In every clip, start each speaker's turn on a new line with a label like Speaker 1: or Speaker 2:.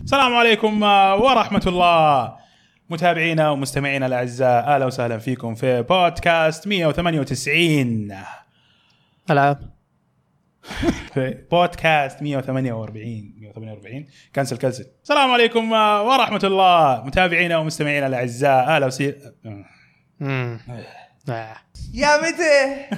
Speaker 1: السلام عليكم آه، ورحمة الله متابعينا ومستمعينا الأعزاء أهلا وسهلا فيكم في بودكاست 198
Speaker 2: العاب
Speaker 1: في بودكاست 148 148 كنسل كنسل السلام عليكم آه، ورحمة الله متابعينا ومستمعينا الأعزاء أهلا وسهلا
Speaker 2: امم آه.
Speaker 3: يا متى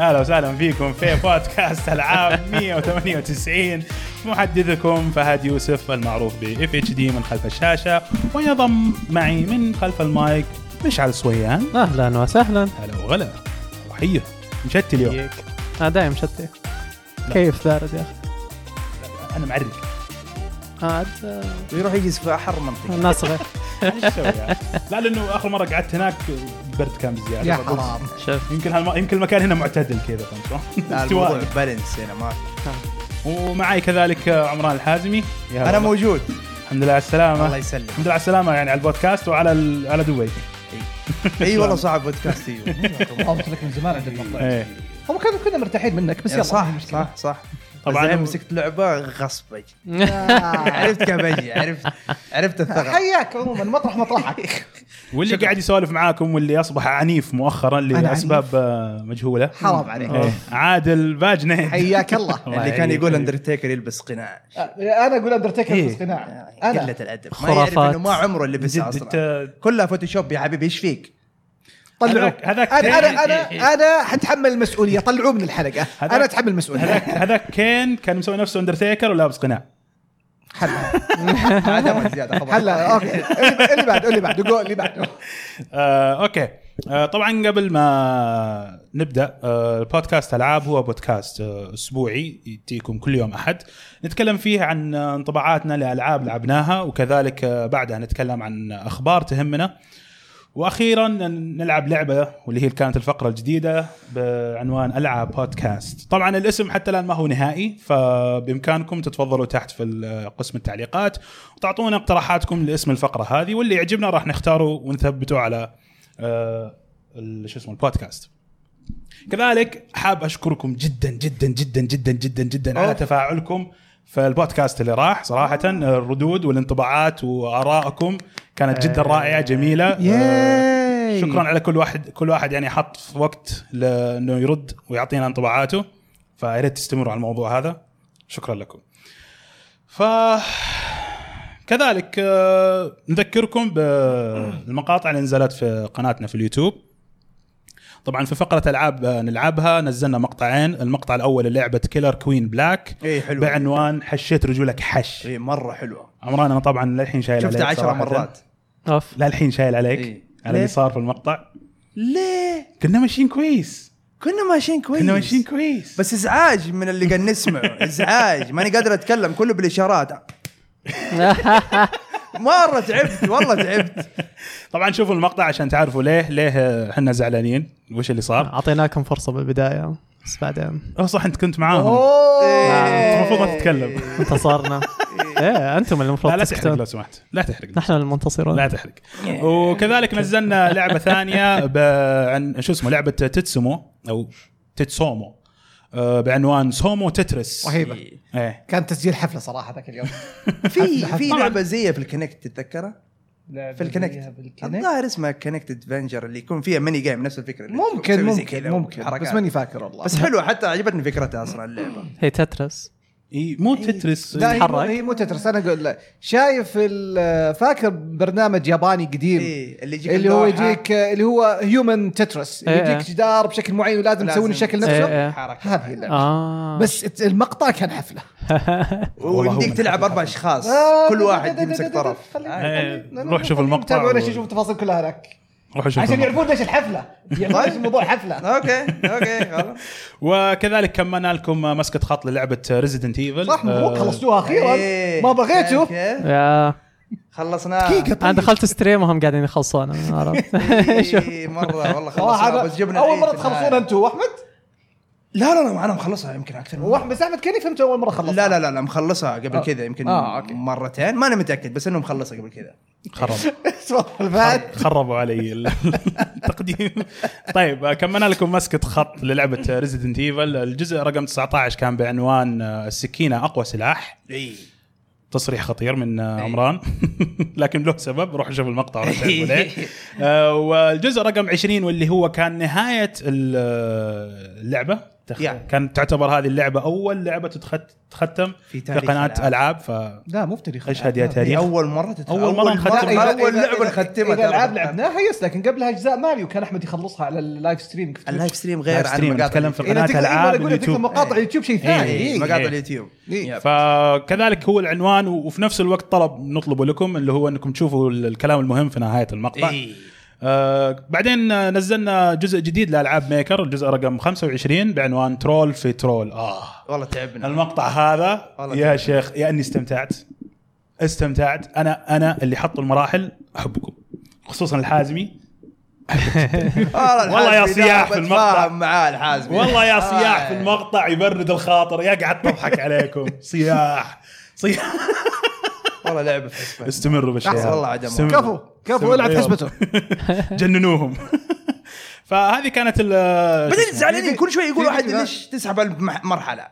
Speaker 1: اهلا وسهلا فيكم في بودكاست العاب 198 محدثكم فهد يوسف المعروف ب اف اتش دي من خلف الشاشه وينضم معي من خلف المايك مشعل سويان
Speaker 2: اهلا وسهلا
Speaker 1: هلا وغلا إيه. وحيه مشتي اليوم
Speaker 2: يك. انا آه، دايم شتي كيف بارد يا اخي
Speaker 1: انا معرق
Speaker 2: عاد آه،
Speaker 3: ويروح يجلس في احر منطقه
Speaker 2: الناس غير
Speaker 1: إيش أسوي يعني؟ لا لانه اخر مره قعدت هناك البرد كان بزياده
Speaker 3: يا
Speaker 1: فقلت
Speaker 3: حرام
Speaker 2: شوف
Speaker 1: يمكن هالم... يمكن المكان هنا معتدل كذا فهمت شلون؟
Speaker 3: لا الموضوع
Speaker 1: استوائي.
Speaker 3: بالانس هنا ما
Speaker 1: ومعي كذلك عمران الحازمي يا
Speaker 3: انا
Speaker 1: هلا.
Speaker 3: موجود
Speaker 1: الحمد لله على السلامه
Speaker 3: الله يسلمك
Speaker 1: الحمد لله على السلامة يعني على البودكاست وعلى ال... على دبي.
Speaker 3: اي والله صعب بودكاست ايوه
Speaker 4: والله قلت لك من زمان عند المقطع
Speaker 1: ايه
Speaker 4: هم كانوا كنا مرتاحين منك بس
Speaker 3: يا
Speaker 4: يلا
Speaker 3: يعني صح صح صح
Speaker 1: طبعاً
Speaker 3: طبعا انا
Speaker 1: هو-
Speaker 3: مسكت لعبه غصب أجي. عرفت كيف اجي عرفت عرفت الثغره
Speaker 4: آه، حياك عموما مطرح مطرحك
Speaker 1: واللي قاعد يسولف معاكم واللي اصبح عنيف مؤخرا لاسباب آه، مجهوله
Speaker 3: حرام عليك.
Speaker 1: إيه. عادل باجنه
Speaker 4: حياك الله
Speaker 1: الله
Speaker 3: آه. اللي كان
Speaker 1: يعينك.
Speaker 3: يقول اندرتيكر يلبس قناع
Speaker 4: انا اقول اندرتيكر
Speaker 1: إيه.
Speaker 4: بس قناع
Speaker 3: قله
Speaker 4: انا
Speaker 3: الادب ما يعرف
Speaker 2: خرافات.
Speaker 3: انه ما عمره لبسها اصلا
Speaker 1: آه،
Speaker 3: كلها فوتوشوب يا حبيبي ايش فيك؟
Speaker 4: طلعوه
Speaker 1: هذاك- هذاك
Speaker 4: انا انا
Speaker 1: إيه،
Speaker 4: انا انا حتحمل المسؤوليه طلعوه من الحلقه
Speaker 1: هذاك-
Speaker 4: انا اتحمل المسؤوليه
Speaker 1: هذاك هذاك كين كان مسوي نفسه اندرتيكر ولابس قناع
Speaker 4: حلا
Speaker 3: هذا زياده خبر
Speaker 4: حلا اوكي اللي- اللي بعده اللي بعده قول اللي بعده
Speaker 1: آه، اوكي آه، طبعا قبل ما نبدا آه، البودكاست العاب هو بودكاست آه، اسبوعي ياتيكم كل يوم احد نتكلم فيه عن آه، انطباعاتنا لالعاب لعبناها وكذلك آه، بعدها نتكلم عن اخبار تهمنا واخيرا نلعب لعبه واللي هي كانت الفقره الجديده بعنوان العاب بودكاست طبعا الاسم حتى الان ما هو نهائي فبامكانكم تتفضلوا تحت في ال- قسم التعليقات وتعطونا اقتراحاتكم لاسم الفقره هذه واللي يعجبنا راح نختاره ونثبته على آه، ال- شو اسمه البودكاست كذلك حاب اشكركم جدا جدا جدا جدا جدا جدا على
Speaker 3: أوه.
Speaker 1: تفاعلكم في البودكاست اللي راح صراحه الردود والانطباعات وارائكم كانت جدا رائعه جميله آه،
Speaker 3: ياي.
Speaker 1: شكرا على كل واحد كل واحد يعني حط في وقت لانه يرد ويعطينا انطباعاته فيا ريت تستمروا على الموضوع هذا شكرا لكم ف كذلك آه، نذكركم بالمقاطع اللي نزلت في قناتنا في اليوتيوب طبعا في فقره العاب آه، نلعبها نزلنا مقطعين المقطع الاول لعبه كيلر كوين بلاك
Speaker 3: اي حلوه
Speaker 1: بعنوان حشيت رجولك حش
Speaker 3: اي مره حلوه
Speaker 1: عمران انا طبعا للحين شايل عليك
Speaker 3: إيه، شفتها عشرة
Speaker 1: صراحة.
Speaker 3: مرات
Speaker 2: اوف
Speaker 1: للحين شايل عليك
Speaker 3: إيه.
Speaker 1: على اللي
Speaker 3: ليه؟
Speaker 1: صار في المقطع
Speaker 3: ليه؟
Speaker 1: كنا ماشيين كويس
Speaker 3: كنا ماشيين كويس
Speaker 1: كنا ماشيين كويس
Speaker 3: بس ازعاج من اللي قاعد نسمعه ازعاج ماني قادر اتكلم كله بالاشارات مره تعبت والله تعبت
Speaker 1: طبعا شوفوا المقطع عشان تعرفوا ليه ليه آه، احنا زعلانين وش اللي صار
Speaker 2: اعطيناكم فرصه بالبدايه بس بعدين
Speaker 1: اه صح انت كنت معاهم
Speaker 3: إيه.
Speaker 4: اوه
Speaker 1: المفروض ما تتكلم
Speaker 2: انتصرنا ايه انتم اللي
Speaker 1: لا
Speaker 2: المفروض
Speaker 1: لا تحرق
Speaker 2: تسكتون
Speaker 1: لو سمحت لا تحرق
Speaker 2: نحن المنتصرون
Speaker 1: لا تحرق وكذلك نزلنا لعبه ثانيه ب... عن شو اسمه لعبه تتسومو او تتسومو آه، بعنوان سومو تترس
Speaker 4: رهيبه
Speaker 1: ايه
Speaker 4: كان تسجيل حفله صراحه ذاك اليوم
Speaker 3: في
Speaker 4: حفلة-
Speaker 3: في
Speaker 1: طبعاً.
Speaker 3: لعبه زي في الكونكت تتذكرها؟ في الكونكت الظاهر اسمها كونكت ادفنجر اللي يكون فيها ميني جيم نفس الفكره اللي تسوي
Speaker 4: ممكن
Speaker 3: زي
Speaker 4: ممكن
Speaker 3: كذا
Speaker 4: ممكن
Speaker 3: وحركات.
Speaker 4: بس ماني فاكر والله
Speaker 3: بس حلوه حتى عجبتني فكرتها اصلا اللعبه
Speaker 2: هي تترس
Speaker 1: إيه، مو تترس
Speaker 4: لا هي مو-
Speaker 2: تتحرك.
Speaker 4: هي مو تترس انا اقول لا. شايف ال- فاكر برنامج ياباني قديم
Speaker 3: إيه، اللي يجيك
Speaker 4: اللي هو
Speaker 3: اللوحة.
Speaker 4: يجيك اللي هو هيومن تترس
Speaker 2: إيه.
Speaker 4: يجيك جدار بشكل معين ولازم
Speaker 3: لازم
Speaker 4: تسوي الشكل
Speaker 2: إيه،
Speaker 4: نفسه
Speaker 2: إيه.
Speaker 3: حركه
Speaker 4: هذه اللعبه
Speaker 2: اه
Speaker 4: بس ات- المقطع كان حفله
Speaker 1: والله هو من
Speaker 3: ويمديك تلعب اربع
Speaker 4: آه،
Speaker 3: اشخاص آه، كل واحد يمسك طرف آه،
Speaker 1: إيه، روح شوف المقطع
Speaker 4: تابعوا ولا
Speaker 1: و-
Speaker 4: شيء شوف التفاصيل كلها هناك
Speaker 1: روحوا شوفوا
Speaker 4: عشان يعرفون ليش الحفله يعرفون ليش الموضوع حفله
Speaker 3: اوكي اوكي خلاص
Speaker 1: وكذلك كملنا لكم مسكه خط للعبه ريزيدنت ايفل
Speaker 4: صح مبروك خلصتوها اخيرا
Speaker 3: آه. إيه.
Speaker 4: ما بغيته
Speaker 3: أوكي.
Speaker 2: يا
Speaker 3: خلصناه
Speaker 2: انا
Speaker 1: طيب.
Speaker 2: دخلت ستريم وهم قاعدين يخلصون أنا عرفت
Speaker 3: إيه، مره والله خلصناه
Speaker 4: صراحة
Speaker 3: بس جبنا
Speaker 4: اول
Speaker 3: العيد
Speaker 4: مره
Speaker 3: في النهاية.
Speaker 4: تخلصونها انتوا واحمد
Speaker 3: لا لا لا انا مخلصها يمكن اكثر من
Speaker 4: واحمد بس احمد كاني فهمته اول مره خلصت
Speaker 3: لا لا لا لا مخلصها قبل
Speaker 4: آه.
Speaker 3: كذا يمكن
Speaker 4: آه، أوكي.
Speaker 3: مرتين ما انا متاكد بس انه مخلصها قبل كذا
Speaker 1: خرب
Speaker 4: تفضل فهد
Speaker 1: خربوا علي ال- التقديم طيب آه، كملنا لكم مسكه خط للعبه ريزيدنت ايفل الجزء رقم 19 كان بعنوان آه، السكينه اقوى سلاح
Speaker 3: اي
Speaker 1: تصريح خطير من
Speaker 3: إيه.
Speaker 1: آه، عمران لكن له سبب روح شوف المقطع وراح تعرفوا ليه آه، والجزء رقم 20 واللي هو كان نهايه ال- آه، اللعبه تخ-
Speaker 3: Yeah.
Speaker 1: كانت تعتبر هذه اللعبه اول لعبه تتخت- تختم
Speaker 3: في
Speaker 1: في
Speaker 3: تاريخ
Speaker 1: قناه
Speaker 3: الألعاب.
Speaker 1: العاب ف
Speaker 4: لا مو بتاريخ
Speaker 1: اشهد يا تاريخ
Speaker 3: اول مره تت...
Speaker 1: أول مرة نختم.
Speaker 3: أول
Speaker 1: إذا-
Speaker 3: لعبه نختمها
Speaker 4: اذا
Speaker 3: ترى.
Speaker 4: العاب لعبناها يس لكن قبلها اجزاء ماريو كان احمد يخلصها على اللايف ستريم في تويتش.
Speaker 3: اللايف ستريم غير عن
Speaker 1: ستريم،
Speaker 3: مقاطع
Speaker 1: نتكلم في
Speaker 3: اليوتيوب.
Speaker 1: قناة
Speaker 4: إذا تقدر-
Speaker 1: ألعاب
Speaker 4: ولا أقول لك تكتب
Speaker 1: اليوتيوب.
Speaker 4: مقاطع يوتيوب شيء ثاني
Speaker 1: إيه.
Speaker 3: إيه،
Speaker 4: إيه.
Speaker 1: ما-
Speaker 3: مقاطع
Speaker 1: إيه.
Speaker 3: اليوتيوب
Speaker 4: إيه.
Speaker 3: يب.
Speaker 1: فكذلك هو العنوان و- وفي نفس الوقت طلب نطلبه لكم اللي هو انكم تشوفوا ال- الكلام المهم في نهايه المقطع
Speaker 3: إيه.
Speaker 1: آه بعدين آه، نزلنا جزء جديد لالعاب ميكر الجزء رقم 25 بعنوان ترول في ترول اه
Speaker 3: والله تعبنا
Speaker 1: المقطع هذا
Speaker 3: والله
Speaker 1: يا شيخ يا اني استمتعت استمتعت انا انا اللي حط المراحل احبكم خصوصا الحازمي والله يا صياح في المقطع.
Speaker 3: معاه الحازمي
Speaker 1: والله يا صياح
Speaker 3: آه.
Speaker 1: في المقطع يبرد الخاطر يا قاعد تضحك عليكم صياح صياح
Speaker 3: والله لعبه في حسبة.
Speaker 1: استمروا بالشيء
Speaker 3: أحسن
Speaker 1: هذا.
Speaker 3: والله عدم.
Speaker 1: استمروا.
Speaker 4: كفو كفو العب
Speaker 1: أيوة.
Speaker 4: حسبته
Speaker 1: جننوهم فهذه كانت ال
Speaker 3: بعدين زعلانين كل شوي يقول
Speaker 4: في
Speaker 3: واحد
Speaker 4: فيديو
Speaker 3: ليش تسحب على المرحله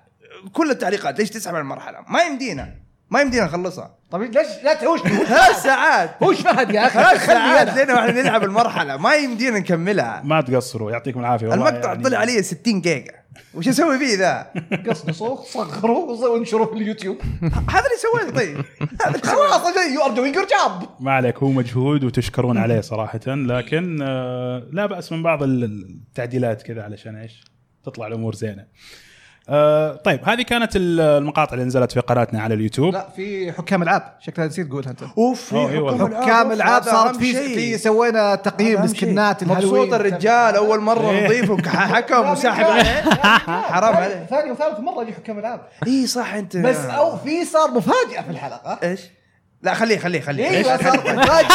Speaker 3: كل التعليقات ليش تسحب على المرحله ما يمدينا ما يمدينا نخلصها
Speaker 4: طيب ليش لا تعوشني
Speaker 3: ثلاث ساعات
Speaker 4: هوش فهد يا اخي
Speaker 3: ثلاث
Speaker 4: خلني
Speaker 3: ساعات
Speaker 4: انا
Speaker 3: لنا واحنا نلعب المرحله ما يمدينا نكملها
Speaker 1: ما تقصروا يعطيكم العافيه والله يعني.
Speaker 3: المقطع طلع علي 60 جيجا وش اسوي فيه ذا؟
Speaker 4: قصقصوه صغروه وانشروه في اليوتيوب
Speaker 3: هذا اللي سويته طيب هذا اللي سويته.
Speaker 4: خلاص أجل، يو ار دوينج يور جاب
Speaker 1: ما عليك هو مجهود وتشكرون عليه صراحه لكن آه، لا باس من بعض ال- التعديلات كذا علشان ايش تطلع الامور زينه آه، طيب هذه كانت ال- المقاطع اللي نزلت في قناتنا على اليوتيوب
Speaker 4: لا في حكام العاب شكلها نسيت تقولها انت
Speaker 3: اوف
Speaker 1: أوه، إي والله.
Speaker 4: حكام العاب صارت في في
Speaker 3: في
Speaker 4: سوينا تقييم مسكنات
Speaker 3: مبسوط الرجال اول مره نضيف وحكم وساحب عليه حرام عليه.
Speaker 4: ثاني وثالث مره يجي حكام العاب
Speaker 3: اي إيه، صح انت
Speaker 4: بس او في صار مفاجاه في الحلقه
Speaker 3: ايش؟ لا خليه خليه خليه
Speaker 4: ايوه
Speaker 3: ليش؟
Speaker 4: صارت
Speaker 3: خليه.
Speaker 4: مفاجاه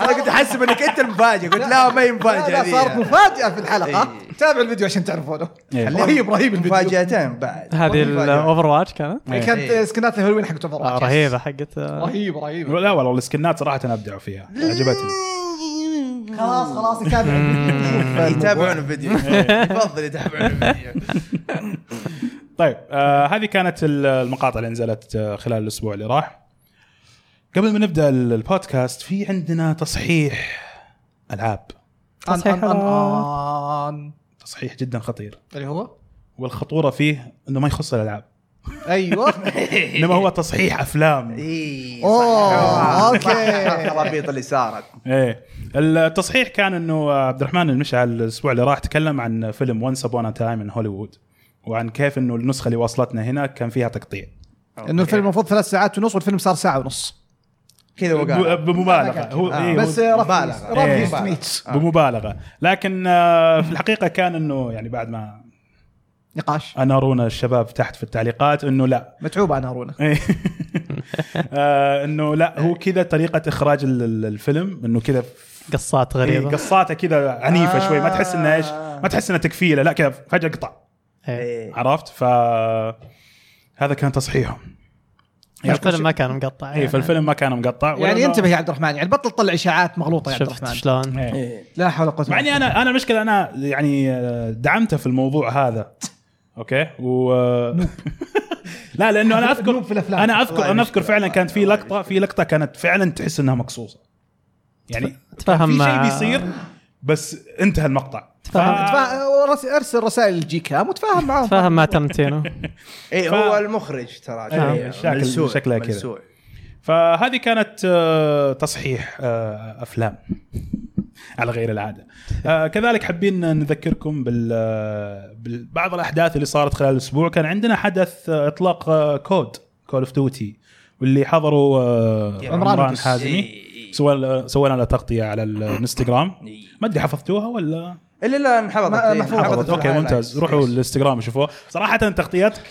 Speaker 3: انا كنت احسب انك انت المفاجئ قلت لا ما هي مفاجاه
Speaker 4: لا، لا،
Speaker 3: ذي.
Speaker 4: صارت مفاجاه في الحلقه
Speaker 3: إيه.
Speaker 4: تابع الفيديو عشان تعرفونه
Speaker 1: إيه.
Speaker 3: خليه
Speaker 4: رهيب رهيب الفيديو
Speaker 3: مفاجاتين بعد
Speaker 2: هذه الاوفر واتش كانت
Speaker 1: إيه.
Speaker 4: كانت سكنات الهالوين حقت اوفر
Speaker 2: آه، رهيبه حقت
Speaker 4: رهيب رهيب
Speaker 1: لا والله السكنات صراحه ابدعوا فيها عجبتني
Speaker 4: خلاص خلاص يتابع الفيديو.
Speaker 3: يتابعون الفيديو
Speaker 4: إيه.
Speaker 3: يفضل يتابعون الفيديو
Speaker 1: طيب آه هذه كانت ال- المقاطع اللي نزلت آه خلال الاسبوع اللي راح قبل ما نبدا ال- البودكاست في عندنا تصحيح العاب
Speaker 4: أن-
Speaker 2: تصحيح
Speaker 4: أن- أن- أن.
Speaker 1: تصحيح جدا خطير
Speaker 4: اللي هو
Speaker 1: والخطوره فيه انه ما يخص الالعاب
Speaker 4: ايوه
Speaker 1: انما هو تصحيح افلام
Speaker 3: اي
Speaker 4: اوه اوكي
Speaker 3: الخرابيط اللي صارت
Speaker 1: ايه التصحيح كان انه آه، عبد الرحمن المشعل الاسبوع اللي راح تكلم عن فيلم وانس ابون تايم ان هوليوود وعن كيف انه النسخه اللي وصلتنا هنا كان فيها تقطيع
Speaker 4: انه الفيلم المفروض ثلاث ساعات ونص والفيلم صار ساعه ونص
Speaker 3: كذا وقال
Speaker 1: ب- بمبالغه هو
Speaker 3: آه.
Speaker 1: إيه، هو-
Speaker 4: بس رف
Speaker 3: مبالغة.
Speaker 1: إيه.
Speaker 4: رف ميت
Speaker 1: بمبالغه لكن آه، في الحقيقه كان انه يعني بعد ما
Speaker 4: نقاش
Speaker 1: انارونا الشباب تحت في التعليقات انه لا إيه.
Speaker 4: متعوب عن هارونا
Speaker 1: آه، انه لا هو كذا طريقه اخراج ال- ال- الفيلم انه كذا
Speaker 2: قصات
Speaker 1: إيه،
Speaker 2: غريبه
Speaker 1: قصاته كذا عنيفه
Speaker 3: آه.
Speaker 1: شوي ما تحس انها ايش
Speaker 4: آه.
Speaker 1: ما تحس انها تكفيله لا كذا فجاه قطع
Speaker 2: إيه.
Speaker 3: إيه.
Speaker 1: عرفت ف هذا كان تصحيحهم إيه.
Speaker 2: الفيلم ما كان مقطع
Speaker 1: اي فالفيلم ما كان مقطع ولا
Speaker 4: يعني
Speaker 1: ما-
Speaker 4: انتبه يا عبد الرحمن يعني بطل تطلع اشاعات مغلوطه يا عبد
Speaker 2: يعني. شفت
Speaker 4: الرحمن
Speaker 2: شلون
Speaker 1: إيه.
Speaker 3: إيه.
Speaker 4: لا حول ولا قوه
Speaker 1: مع اني انا انا المشكله انا يعني آه، دعمته في الموضوع هذا اوكي و لا لانه انا اذكر
Speaker 4: نوب في الافلام
Speaker 1: انا اذكر
Speaker 3: الله
Speaker 1: انا اذكر
Speaker 3: يشفيك.
Speaker 1: فعلا كانت في
Speaker 3: الله
Speaker 1: لقطه في لقطه كانت فعلا تحس انها مقصوصه يعني
Speaker 2: تفهم
Speaker 1: في شيء
Speaker 2: مع-
Speaker 1: بيصير بس انتهى المقطع
Speaker 2: تفهم-
Speaker 1: ف-
Speaker 4: تفا- ورس- ارسل رسائل للجي كام وتفاهم معاهم
Speaker 2: تفاهم مع ترنتينو
Speaker 3: ايه
Speaker 1: ف-
Speaker 3: هو المخرج ترى
Speaker 1: إيه،
Speaker 3: شوية
Speaker 1: شكل-
Speaker 3: ملسوع-
Speaker 1: شكله كذا.
Speaker 3: ملسوع.
Speaker 1: فهذه كانت آه، تصحيح آه، افلام على غير العاده آه، كذلك حابين نذكركم بال آه، ببعض الاحداث اللي صارت خلال الاسبوع كان عندنا حدث آه، اطلاق آه، كود كول اوف ديوتي واللي حضروا آه،
Speaker 3: يا
Speaker 1: عمران
Speaker 4: عمران
Speaker 1: حازمي
Speaker 3: إيه، إيه.
Speaker 1: سوينا سوينا له تغطيه على آه، الانستغرام ما ادري حفظتوها ولا
Speaker 3: الا لا انحفظت
Speaker 4: ما-
Speaker 3: إيه،
Speaker 4: محفوظة.
Speaker 3: انحفظت في
Speaker 1: اوكي
Speaker 3: الحلقة.
Speaker 1: ممتاز روحوا الانستغرام شوفوه صراحه تغطيتك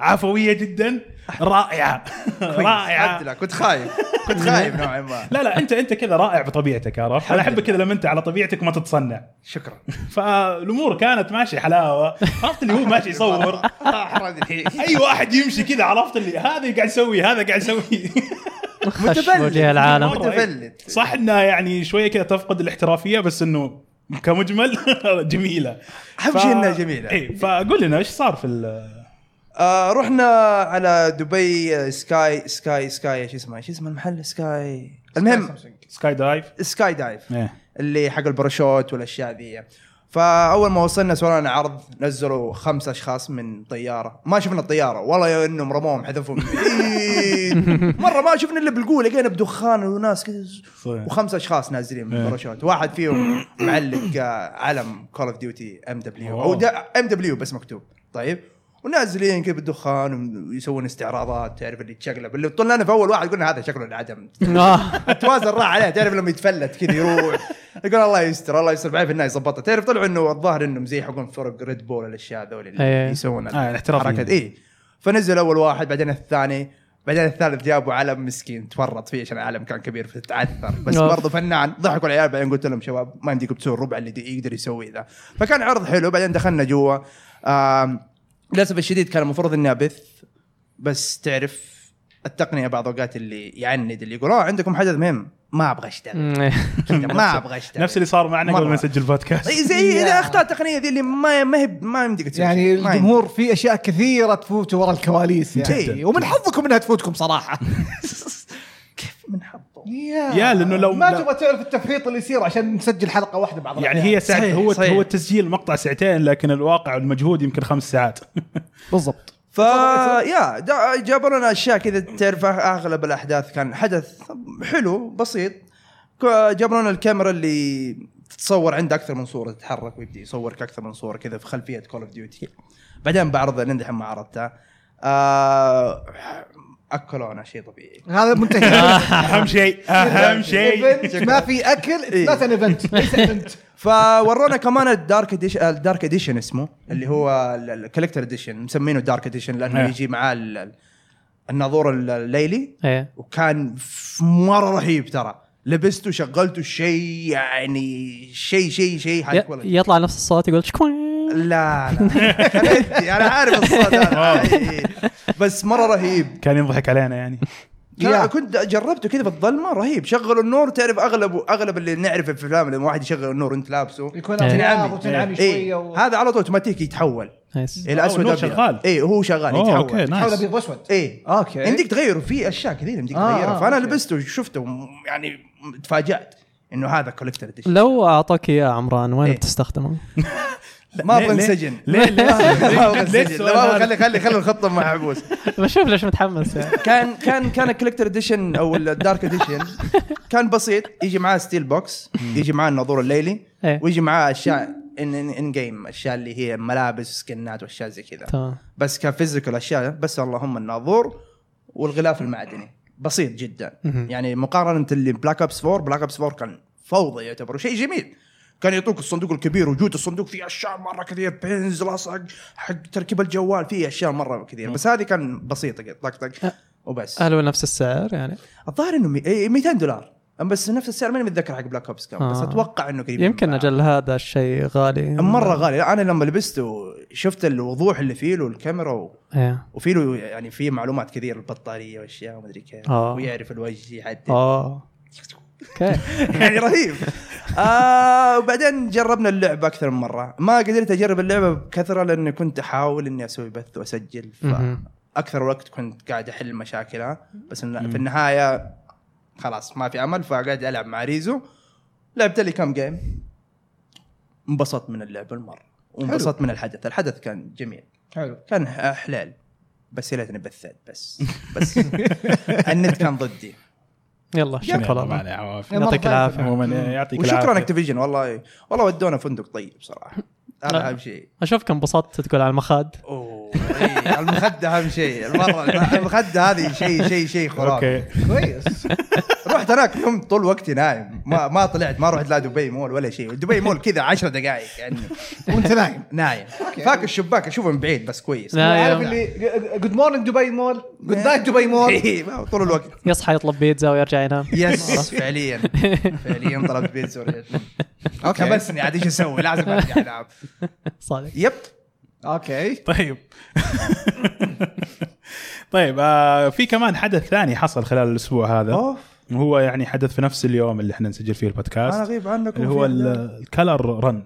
Speaker 1: عفويه جدا رائعه
Speaker 3: كويس.
Speaker 1: رائعه
Speaker 3: الحمد لله، كنت خايف كنت خايف نوعا ما
Speaker 1: لا لا انت انت كذا رائع بطبيعتك عرفت انا احبك كذا لما انت على طبيعتك وما تتصنع
Speaker 3: شكرا
Speaker 1: فالامور كانت ماشيه حلاوه عرفت اللي هو ماشي يصور
Speaker 3: أحرجني.
Speaker 1: اي واحد يمشي كذا عرفت اللي هذا قاعد يسوي هذا قاعد يسوي
Speaker 2: خش وجه العالم
Speaker 1: مرة، إيه.
Speaker 3: متفلت.
Speaker 1: صح انها يعني شويه كذا تفقد الاحترافيه بس انه كمجمل جميله
Speaker 3: أهم شيء إنها جميلة.
Speaker 1: اي فقول لنا ايش صار في ال-
Speaker 3: آه رحنا على دبي آه، سكاي سكاي سكاي ايش اسمه ايش اسمه المحل سكاي المهم
Speaker 1: سكاي دايف
Speaker 3: سكاي دايف
Speaker 1: ايه
Speaker 3: اللي حق الباراشوت والاشياء ذي فاول ما وصلنا سوينا لنا عرض نزلوا خمس اشخاص من طياره ما شفنا الطياره والله يا انهم رموهم حذفوا من بعيد. مره إيه. ما شفنا الا بالقوه لقينا بدخان وناس كذا
Speaker 1: صحيح.
Speaker 3: وخمس اشخاص نازلين من
Speaker 1: إيه.
Speaker 3: الباراشوت واحد فيهم معلق آه، علم كول اوف ديوتي ام دبليو او
Speaker 1: أوه.
Speaker 3: ام دبليو بس مكتوب طيب ونازلين كذا بالدخان ويسوون استعراضات تعرف اللي تشقلب اللي طلعنا في اول واحد قلنا هذا شكله العدم
Speaker 2: آه.
Speaker 3: توازن راح عليه تعرف لما يتفلت كذا يروح يقول الله يستر الله يستر بعدين في النهايه يظبطها تعرف طلعوا انه الظاهر انهم زي حقون فرق ريد بول الاشياء هذول اللي
Speaker 2: إيه.
Speaker 3: يسوون
Speaker 1: آه، الاحترافيين.
Speaker 3: الحركات اي فنزل اول واحد بعدين الثاني بعدين الثالث جابوا علم مسكين تورط فيه عشان العلم كان كبير فتعثر بس
Speaker 2: أوف.
Speaker 3: برضه فنان ضحكوا العيال بعدين قلت لهم شباب ما يمديكم تسوون الربع اللي دي- يقدر يسوي ذا فكان عرض حلو بعدين دخلنا جوا آم، للاسف الشديد كان المفروض انها بث بس تعرف التقنيه بعض الاوقات اللي يعند اللي يقول اه عندكم حدث مهم ما ابغى اشتغل
Speaker 2: أمم، إيه.
Speaker 3: كذا ما ابغى اشتغل
Speaker 1: نفس اللي صار معنا قبل
Speaker 3: مرة.
Speaker 1: ما نسجل بودكاست
Speaker 3: إي زي الاخطاء التقنيه ذي اللي ما ما هي ما يمديك تسوي
Speaker 4: يعني
Speaker 1: طيب.
Speaker 3: شيء. ما يمديك.
Speaker 4: الجمهور في اشياء كثيره تفوت ورا الكواليس يعني
Speaker 3: جدا.
Speaker 4: ومن حظكم انها تفوتكم صراحه
Speaker 3: كيف من حظه
Speaker 1: يا لأنه لو-
Speaker 4: ما
Speaker 1: لا.
Speaker 4: تبغى تعرف التفريط اللي يصير عشان نسجل حلقه واحده بعض
Speaker 1: يعني
Speaker 4: الأحيان.
Speaker 1: هي ساعة
Speaker 3: صحيح،
Speaker 1: هو
Speaker 3: صحيح.
Speaker 1: هو التسجيل مقطع ساعتين لكن الواقع والمجهود يمكن خمس ساعات
Speaker 2: بالضبط
Speaker 3: ف يا دا- جابوا لنا اشياء كذا تعرف اغلب الاحداث كان حدث حلو بسيط ك- جابوا لنا الكاميرا اللي تتصور عند اكثر من صوره تتحرك ويبدي يصورك اكثر من صوره كذا في خلفيه كول اوف ديوتي بعدين بعرض نندحم ما عرضتها آه اكلونا شيء طبيعي
Speaker 4: هذا منتهي
Speaker 1: اهم شيء اهم شيء
Speaker 4: Event، ما في اكل لا ان ايفنت ليس ايفنت
Speaker 3: فورونا كمان الدارك اديشن الدارك اديشن اسمه اللي هو الكوليكتر اديشن مسمينه دارك اديشن لانه
Speaker 1: إيه.
Speaker 3: يجي معاه ال- ال- الناظور ال- الليلي
Speaker 2: ايه
Speaker 3: وكان ف- مره رهيب ترى لبسته شغلته شيء يعني شيء شيء شيء high
Speaker 2: ي-
Speaker 3: quality.
Speaker 2: يطلع نفس الصوت يقول شكوين
Speaker 3: لا لا كان عندي، انا عارف الصوت هذا. إي. بس مره رهيب
Speaker 1: كان يضحك علينا يعني
Speaker 3: كان-
Speaker 4: يا.
Speaker 3: كنت جربته كذا في الظلمه رهيب شغلوا النور تعرف اغلب اغلب اللي نعرفه في الافلام لما واحد يشغل النور وانت لابسه
Speaker 4: يكون
Speaker 2: إيه.
Speaker 4: اغتنام وتنعمي
Speaker 3: إيه.
Speaker 4: شويه و-
Speaker 3: هذا على طول اوتوماتيكي يتحول
Speaker 2: نايس
Speaker 3: الى
Speaker 1: آه،
Speaker 3: اسود
Speaker 1: والنور
Speaker 3: أبيض.
Speaker 1: شغال.
Speaker 3: ايه هو شغال
Speaker 1: أوه،
Speaker 3: يتحول
Speaker 1: أوكي، نايس.
Speaker 4: حول ابيض
Speaker 1: إيه.
Speaker 4: واسود
Speaker 3: ايه
Speaker 4: أوكي.
Speaker 3: يمديك تغيره في اشياء كثيره يمديك
Speaker 4: آه،
Speaker 3: تغيرها
Speaker 4: آه،
Speaker 3: فانا
Speaker 4: أوكي.
Speaker 3: لبسته وشفته وم- يعني تفاجات انه هذا كوليكتر اديشن
Speaker 2: لو اعطوك اياه عمران وين
Speaker 3: إيه.
Speaker 2: بتستخدمه؟
Speaker 3: ما
Speaker 1: ليه- ليه-
Speaker 3: ابغى انسجن
Speaker 1: ليه ليه
Speaker 3: ما ابغى
Speaker 1: ليه
Speaker 3: انسجن
Speaker 1: السؤال
Speaker 3: لا،
Speaker 1: هذا؟
Speaker 3: خلي خلي خلي الخطه محبوس
Speaker 2: بشوف ليش متحمس يعني
Speaker 3: كان كان كان الكوليكتر اديشن او الدارك اديشن كان بسيط يجي معاه ستيل بوكس يجي معاه الناظور الليلي
Speaker 2: إيه.
Speaker 3: ويجي معاه اشياء ان ان, إن جيم اشياء اللي هي ملابس سكنات واشياء زي كذا
Speaker 2: تمام
Speaker 3: بس كفيزيكال اشياء بس اللهم الناظور والغلاف المعدني بسيط جدا
Speaker 2: مهم.
Speaker 3: يعني مقارنه اللي بلاك ابس 4 بلاك ابس 4 كان فوضى يعتبر شيء جميل كان يعطوك الصندوق الكبير وجود الصندوق فيه اشياء مره كثير بنز لصق حق تركيب الجوال فيه اشياء مره كثير بس هذه كان بسيطه كده، طق طق
Speaker 2: أه.
Speaker 3: وبس
Speaker 2: هل هو نفس السعر يعني؟
Speaker 3: الظاهر انه مي- إيه، 200 دولار بس نفس السعر ماني متذكر حق بلاك اوبس كان بس
Speaker 2: آه.
Speaker 3: اتوقع انه قريب
Speaker 2: يمكن
Speaker 3: من-
Speaker 2: اجل هذا الشيء غالي
Speaker 3: مره غالي انا لما لبسته شفت الوضوح اللي فيه له الكاميرا و...
Speaker 2: ايه
Speaker 3: وفي له يعني في معلومات كثير البطاريه واشياء وما ادري كيف
Speaker 2: آه.
Speaker 3: ويعرف الوجه يحدد
Speaker 2: اه اوكي
Speaker 3: يعني رهيب آه وبعدين جربنا اللعبه اكثر من مره ما قدرت اجرب اللعبه بكثره لاني كنت احاول اني اسوي بث واسجل
Speaker 2: مهم.
Speaker 3: فاكثر وقت كنت قاعد احل مشاكلها بس إن في النهايه خلاص ما في امل فقاعد العب مع ريزو لعبت لي كم جيم انبسطت من اللعبه المره وانبسطت من الحدث الحدث كان جميل
Speaker 4: حلو
Speaker 3: كان حلال بس يا ليتني بثات بس بس النت كان ضدي
Speaker 2: يلا شكرا
Speaker 1: شكرا
Speaker 2: الله
Speaker 1: على عوافي
Speaker 4: يلا.
Speaker 2: يعطيك العافيه
Speaker 1: عموما يعطيك
Speaker 3: وشكرا
Speaker 1: العافيه
Speaker 3: اكتيفيجن والله والله ودونا فندق طيب صراحه هذا اهم شيء
Speaker 2: اشوفك انبسطت تقول على المخاد
Speaker 3: أوه. إيه، المخده اهم شيء المره المخده هذه شيء شيء شيء خرافي
Speaker 1: اوكي
Speaker 4: كويس
Speaker 3: رحت هناك نمت طول وقتي نايم ما ما طلعت ما رحت لا دبي مول ولا شيء دبي مول كذا 10 دقائق يعني
Speaker 4: وانت نايم
Speaker 3: نايم فاك الشباك اشوفه من بعيد بس كويس
Speaker 4: نعم.
Speaker 2: لا. نايم.
Speaker 4: عارف اللي جود مورنينج دبي مول جود نايت دبي مول
Speaker 3: إيه، ما هو طول الوقت
Speaker 2: يصحى يطلب بيتزا ويرجع ينام
Speaker 3: يس فعليا فعليا طلبت بيتزا ورجعت اوكي حبسني عاد ايش اسوي لازم ارجع العب
Speaker 2: صادق
Speaker 3: يب
Speaker 4: اوكي
Speaker 1: طيب طيب آه في كمان حدث ثاني حصل خلال الاسبوع هذا
Speaker 3: اوف
Speaker 1: هو يعني حدث في نفس اليوم اللي احنا نسجل فيه
Speaker 3: انا
Speaker 1: البودكاست
Speaker 3: غيب عنكم
Speaker 1: اللي هو
Speaker 3: في-
Speaker 1: الكلر رن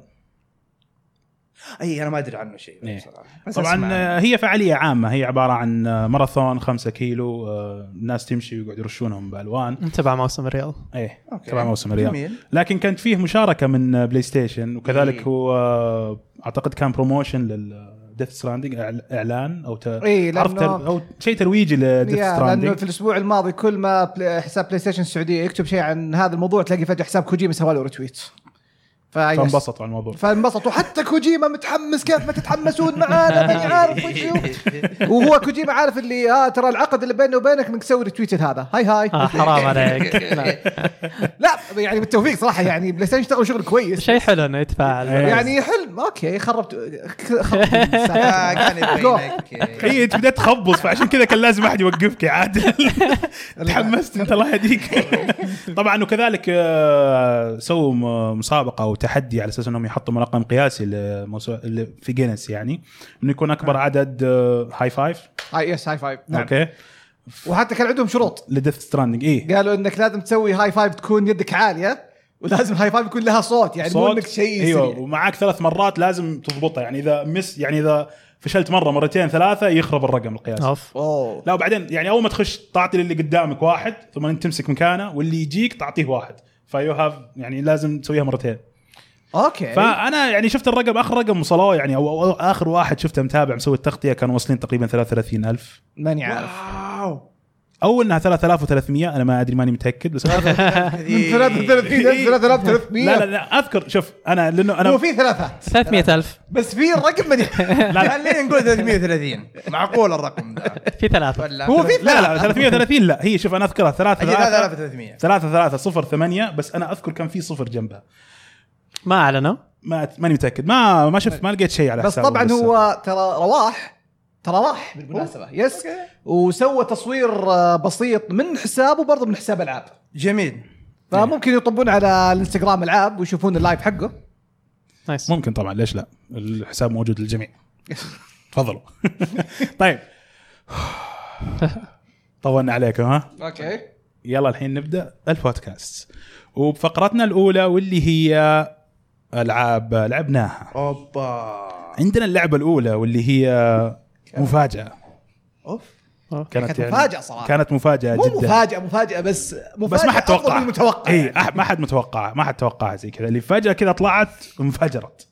Speaker 3: اي انا ما ادري عنه شيء
Speaker 1: إيه.
Speaker 3: بصراحه بس
Speaker 1: طبعا
Speaker 3: أسمع.
Speaker 1: آه، هي فعاليه عامه هي عباره عن آه، ماراثون خمسة كيلو آه، الناس تمشي ويقعدوا يرشونهم بالوان
Speaker 2: تبع موسم الرياض
Speaker 1: ايه
Speaker 3: أوكي.
Speaker 1: تبع موسم الرياض
Speaker 3: جميل
Speaker 1: لكن كانت فيه مشاركه من آه، بلاي ستيشن وكذلك
Speaker 3: إيه.
Speaker 1: هو آه، اعتقد كان بروموشن لل ديث ستراندنج اعلان او ت...
Speaker 4: إيه، لأنه-
Speaker 1: عرفت تر... او شيء ترويجي لديث
Speaker 4: يا، لانه
Speaker 1: ستراندنج
Speaker 4: في الاسبوع الماضي كل ما بلا- حساب بلاي ستيشن السعوديه يكتب شيء عن هذا الموضوع تلاقي فجاه حساب كوجيما سوى له ريتويت فيس.
Speaker 1: فانبسطوا على الموضوع
Speaker 4: فانبسطوا حتى كوجيما متحمس كيف ما تتحمسون معانا ماني عارف وش هو. وهو كوجيما عارف اللي ها ترى العقد اللي بيني وبينك انك تسوي ريتويت هذا هاي هاي
Speaker 2: آه حرام عليك لا.
Speaker 4: لا يعني بالتوفيق صراحه يعني بلاي ستيشن اشتغلوا شغل كويس
Speaker 2: شيء حلو انه يتفاعل
Speaker 4: يعني حلم اوكي خربت خربت
Speaker 3: آه، كان
Speaker 4: Go.
Speaker 3: يبينك
Speaker 1: هي انت بدات إيه، تخبص فعشان كذا كان لازم احد يوقفك يا عادل تحمست انت الله يهديك طبعا وكذلك آه، سووا م- مسابقه او تحدي على اساس انهم يحطوا رقم قياسي لموسو- ل- في جينيس يعني انه يكون اكبر عدد آه، هاي فايف
Speaker 4: هاي يس هاي فايف نعم
Speaker 1: اوكي
Speaker 4: وحتى كان عندهم شروط
Speaker 1: لديث ستراندنج إيه. اي
Speaker 4: قالوا انك لازم تسوي هاي فايف تكون يدك عاليه ولازم هاي فايف يكون لها صوت يعني مو انك شيء
Speaker 1: ايوه
Speaker 4: ايوه
Speaker 1: ومعاك ثلاث مرات لازم تضبطها يعني اذا مس يعني اذا فشلت مره مرتين ثلاثه يخرب الرقم القياسي
Speaker 2: اوف
Speaker 4: اوه
Speaker 1: لا وبعدين يعني اول ما تخش تعطي للي قدامك واحد ثم انت تمسك مكانه واللي يجيك تعطيه واحد فيو هاف يعني لازم تسويها مرتين
Speaker 4: اوكي
Speaker 1: فانا يعني شفت الرقم اخر رقم وصلوه يعني او أو- اخر واحد شفته متابع مسوي التغطيه كانوا واصلين تقريبا 33000
Speaker 4: ماني عارف
Speaker 3: واو
Speaker 1: او انها 3300 انا ما ادري ماني متاكد بس لا
Speaker 4: من 33000
Speaker 1: لا
Speaker 4: 3300
Speaker 1: لا اذكر شوف انا لانه
Speaker 4: هو
Speaker 1: انا
Speaker 4: في ثلاثات
Speaker 2: 300000
Speaker 4: بس في الرقم ماني
Speaker 1: لا.
Speaker 3: خلينا نقول 330 معقول الرقم ذا
Speaker 2: في ثلاثه
Speaker 3: ولا
Speaker 4: هو في
Speaker 1: لا لا 330 لا هي شوف انا اذكرها 3
Speaker 3: أجل
Speaker 1: 3
Speaker 3: 3300
Speaker 1: 3 3 0 8 بس انا اذكر كان في صفر جنبها
Speaker 2: ما اعلنوا
Speaker 1: ما ماني متاكد ما ما شفت ما لقيت شيء على
Speaker 4: بس
Speaker 1: حسابه
Speaker 4: طبعا
Speaker 1: لسه.
Speaker 4: هو ترى رواح ترى راح بالمناسبه يس وسوى تصوير آه، بسيط من حسابه برضه من حساب العاب
Speaker 3: جميل
Speaker 4: فممكن يطبون على الانستغرام العاب ويشوفون اللايف حقه
Speaker 2: نايس
Speaker 1: ممكن طبعا ليش لا الحساب موجود للجميع تفضلوا طيب طولنا عليكم ها
Speaker 4: اوكي
Speaker 1: يلا الحين نبدا البودكاست وبفقرتنا الاولى واللي هي العاب لعبناها
Speaker 3: اوبا
Speaker 1: عندنا اللعبه الاولى واللي هي مفاجاه
Speaker 3: اوف
Speaker 1: كانت
Speaker 4: كانت
Speaker 1: يعني
Speaker 4: مفاجأة صراحة.
Speaker 1: كانت مفاجاه
Speaker 4: مو
Speaker 1: جدا
Speaker 4: مفاجأة مفاجأة بس مفاجأة
Speaker 1: بس ما حد
Speaker 4: أفضل
Speaker 1: توقع إيه.
Speaker 4: من المتوقع
Speaker 1: اي
Speaker 4: يعني.
Speaker 1: أح- ما حد متوقع ما حد توقعها زي كذا اللي فجاه كذا طلعت انفجرت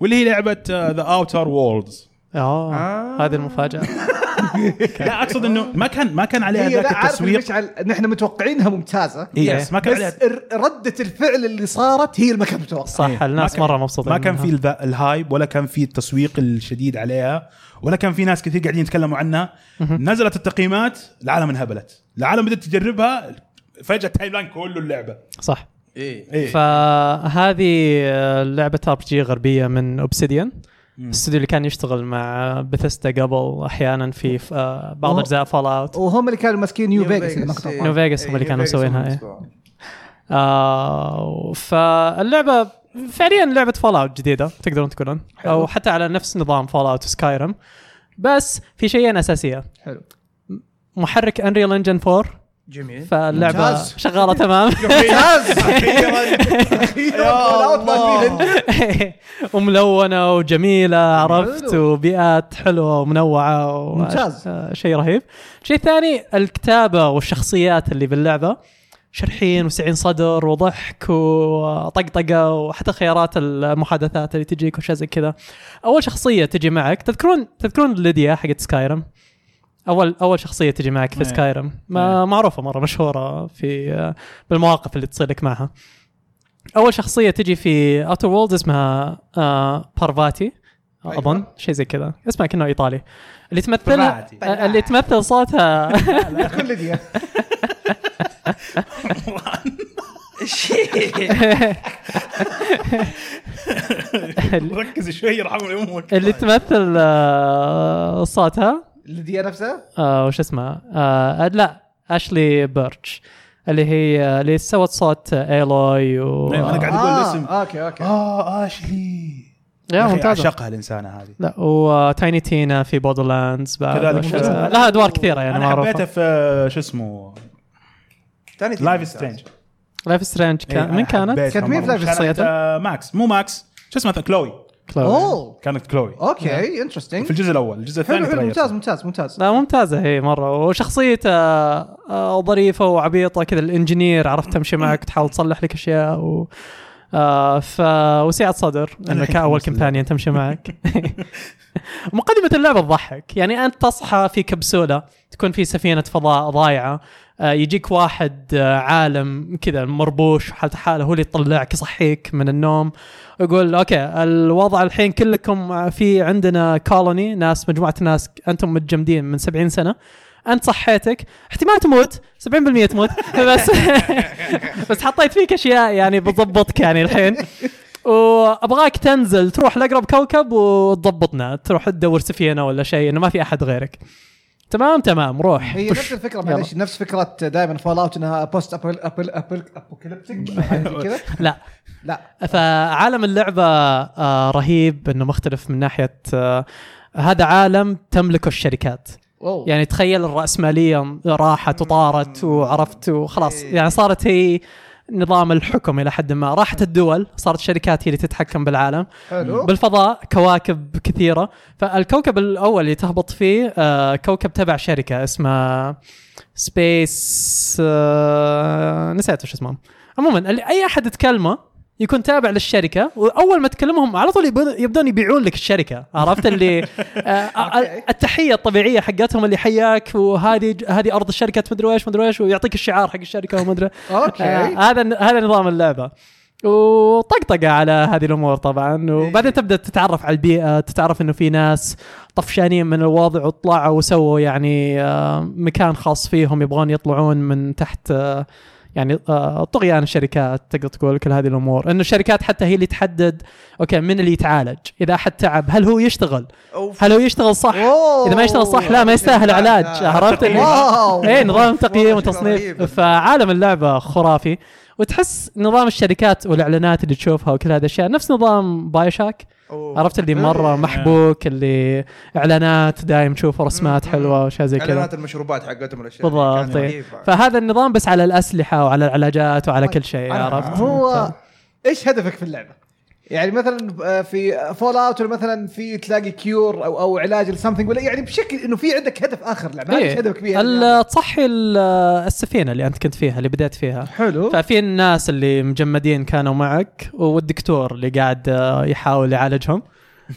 Speaker 1: واللي هي آه، لعبه ذا اوتر وولدز
Speaker 2: اوه
Speaker 3: آه.
Speaker 2: هذه المفاجاه
Speaker 1: لا اقصد انه ما كان ما كان عليها
Speaker 4: هي
Speaker 1: ذاك
Speaker 4: إيه، لا عارف
Speaker 1: التسويق
Speaker 4: مشعل نحن متوقعينها ممتازة
Speaker 1: إيه، بس ما كان
Speaker 4: بس
Speaker 1: عليها
Speaker 4: ر- ردة الفعل اللي صارت هي اللي ما كانت متوقعة
Speaker 2: صح الناس
Speaker 1: إيه. ما كان-
Speaker 2: مره مبسوطين
Speaker 1: ما كان
Speaker 2: منها.
Speaker 1: في الذا- الهايب ولا كان في التسويق الشديد عليها ولا كان في ناس كثير قاعدين يتكلموا عنها نزلت التقييمات العالم انهبلت العالم بدات تجربها فجاه التايم لاين كله اللعبه
Speaker 2: صح
Speaker 3: ايه
Speaker 1: ايه
Speaker 2: فهذه آه، لعبه ار جي غربيه من اوبسيديان الاستوديو اللي كان يشتغل مع بثستا قبل احيانا في في، آه، بعض
Speaker 4: أوه.
Speaker 2: اجزاء فال اوت
Speaker 4: وهم اللي كانوا ماسكين نيو فيجاس اللي ما كنت
Speaker 3: إيه.
Speaker 2: نيو
Speaker 4: أتوقع.
Speaker 2: فيجاس هم اللي كانوا مسوينها إيه. آه فاللعبه فعليا لعبه فال اوت جديده تقدرون تقولون او حتى على نفس نظام فال اوت سكايرم بس في شيئين اساسيه
Speaker 4: حلو
Speaker 2: محرك انريل انجن 4
Speaker 3: جميل
Speaker 2: فاللعبه
Speaker 4: ممتاز.
Speaker 2: شغاله تمام
Speaker 4: ممتاز أخيراً،
Speaker 3: الله.
Speaker 4: ولا أطلع فيه.
Speaker 2: وملونه وجميله عرفت
Speaker 4: حلو.
Speaker 2: وبيئات حلوه ومنوعه و-
Speaker 4: ممتاز.
Speaker 2: آه، شيء رهيب شيء ثاني الكتابه والشخصيات اللي باللعبه شرحين وسعين صدر وضحك وطقطقه وحتى خيارات المحادثات اللي تجيك وشيء زي كذا اول شخصيه تجي معك تذكرون تذكرون ليديا حقت سكايرم اول اول شخصيه تجي معك في
Speaker 1: إيه.
Speaker 2: سكايرم ما معروفه مره مشهوره في بالمواقف اللي تصير لك معها اول شخصيه تجي في اوتر وولد اسمها آه بارفاتي
Speaker 3: أيوة.
Speaker 2: اظن شيء زي كذا اسمها كانه ايطالي اللي تمثلها
Speaker 1: بلاتي.
Speaker 2: آه، اللي تمثل صوتها
Speaker 4: كل دي
Speaker 1: ركز شوي يرحم امك
Speaker 2: اللي تمثل آه، صوتها
Speaker 4: اللي نفسها
Speaker 2: آه، وش اسمها آه، لا اشلي بيرتش اللي هي آه، اللي سوت صوت آه، ايلوي و
Speaker 1: أيوة، أنا قاعد- أقول
Speaker 4: آه،
Speaker 1: الاسم.
Speaker 4: اوكي اوكي
Speaker 1: اه اشلي
Speaker 2: يا
Speaker 1: أخي
Speaker 2: ممتازه
Speaker 1: اعشقها الانسانه هذه
Speaker 2: لا وتايني تينا في بودرلاندز بعد
Speaker 1: كذلك
Speaker 2: وش-
Speaker 1: ممتازة.
Speaker 2: لها ادوار كثيره يعني
Speaker 1: انا
Speaker 2: معروفه
Speaker 1: حبيتها في آه، شو اسمه
Speaker 3: ثاني
Speaker 1: لايف سترينج
Speaker 2: لايف سترينج
Speaker 1: إيه،
Speaker 2: كان من كانت؟
Speaker 4: كانت مين في Life is
Speaker 2: Strange؟
Speaker 1: ماكس آه، مو ماكس شو اسمها كلوي
Speaker 2: كلاود
Speaker 4: اوه
Speaker 1: كانت كلوي
Speaker 4: اوكي
Speaker 1: في
Speaker 4: انترستنج
Speaker 1: الجزء الاول الجزء الثاني
Speaker 4: حلو حلو
Speaker 1: تغيرت.
Speaker 4: ممتاز ممتاز ممتاز
Speaker 2: لا ممتازة هي مرة وشخصيته آه، ظريفة وعبيطة كذا الانجينير عرفت تمشي معك تحاول تصلح لك اشياء و آه، فوسعة صدر
Speaker 1: أنا
Speaker 2: انك
Speaker 1: الحين
Speaker 2: اول
Speaker 1: خلصت
Speaker 2: كمبانيون تمشي معك مقدمة اللعبة تضحك يعني انت تصحى في كبسولة تكون في سفينة فضاء ضايعة آه، يجيك واحد آه، عالم كذا مربوش حالته حاله هو اللي يطلعك يصحيك من النوم يقول اوكي الوضع الحين كلكم آه، في عندنا كولوني ناس مجموعه ناس انتم متجمدين من 70 سنه انت صحيتك احتمال تموت 70% تموت بس بس حطيت فيك اشياء يعني بتضبطك يعني الحين وابغاك تنزل تروح لاقرب كوكب وتضبطنا تروح تدور سفينه ولا شيء انه ما في احد غيرك تمام تمام روح
Speaker 4: هي
Speaker 2: طش.
Speaker 4: نفس الفكره
Speaker 2: يلا.
Speaker 4: معلش نفس فكره دائما فول اوت انها بوست ابل ابل ابل ابوكاليبتيك حاجة زي كذا
Speaker 2: لا
Speaker 4: لا
Speaker 2: فعالم اللعبة آه، رهيب انه مختلف من ناحية آه، هذا عالم تملكه الشركات
Speaker 4: اوه
Speaker 2: يعني تخيل الرأسمالية راحت وطارت وعرفت وخلاص
Speaker 3: إيه.
Speaker 2: يعني صارت هي نظام الحكم إلى حد ما راحت الدول صارت الشركات هي اللي تتحكم بالعالم
Speaker 4: حلو
Speaker 2: بالفضاء كواكب كثيرة فالكوكب الأول اللي تهبط فيه آه، كوكب تبع شركة اسمها سبيس آه، نسيت وش اسمهم عموما اللي- أي أحد تكلمه يكون تابع للشركه واول ما تكلمهم على طول يبون- يبدون يبيعون لك الشركه عرفت اللي آه،
Speaker 4: أوكي.
Speaker 2: التحيه الطبيعيه حقتهم اللي حياك وهذه هذه ارض الشركه مدري ايش مدري ايش ويعطيك الشعار حق الشركه ومدري آه،
Speaker 4: اوكي
Speaker 2: هذا هذا نظام اللعبه وطقطقة على هذه الامور طبعا وبعدين تبدا تتعرف على البيئه تتعرف انه في ناس طفشانين من الوضع وطلعوا وسووا يعني آه، مكان خاص فيهم يبغون يطلعون من تحت آه، يعني آه، طغيان الشركات تقدر تقول كل هذه الامور انه الشركات حتى هي اللي تحدد اوكي من اللي يتعالج اذا احد تعب هل هو يشتغل هل هو يشتغل صح
Speaker 4: أوه.
Speaker 2: اذا ما يشتغل صح لا ما يستاهل علاج عرفت اللي
Speaker 4: يعني آه، واو
Speaker 2: ايه نظام تقييم
Speaker 3: شيء
Speaker 2: وتصنيف
Speaker 3: رهيب.
Speaker 2: فعالم اللعبه خرافي وتحس نظام الشركات والاعلانات اللي تشوفها وكل هذه الاشياء نفس نظام بايوشاك عرفت
Speaker 4: إيه.
Speaker 2: اللي مره محبوك اللي اعلانات دايم تشوفه رسمات حلوه واشياء زي كذا
Speaker 3: اعلانات المشروبات حقتهم
Speaker 4: يعني
Speaker 3: الاشياء
Speaker 2: بالضبط إيه. فهذا النظام بس على الاسلحه وعلى العلاجات وعلى كل شيء
Speaker 4: طيب. أنا-
Speaker 2: عرفت
Speaker 4: هو ايش هدفك في اللعبه؟ يعني مثلا آه، في فول اوت ولا مثلا في تلاقي كيور او او علاج لسمثينج ولا يعني بشكل انه في عندك هدف اخر لعبه ما عندك
Speaker 2: إيه.
Speaker 4: هدف كبير
Speaker 2: ال- تصحي ال- السفينه اللي انت كنت فيها اللي بدأت فيها
Speaker 4: حلو
Speaker 2: ففي الناس اللي مجمدين كانوا معك والدكتور اللي قاعد آه، يحاول يعالجهم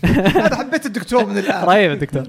Speaker 4: انا حبيت الدكتور من الان
Speaker 2: رهيب الدكتور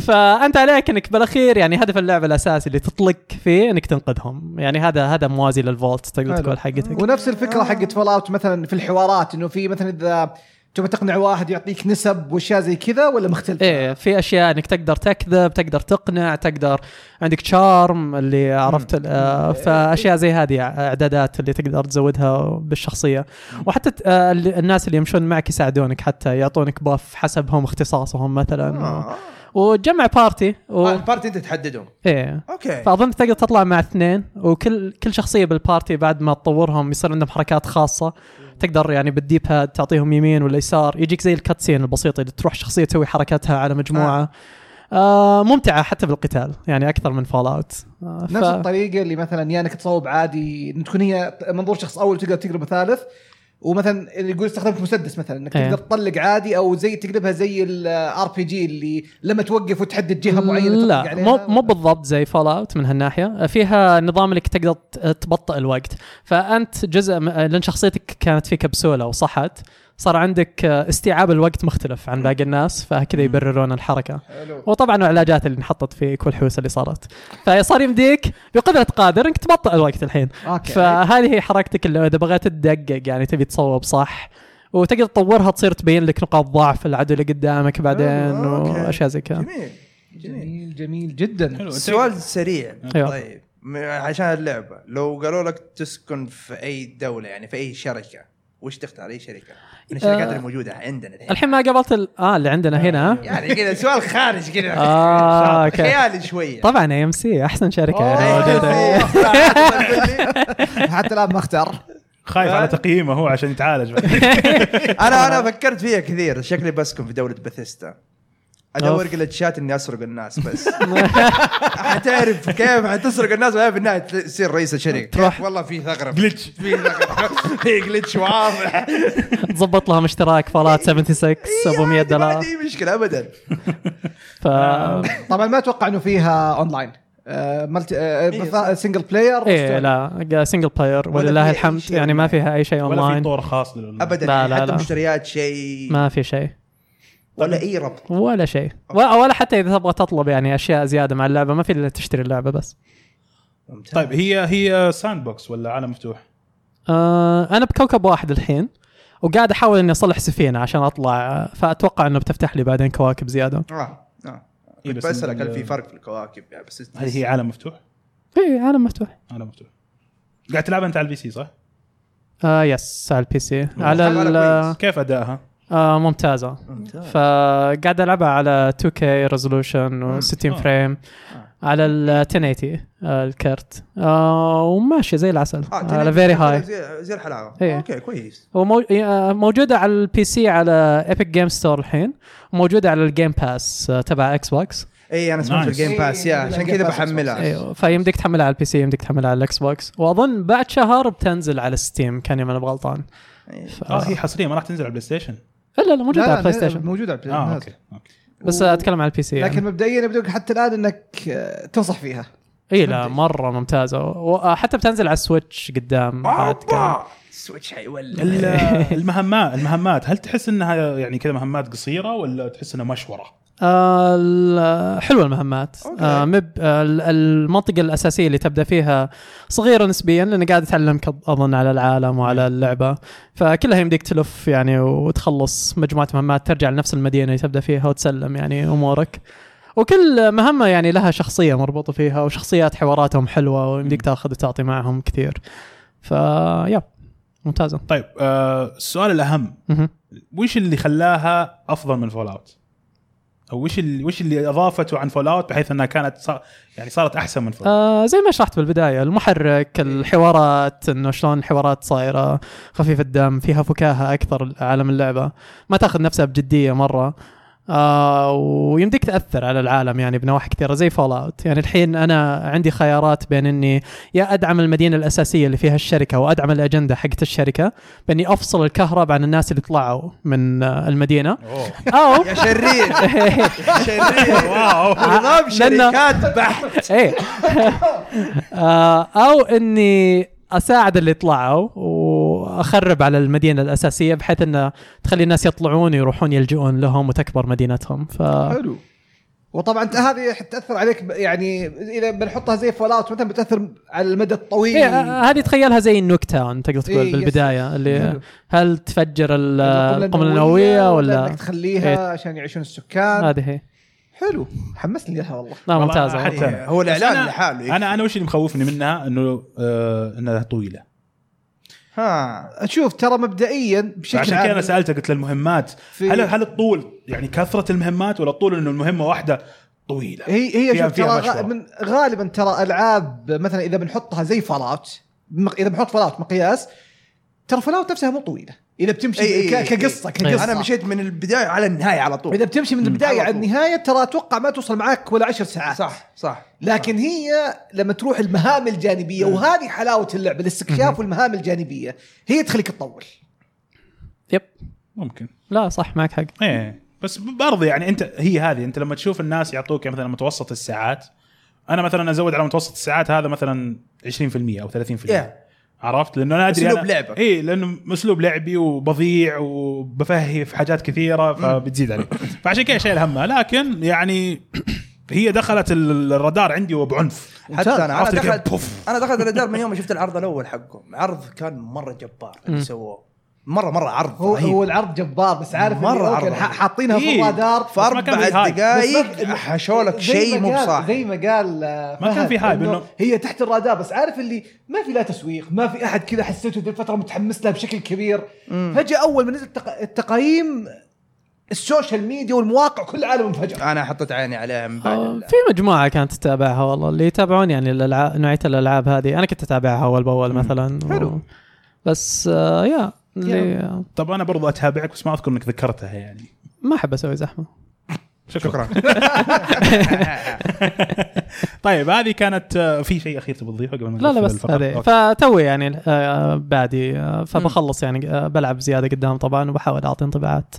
Speaker 2: فانت عليك انك بالاخير يعني هدف اللعبه الاساسي اللي تطلق فيه انك تنقذهم يعني هذا هذا موازي للفولت تقدر
Speaker 4: حلو.
Speaker 2: تقول حقتك
Speaker 4: ونفس الفكره حقت فول اوت مثلا في الحوارات انه في مثلا اذا تبغى تقنع واحد يعطيك نسب واشياء زي كذا ولا مختلف؟
Speaker 2: ايه في اشياء انك تقدر تكذب تقدر تقنع تقدر عندك تشارم اللي عرفت آه فاشياء زي هذه اعدادات اللي تقدر تزودها بالشخصيه وحتى ت- آه ال- الناس اللي يمشون معك يساعدونك حتى يعطونك باف حسبهم اختصاصهم مثلا
Speaker 3: آه.
Speaker 2: وتجمع بارتي و...
Speaker 3: البارتي انت تحددهم
Speaker 2: ايه
Speaker 3: اوكي
Speaker 2: فاظن تقدر تطلع مع اثنين وكل كل شخصيه بالبارتي بعد ما تطورهم يصير عندهم حركات خاصه تقدر يعني بالديب هاد تعطيهم يمين ولا يسار يجيك زي الكاتسين البسيط اللي تروح شخصيه تسوي حركاتها على مجموعه آه ممتعه حتى بالقتال يعني اكثر من فال اوت آه
Speaker 4: نفس
Speaker 2: ف...
Speaker 4: الطريقه اللي مثلا يا انك تصوب عادي إن تكون هي منظور شخص اول تقدر تقلب ثالث ومثلا اللي يقول استخدمت مسدس مثلا انك
Speaker 2: إيه.
Speaker 4: تقدر تطلق عادي او زي تقلبها زي الار بي جي اللي لما توقف وتحدد جهه معينه تطلق
Speaker 2: لا
Speaker 4: عليها.
Speaker 2: مو مو بالضبط زي فال اوت من هالناحيه فيها نظام انك تقدر ت- تبطئ الوقت فانت جزء م- لان شخصيتك كانت في كبسوله وصحت صار عندك آه، استيعاب الوقت مختلف عن باقي الناس فكذا يبررون الحركه
Speaker 4: حلو.
Speaker 2: وطبعا العلاجات اللي انحطت فيك والحوسه اللي صارت فصار يمديك بقدره قادر انك تبطئ الوقت الحين
Speaker 4: اوكي
Speaker 2: فهذه هي حركتك اللي اذا بغيت تدقق يعني تبي تصوب صح وتقدر تطورها تصير تبين لك نقاط ضعف العدو اللي قدامك بعدين
Speaker 3: آه، أوكي.
Speaker 2: واشياء زي كذا
Speaker 3: جميل جميل
Speaker 4: جميل جميل جدا
Speaker 1: حلو
Speaker 3: سؤال سريع
Speaker 2: أيوة.
Speaker 3: طيب م- عشان اللعبه لو قالوا لك تسكن في اي دوله يعني في اي شركه وش تختار اي شركه؟ من الشركات
Speaker 2: آه.
Speaker 3: اللي موجوده عندنا الحين
Speaker 2: الحين ما قابلت ال... اه اللي عندنا هنا
Speaker 3: يعني كذا سؤال خارج كذا
Speaker 2: آه، أوكي.
Speaker 3: خيالي طيب. شويه
Speaker 2: طبعا اي ام سي احسن شركه يعني
Speaker 4: أوه.
Speaker 2: موجوده
Speaker 3: طيب،
Speaker 4: حتى الان ما اختار
Speaker 1: خايف
Speaker 4: آه.
Speaker 1: على تقييمه هو عشان يتعالج بعدين.
Speaker 3: انا انا فكرت فيها كثير شكلي بسكن في دوله بثيستا ادور
Speaker 2: أوف.
Speaker 3: جلتشات اني اسرق الناس بس حتعرف كيف حتسرق الناس وبعدين في النهايه تصير رئيس الشركه
Speaker 2: تروح.
Speaker 3: والله في ثغره
Speaker 1: جلتش.
Speaker 3: في ثغره في جلتش واضح
Speaker 2: تظبط لهم اشتراك فالات 76 ابو 100
Speaker 3: إيه، ما
Speaker 2: دولار
Speaker 3: عندي مشكله ابدا
Speaker 2: ف
Speaker 4: طبعا ما اتوقع انه فيها اونلاين آه، ملتي آه، مثلا سنجل بلاير
Speaker 2: ايه لا سنجل بلاير
Speaker 3: ولا
Speaker 2: ولله
Speaker 3: فيها أي
Speaker 2: الحمد
Speaker 3: شيء
Speaker 2: يعني ما فيها اي شيء
Speaker 1: ولا في
Speaker 2: اونلاين
Speaker 1: طور خاص لل-
Speaker 3: ابدا
Speaker 2: لا، لا،
Speaker 3: حتى
Speaker 2: لا.
Speaker 3: مشتريات شيء
Speaker 2: ما في شيء
Speaker 3: ولا اي ربط
Speaker 2: ولا شيء و- ولا حتى اذا تبغى تطلب يعني اشياء زياده مع اللعبه ما في الا تشتري اللعبه بس
Speaker 3: ممتاز.
Speaker 1: طيب هي هي ساند بوكس ولا عالم مفتوح؟
Speaker 2: آه انا بكوكب واحد الحين وقاعد احاول اني اصلح سفينه عشان اطلع فاتوقع انه بتفتح لي بعدين كواكب زياده
Speaker 3: اه اه
Speaker 1: إيه، بس
Speaker 3: كنت بسالك هل
Speaker 1: ال-
Speaker 3: في فرق في الكواكب يعني بس
Speaker 1: هل هي عالم مفتوح؟
Speaker 2: اي إيه، عالم مفتوح
Speaker 1: عالم مفتوح قاعد تلعبها انت على البي سي صح؟
Speaker 2: آه يس على البي سي على
Speaker 3: طبعاً
Speaker 2: ال-
Speaker 3: كويس.
Speaker 1: كيف ادائها؟
Speaker 2: آه ممتازه
Speaker 3: ممتاز.
Speaker 2: فقاعد العبها على 2K ريزولوشن و60
Speaker 1: آه.
Speaker 2: فريم على ال 1080 آه الكرت آه وماشيه زي العسل
Speaker 3: آه،
Speaker 2: على
Speaker 3: تنادي
Speaker 2: فيري هاي
Speaker 3: زي- زي الحلاوه
Speaker 2: إيه.
Speaker 3: اوكي كويس
Speaker 2: هو مو- آه، موجودة على البي سي على ايبك جيم ستور الحين وموجودة على الجيم باس آه، تبع اكس بوكس
Speaker 3: اي انا سمعت
Speaker 1: نايس.
Speaker 3: الجيم باس يا
Speaker 4: إيه،
Speaker 3: عشان
Speaker 4: Game
Speaker 3: كذا
Speaker 4: Pass
Speaker 3: بحملها
Speaker 2: ايوه فيمديك تحملها على البي سي يمديك تحملها على الاكس بوكس واظن بعد شهر بتنزل على ستيم كان اذا انا بغلطان
Speaker 3: إيه.
Speaker 2: ف...
Speaker 1: اه هي حصريه ما راح تنزل على البلاي ستيشن
Speaker 2: لا لا موجودة على بلاي ستيشن
Speaker 4: موجود على بلاي
Speaker 1: اه
Speaker 4: نازل.
Speaker 1: اوكي اوكي
Speaker 2: بس آه، اتكلم على البي سي يعني.
Speaker 4: لكن مبدئيا يبدو حتى الان انك آه، تنصح فيها
Speaker 2: اي إيه، لا مره ممتازة وحتى بتنزل على السويتش قدام بعد كمان.
Speaker 3: اوبا سويتش حيولع
Speaker 1: ال- المهمات المهمات هل تحس انها يعني كذا مهمات قصيره ولا تحس انها مشوره؟
Speaker 2: آه، ال- حلوه المهمات
Speaker 3: أوكي.
Speaker 2: آه، مب آه، ال- المنطقه الاساسيه اللي تبدا فيها صغيره نسبيا لان قاعد تعلمك اظن على العالم وعلى اللعبه فكلها يمديك تلف يعني وتخلص مجموعه مهمات ترجع لنفس المدينه اللي تبدا فيها وتسلم يعني امورك وكل مهمه يعني لها شخصيه مربوطه فيها وشخصيات حواراتهم حلوه ويمديك تاخذ وتعطي معهم كثير فيا ممتازه
Speaker 1: طيب آه السؤال الاهم
Speaker 2: مهم.
Speaker 1: وش اللي خلاها افضل من فول اوت؟ او وش اللي وش اللي اضافته عن فول اوت بحيث انها كانت صار يعني صارت احسن من فول اوت؟
Speaker 2: آه زي ما شرحت بالبدايه المحرك الحوارات انه شلون الحوارات صايره خفيفه الدم فيها فكاهه اكثر عالم اللعبه ما تاخذ نفسها بجديه مره آه ويمديك تاثر على العالم يعني بنواحي كثيره زي فول اوت يعني الحين انا عندي خيارات بين اني يا ادعم المدينه الاساسيه اللي فيها الشركه وادعم الاجنده حقت الشركه باني افصل الكهرب عن الناس اللي طلعوا من آه، المدينه
Speaker 1: اوه
Speaker 2: او
Speaker 3: يا شرير يا شرير
Speaker 1: واو
Speaker 3: نظام
Speaker 2: لأنه-
Speaker 3: شركات بحت
Speaker 2: ايه آه، او اني اساعد اللي طلعوا واخرب على المدينه الاساسيه بحيث انه تخلي الناس يطلعون ويروحون يلجؤون لهم وتكبر مدينتهم ف
Speaker 4: حلو وطبعا ت- هذه حتاثر عليك ب- يعني اذا بنحطها زي فول اوت مثلا بتاثر على المدى الطويل
Speaker 2: إيه آه، هذه تخيلها زي النوك تاون تقدر تقول
Speaker 4: إيه، يس،
Speaker 2: بالبدايه اللي
Speaker 4: حلو.
Speaker 2: هل تفجر ال-
Speaker 4: القنبلة
Speaker 2: القنبله النوويه ولا
Speaker 4: انك تخليها
Speaker 2: إيه.
Speaker 4: عشان يعيشون السكان
Speaker 2: هذه هي
Speaker 4: حلو حمسني لها والله
Speaker 2: لا
Speaker 1: والله
Speaker 2: ممتازه
Speaker 1: حتى
Speaker 2: والله.
Speaker 1: أنا.
Speaker 3: هو الإعلان
Speaker 1: بس أنا-
Speaker 3: لحاله
Speaker 1: انا انا وش اللي مخوفني منها انه آه انها طويله
Speaker 3: ها
Speaker 4: شوف ترى مبدئيا بشكل
Speaker 1: عشان كذا انا
Speaker 4: عام
Speaker 1: سالتك قلت للمهمات
Speaker 4: في-
Speaker 1: هل هل الطول يعني كثره المهمات ولا الطول انه المهمه واحده طويله
Speaker 4: هي هي
Speaker 1: فيها-
Speaker 4: شوف
Speaker 1: فيها
Speaker 4: ترى
Speaker 1: مشوار.
Speaker 4: غا- من غالبا ترى العاب مثلا اذا بنحطها زي فول اوت مق- اذا بنحط فول اوت مقياس ترى فول اوت نفسها مو طويله اذا بتمشي
Speaker 1: إيه،
Speaker 3: إي إي
Speaker 4: ك-
Speaker 3: إي.
Speaker 4: كقصه كقصه
Speaker 3: انا مشيت من البدايه على النهايه على
Speaker 4: اذا
Speaker 3: طول
Speaker 4: بتمشي من
Speaker 3: على
Speaker 4: البدايه على
Speaker 3: طول.
Speaker 4: النهايه ترى اتوقع ما توصل معاك ولا عشر ساعات
Speaker 3: صح صح
Speaker 4: لكن هي لما تروح المهام الجانبيه وهذه حلاوه اللعبه الاستكشاف والمهام الجانبيه هي تخليك تطول
Speaker 2: يب
Speaker 1: ممكن
Speaker 2: لا صح معك حق
Speaker 1: ايه بس برضه يعني انت هي هذه انت لما تشوف الناس يعطوك مثلا متوسط الساعات انا مثلا ازود على متوسط الساعات هذا مثلا 20% او 30% yeah.
Speaker 3: Yeah.
Speaker 1: عرفت لانه انا ادري
Speaker 3: إيه. أسلوب
Speaker 1: أنا-
Speaker 3: لعبك.
Speaker 1: اي لانه اسلوب لعبي وبضيع وبفهي في حاجات كثيره فبتزيد علي فعشان كذا شيء همها لكن يعني هي دخلت ال- الرادار عندي وبعنف
Speaker 3: حتى انا انا
Speaker 1: عرفت كيف؟
Speaker 3: دخلت
Speaker 1: بوف.
Speaker 3: انا دخلت الادار من يوم ما شفت العرض الاول حقهم عرض كان مره جبار اللي سووه مره مره عرض
Speaker 4: هو
Speaker 3: رهيب.
Speaker 4: هو العرض جبار بس عارف
Speaker 3: مرة
Speaker 4: مرة
Speaker 3: عرض.
Speaker 4: حاطينها في
Speaker 1: إيه.
Speaker 4: الرادار
Speaker 1: ف-
Speaker 3: في
Speaker 1: بس ما كان في
Speaker 3: اربع
Speaker 1: هايب.
Speaker 4: بس
Speaker 3: دقائق
Speaker 4: ما-
Speaker 3: حشوا لك
Speaker 4: زي
Speaker 3: شيء
Speaker 4: ما
Speaker 3: مو
Speaker 4: قال-
Speaker 3: بصح
Speaker 4: زي ما قال آه،
Speaker 1: ما كان
Speaker 4: فهد
Speaker 1: في هايب،
Speaker 4: إنه
Speaker 1: إنه-
Speaker 4: هي تحت الرادار بس عارف اللي ما في لا تسويق ما في احد كذا حسيته ذي الفتره متحمس لها بشكل كبير فجاه اول ما نزل التق- التقايم السوشيال ميديا والمواقع كل العالم انفجر
Speaker 3: انا حطيت عيني عليها من بعد
Speaker 2: آه،
Speaker 3: ال-
Speaker 2: في مجموعه كانت تتابعها والله اللي يتابعون يعني الالعاب نوعيه الالعاب هذه انا كنت اتابعها اول باول مثلا
Speaker 3: حلو.
Speaker 2: بس آه يا اللي
Speaker 1: طب انا برضو اتابعك بس ما اذكر انك ذكرتها يعني
Speaker 2: ما احب اسوي زحمه
Speaker 1: شكرا طيب هذه كانت آه، في شيء اخير تبغى تضيفه قبل ما
Speaker 2: لا لا
Speaker 1: نقفل
Speaker 2: بس
Speaker 1: الفقرة؟
Speaker 2: هذه
Speaker 1: أوكي.
Speaker 2: فتوي يعني آه، بادي آه، فبخلص يعني آه، بلعب زياده قدام طبعا وبحاول اعطي انطباعات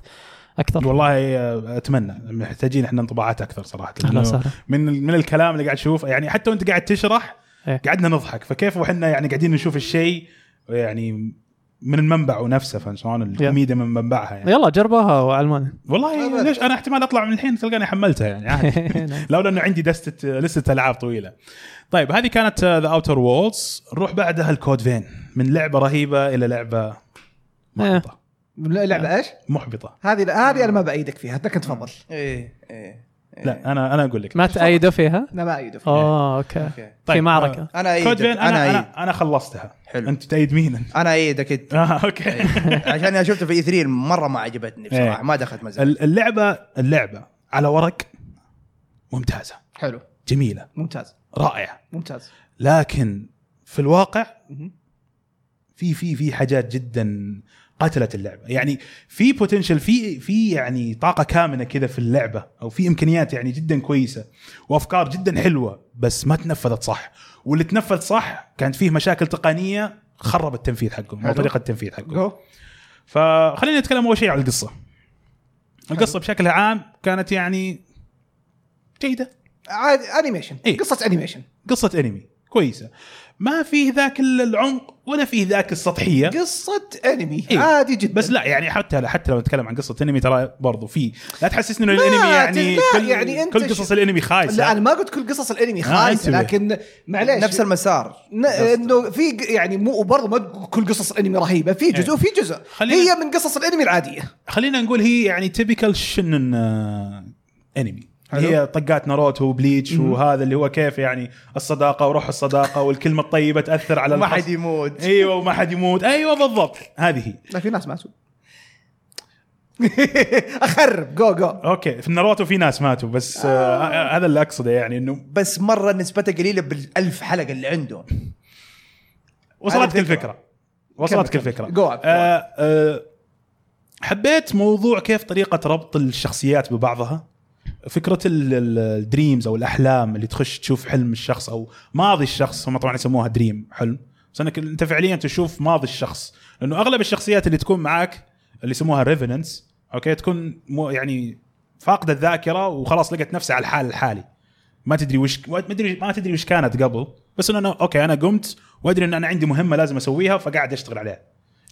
Speaker 2: اكثر
Speaker 1: والله آه، اتمنى محتاجين احنا انطباعات اكثر صراحه
Speaker 2: أهلا
Speaker 1: لأنه
Speaker 2: وسهلا.
Speaker 1: من من الكلام اللي قاعد اشوف يعني حتى وانت قاعد تشرح
Speaker 2: إيه.
Speaker 1: قعدنا نضحك فكيف وحنا يعني قاعدين نشوف الشيء يعني من المنبع ونفسه فان شلون الكوميديا من منبعها يعني
Speaker 2: يلا جربوها وعلموني
Speaker 1: والله ليش انا احتمال اطلع من الحين تلقاني حملتها يعني عادي
Speaker 2: نعم.
Speaker 1: لولا انه عندي دستة لستة العاب طويلة. طيب هذه كانت ذا اوتر وولز نروح بعدها الكود فين من لعبة رهيبة إلى لعبة محبطة
Speaker 4: لعبه ايش؟
Speaker 1: محبطة
Speaker 4: هذه لا هذه انا ما بايدك فيها لكن تفضل
Speaker 3: ايه ايه
Speaker 1: لا أنا أنا أقول لك
Speaker 2: ما تأيدوا فيها؟
Speaker 4: انا ما ايدك فيها
Speaker 2: اوه اوكي
Speaker 3: أوكي.
Speaker 2: في معركة
Speaker 1: آه،
Speaker 3: انا
Speaker 1: كود
Speaker 3: ايدك
Speaker 1: فين
Speaker 3: انا
Speaker 1: أنا
Speaker 3: ايد
Speaker 1: أنا, أنا خلصتها
Speaker 3: حلو.
Speaker 1: أنت تأيد مين أنت؟
Speaker 3: انا ايدك انت
Speaker 1: آه أوكي
Speaker 3: عشان انا شفته في اي 3 مره ما عجبتني
Speaker 1: إيه.
Speaker 3: بصراحه ما دخلت مزاج
Speaker 1: ال- اللعبة اللعبة على ورق ممتازة
Speaker 4: حلو
Speaker 1: جميلة
Speaker 4: ممتاز
Speaker 1: رائعة
Speaker 4: ممتاز
Speaker 1: لكن في الواقع
Speaker 4: مهم.
Speaker 1: في في في حاجات جدا قتلت اللعبه يعني في بوتنشل في في يعني طاقه كامنه كذا في اللعبه او في امكانيات يعني جدا كويسه وافكار جدا حلوه بس ما تنفذت صح واللي تنفذ صح كانت فيه مشاكل تقنيه خرب التنفيذ حقهم او
Speaker 4: حلو.
Speaker 1: طريقه التنفيذ حقهم
Speaker 4: جو
Speaker 1: فخلينا نتكلم اول شيء عن القصه القصه بشكل عام كانت يعني جيده
Speaker 4: عادي انيميشن
Speaker 1: إيه.
Speaker 4: قصه انيميشن
Speaker 1: قصه انمي كويسه ما فيه ذاك العمق ولا فيه ذاك السطحيه
Speaker 4: قصه انمي
Speaker 1: إيه.
Speaker 4: عادي جدا
Speaker 1: بس لا يعني حتى حتى لو نتكلم عن قصه انمي ترى برضو في لا تحسسني انه
Speaker 4: ما
Speaker 1: الانمي
Speaker 4: تل-
Speaker 1: يعني
Speaker 4: لا،
Speaker 1: كل
Speaker 4: يعني أنت
Speaker 1: كل
Speaker 4: ش-
Speaker 1: قصص الانمي خايسه
Speaker 4: لا انا ما قلت كل قصص الانمي
Speaker 1: آه،
Speaker 4: خايسه
Speaker 1: انتبه.
Speaker 4: لكن معليش
Speaker 3: نفس المسار
Speaker 4: ن- انه في ج- يعني مو برضه ما تقول كل قصص الانمي رهيبه في جزء
Speaker 1: إيه.
Speaker 4: وفي جزء
Speaker 1: خلينا-
Speaker 4: هي من قصص الانمي العاديه
Speaker 1: خلينا نقول هي يعني تيبيكال شنن آه، انمي
Speaker 4: حلو.
Speaker 1: هي طقات ناروتو وبليتش وهذا اللي هو كيف يعني الصداقه وروح الصداقه والكلمه الطيبه تاثر على
Speaker 3: ما
Speaker 1: الخصم.
Speaker 3: حد يموت
Speaker 1: ايوه وما حد يموت ايوه بالضبط هذه هي
Speaker 4: لا في ناس ماتوا اخرب جو جو
Speaker 1: اوكي في ناروتو في ناس ماتوا بس آه. آه هذا اللي اقصده يعني انه
Speaker 3: بس مره نسبتها قليله بالالف حلقه اللي عنده
Speaker 1: وصلتك
Speaker 3: هذه الفكرة.
Speaker 1: الفكره وصلتك
Speaker 4: كمل.
Speaker 1: الفكره
Speaker 4: Go on. Go on.
Speaker 1: آه آه حبيت موضوع كيف طريقه ربط الشخصيات ببعضها فكره الدريمز او الاحلام اللي تخش تشوف حلم الشخص او ماضي الشخص هم طبعا يسموها دريم حلم بس انك انت فعليا تشوف ماضي الشخص لانه اغلب الشخصيات اللي تكون معاك اللي يسموها ريفننس اوكي تكون مو يعني فاقده الذاكره وخلاص لقت نفسها على الحال الحالي ما تدري وش ما تدري ما تدري وش كانت قبل بس انه أنا- اوكي انا قمت وادري ان انا عندي مهمه لازم اسويها فقاعد اشتغل عليها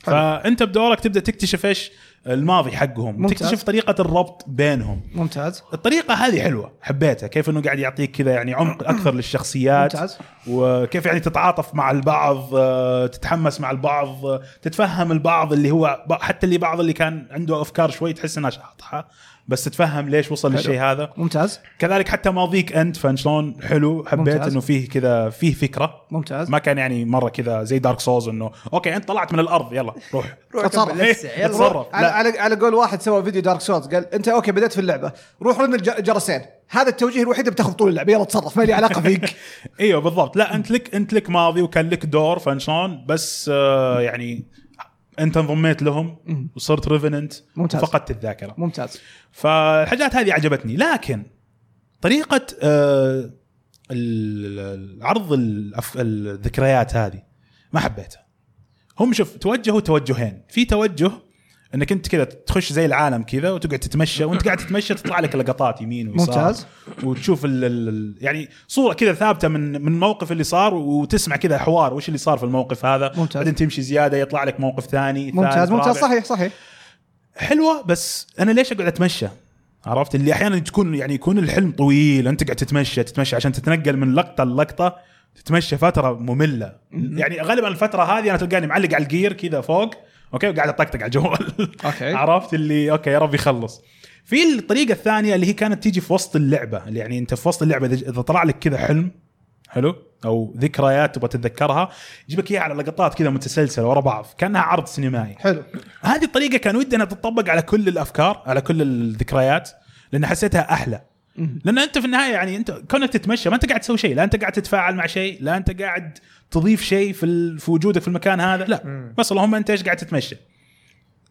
Speaker 1: فانت بدورك تبدا تكتشف ايش الماضي حقهم
Speaker 4: ممتاز.
Speaker 1: تكتشف طريقه الربط بينهم
Speaker 4: ممتاز
Speaker 1: الطريقه هذه حلوه حبيتها كيف انه قاعد يعطيك كذا يعني عمق اكثر للشخصيات
Speaker 4: ممتاز.
Speaker 1: وكيف يعني تتعاطف مع البعض آه، تتحمس مع البعض آه، تتفهم البعض اللي هو ب- حتى اللي بعض اللي كان عنده افكار شوي تحس انها شاطحه بس تتفهم ليش وصل للشيء هذا
Speaker 4: ممتاز
Speaker 1: كذلك حتى ماضيك انت فان شلون حلو حبيت
Speaker 4: ممتاز.
Speaker 1: انه فيه كذا فيه فكره
Speaker 4: ممتاز
Speaker 1: ما كان يعني مره كذا زي دارك سوز انه اوكي انت طلعت من الارض يلا روح
Speaker 3: روح
Speaker 4: أتصرف.
Speaker 3: كمل لسه، يلا.
Speaker 1: أتصرف.
Speaker 4: على على على قول واحد سوى فيديو دارك سولز قال انت اوكي بدات في اللعبه روح رن الج- الجرسين هذا التوجيه الوحيد اللي بتاخذ طول اللعبه يلا تصرف ما لي علاقه فيك
Speaker 1: ايوه بالضبط لا انت لك انت لك ماضي وكان لك دور فان شلون بس آه يعني انت انضميت لهم وصرت ريفننت
Speaker 4: ممتاز.
Speaker 1: فقدت الذاكره
Speaker 4: ممتاز
Speaker 1: فالحاجات هذه عجبتني لكن طريقه آه ال- ال- عرض الأف- الذكريات هذه ما حبيتها هم شوف توجهوا توجهين في توجه انك انت كذا تخش زي العالم كذا وتقعد تتمشى وانت قاعد تتمشى تطلع لك لقطات يمين ويسار
Speaker 4: ممتاز.
Speaker 1: وتشوف ال ال يعني صوره كذا ثابته من من الموقف اللي صار وتسمع كذا حوار وش اللي صار في الموقف هذا
Speaker 4: ممتاز.
Speaker 1: بعدين تمشي زياده يطلع لك موقف ثاني
Speaker 4: ممتاز
Speaker 1: ثالث،
Speaker 4: ممتاز
Speaker 1: رابع.
Speaker 4: صحيح صحيح
Speaker 1: حلوه بس انا ليش اقعد اتمشى؟ عرفت اللي احيانا تكون يعني يكون الحلم طويل انت قاعد تتمشى تتمشى عشان تتنقل من لقطه للقطه تتمشى فتره ممله يعني غالبا الفتره هذه انا تلقاني معلق على الجير كذا فوق اوكي وقاعد اطقطق على الجوال
Speaker 3: اوكي.
Speaker 1: عرفت اللي اوكي يا رب يخلص في الطريقه الثانيه اللي هي كانت تيجي في وسط اللعبه اللي يعني انت في وسط اللعبه اذا إذا طلع لك كذا حلم حلو او ذكريات تبغى تتذكرها يجيبك اياها على لقطات كذا متسلسله ورا بعض كانها عرض سينمائي
Speaker 4: حلو
Speaker 1: هذه الطريقه كان ودي انها تطبق على كل الافكار على كل الذكريات لان حسيتها احلى لان انت في النهايه يعني انت كونك تتمشى ما انت قاعد تسوي شيء لا انت قاعد تتفاعل مع شيء لا انت قاعد تضيف شيء في ال... في وجودك في المكان هذا لا بس اللهم انت ايش قاعد تتمشى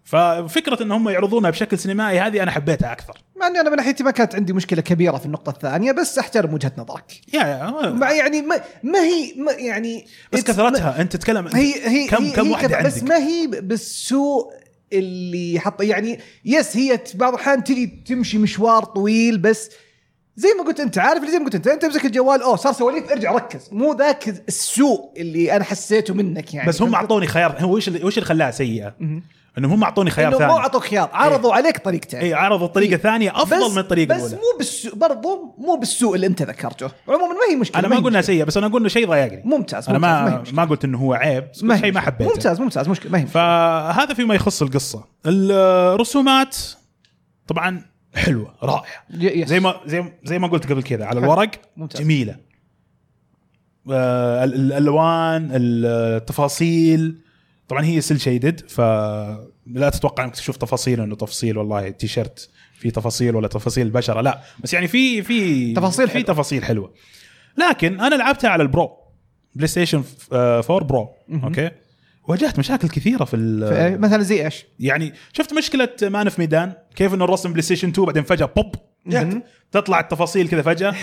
Speaker 1: ففكره ان هم يعرضونها بشكل سينمائي هذه انا حبيتها اكثر
Speaker 4: مع اني انا من ناحيتي ما كانت عندي مشكله كبيره في النقطه الثانيه بس احترم وجهه نظرك
Speaker 1: يا يا آه،
Speaker 4: مع يعني ما, ما هي ما يعني
Speaker 1: بس
Speaker 4: it's- ما-
Speaker 1: كثرتها انت تتكلم
Speaker 4: هي هي
Speaker 1: كم
Speaker 4: هي
Speaker 1: كم
Speaker 4: هي
Speaker 1: واحده
Speaker 4: كث-
Speaker 1: عندك
Speaker 4: بس ما هي ب- بالسوء اللي حط يعني يس هي ت- بعض الاحيان تجي تمشي مشوار طويل بس زي ما قلت انت عارف زي ما قلت انت انت امسك الجوال اوه صار سواليف ارجع ركز مو ذاك السوء اللي انا حسيته منك يعني
Speaker 1: بس هم
Speaker 4: فهمت؟
Speaker 1: اعطوني خيار هو ايش اللي وش اللي خلاها سيئه؟ انهم هم اعطوني خيار
Speaker 4: انه
Speaker 1: ثاني إيه.
Speaker 4: مو اعطوك خيار عرضوا عليك طريقتين
Speaker 1: اي عرضوا طريقه ثانيه افضل
Speaker 4: بس-
Speaker 1: من الطريقه
Speaker 4: بس
Speaker 1: الاولى
Speaker 4: مو بالسوء برضو مو بالسوء اللي انت ذكرته عموما ما هي مشكله
Speaker 1: انا ما
Speaker 4: هي
Speaker 1: قلنا
Speaker 4: مشكلة.
Speaker 1: سيء بس انا اقول انه شيء ضايقني
Speaker 4: ممتاز
Speaker 1: انا
Speaker 4: ممتاز، ما هي
Speaker 1: ما
Speaker 4: مشكلة.
Speaker 1: ما قلت انه هو عيب بس
Speaker 4: ما
Speaker 1: كل
Speaker 4: هي
Speaker 1: شيء ما
Speaker 4: مشكلة.
Speaker 1: حبيته
Speaker 4: ممتاز ممتاز مشكله ما هي مشكلة.
Speaker 1: فهذا فيما يخص القصه الرسومات طبعا حلوه رائعه
Speaker 4: ي- يس.
Speaker 1: زي ما زي زي ما قلت قبل كذا على الورق
Speaker 4: ممتاز.
Speaker 1: جميله آه، ال- ال- الالوان ال- التفاصيل طبعا هي سيل شيدد فلا تتوقع انك تشوف تفاصيل انه تفاصيل والله تيشرت في تفاصيل ولا تفاصيل البشره لا بس يعني في في
Speaker 4: تفاصيل
Speaker 1: في
Speaker 4: حلوة.
Speaker 1: تفاصيل حلوه لكن انا لعبتها على البرو بلاي ستيشن ف- آه، 4 برو اوكي واجهت مشاكل كثيره في ال-
Speaker 4: فإيه، مثلا إيه، زي ايش؟
Speaker 1: يعني شفت مشكله مان في ميدان كيف انه الرسم بلاي ستيشن 2 بعدين فجاه بوب
Speaker 4: مهم.
Speaker 1: تطلع التفاصيل كذا فجاه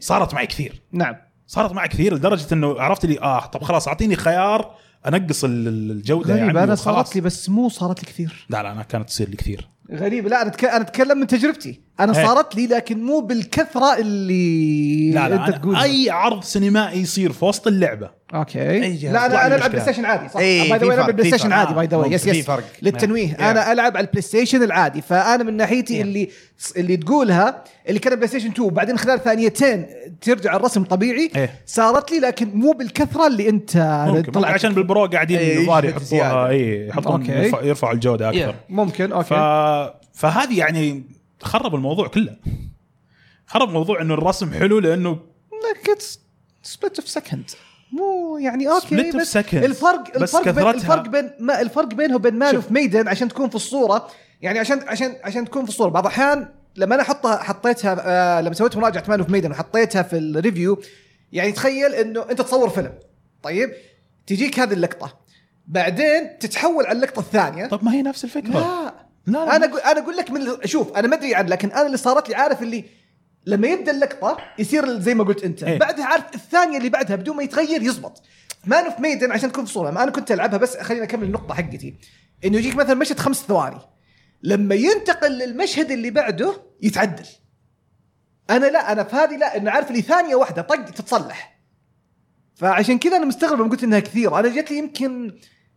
Speaker 1: صارت معي كثير
Speaker 4: نعم
Speaker 1: صارت معي كثير لدرجه انه عرفت لي اه طب خلاص اعطيني خيار انقص ال- ال- الجوده يعني
Speaker 4: غريبة انا
Speaker 1: وخلاص.
Speaker 4: صارت لي بس مو صارت لي كثير
Speaker 1: لا لا انا كانت تصير لي كثير
Speaker 4: غريبة لا انا أتك- انا اتكلم من تجربتي انا
Speaker 1: إيه.
Speaker 4: صارت لي لكن مو بالكثرة اللي
Speaker 1: لا لا
Speaker 4: انت إيه، تقول
Speaker 1: أنا اي عرض سينمائي يصير في وسط اللعبه
Speaker 4: اوكي
Speaker 3: جهاز
Speaker 4: لا
Speaker 1: طلع
Speaker 4: انا
Speaker 1: لي
Speaker 4: انا العب
Speaker 1: مشكلة.
Speaker 4: بلاي ستيشن عادي صح آه،
Speaker 3: إيه،
Speaker 4: باي ذا
Speaker 3: في
Speaker 4: واي انا
Speaker 3: فرق،
Speaker 4: البلاي
Speaker 3: في
Speaker 4: ستيشن
Speaker 3: فرق.
Speaker 4: عادي باي ذا واي
Speaker 1: آه،
Speaker 3: ممكن
Speaker 4: يس
Speaker 3: في
Speaker 4: يس
Speaker 3: فرق.
Speaker 4: للتنويه
Speaker 1: يعني،
Speaker 4: انا العب على البلاي ستيشن العادي فانا من ناحيتي اللي اللي تقولها اللي كان بلاي ستيشن 2 وبعدين خلال ثانيتين ترجع الرسم طبيعي
Speaker 1: إيه.
Speaker 4: صارت لي لكن مو بالكثرة اللي انت
Speaker 1: ممكن ممكن
Speaker 4: طلعت
Speaker 1: عشان بالبرو قاعدين
Speaker 3: إيه،
Speaker 1: الظاهر
Speaker 3: يشبك زيادة.
Speaker 1: يحطوها اي يحطون
Speaker 4: أوكي.
Speaker 1: يرفع- يرفعوا الجوده اكثر
Speaker 4: ممكن
Speaker 1: ف...
Speaker 4: اوكي
Speaker 1: فهذه يعني خرب الموضوع كله خرب موضوع انه الرسم حلو لانه
Speaker 4: نكت سبلت اوف سكند مو يعني اوكي
Speaker 1: Split of
Speaker 4: بس
Speaker 1: second.
Speaker 4: الفرق
Speaker 1: بس
Speaker 4: الفرق بين
Speaker 1: كثرتها-
Speaker 4: الفرق بين ما الفرق بينه وبين مان
Speaker 1: شوف.
Speaker 4: اوف ميدن عشان تكون في الصوره يعني عشان عشان عشان تكون في الصوره بعض الاحيان لما انا احطها حطيتها آه لما سويت مراجعه مان اوف ميدن وحطيتها في الريفيو يعني تخيل انه انت تصور فيلم طيب تجيك هذه اللقطه بعدين تتحول على اللقطه الثانيه
Speaker 1: طب ما هي نفس الفكره
Speaker 4: لا
Speaker 1: لا لا
Speaker 4: انا اقول انا اقول لك من شوف انا ما ادري عن لكن انا اللي صارت لي عارف اللي لما يبدا اللقطه يصير زي ما قلت انت
Speaker 1: إيه.
Speaker 4: ايه؟ بعدها عارف الثانيه اللي بعدها بدون ما يتغير يزبط مان اوف ميدن عشان تكون في صوره انا كنت العبها بس خليني اكمل النقطه حقتي انه يجيك مثلا مشهد خمس ثواني لما ينتقل للمشهد اللي بعده يتعدل انا لا انا في هذه لا انه عارف اللي ثانيه واحده طق تتصلح فعشان كذا انا مستغرب لما قلت انها كثير انا جت لي يمكن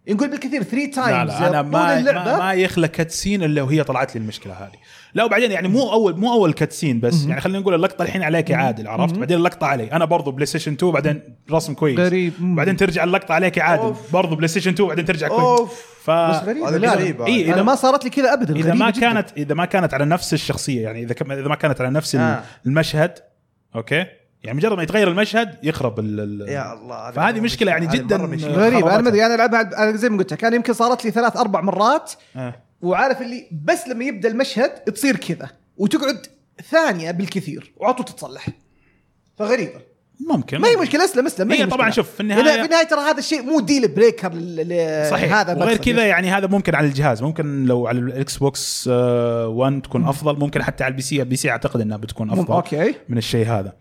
Speaker 4: نقول بالكثير 3 تايمز
Speaker 1: لا لا انا ما ما, ما يخلى كاتسين الا وهي طلعت لي المشكله هذه لا وبعدين يعني مو اول مو اول كاتسين بس يعني خلينا نقول اللقطه الحين عليك يا عادل عرفت بعدين اللقطه علي انا برضو بلاي ستيشن 2 بعدين رسم كويس
Speaker 4: غريب. مم.
Speaker 1: بعدين ترجع اللقطه عليك يا عادل
Speaker 3: أوف.
Speaker 1: برضو بلاي ستيشن 2 بعدين ترجع كويس
Speaker 3: اوف
Speaker 1: ف
Speaker 4: بس غريبة
Speaker 3: هذا
Speaker 4: لا لا.
Speaker 3: غريب.
Speaker 1: إيه،
Speaker 4: انا
Speaker 1: إذا-
Speaker 4: ما صارت لي كذا ابدا
Speaker 1: اذا
Speaker 4: غريبة
Speaker 1: ما
Speaker 4: جداً.
Speaker 1: كانت اذا ما كانت على نفس الشخصيه يعني اذا كم- اذا ما كانت على نفس
Speaker 3: آه.
Speaker 1: آه. المشهد اوكي يعني مجرد ما يتغير المشهد يخرب ال ال-
Speaker 3: يا الله هذه
Speaker 1: فهذه
Speaker 3: مرة
Speaker 1: مشكله يعني
Speaker 3: هذه
Speaker 1: جدا
Speaker 3: مرة مشكلة.
Speaker 4: غريبة انا ما
Speaker 1: خربتها.
Speaker 4: ادري انا العبها عد- أنا زي ما قلت لك انا يمكن صارت لي ثلاث اربع مرات
Speaker 1: آه.
Speaker 4: وعارف اللي بس لما يبدا المشهد تصير كذا وتقعد ثانيه بالكثير وعطوا تتصلح فغريبه
Speaker 1: ممكن
Speaker 4: ما هي مشكله اسلم اسلم ما
Speaker 1: هي
Speaker 4: مشكلة.
Speaker 1: طبعاً شوف، في النهاية-
Speaker 4: إذا- في النهايه ترى هذا الشيء مو ديل بريكر ل- ل-
Speaker 1: صحيح
Speaker 4: هذا
Speaker 1: هذا وغير
Speaker 4: المقصد.
Speaker 1: كذا يعني هذا ممكن على الجهاز ممكن لو على الاكس بوكس 1 تكون افضل ممكن حتى على البي سي البي سي اعتقد انها بتكون
Speaker 4: مم،
Speaker 1: افضل
Speaker 4: أوكي.
Speaker 1: من الشيء هذا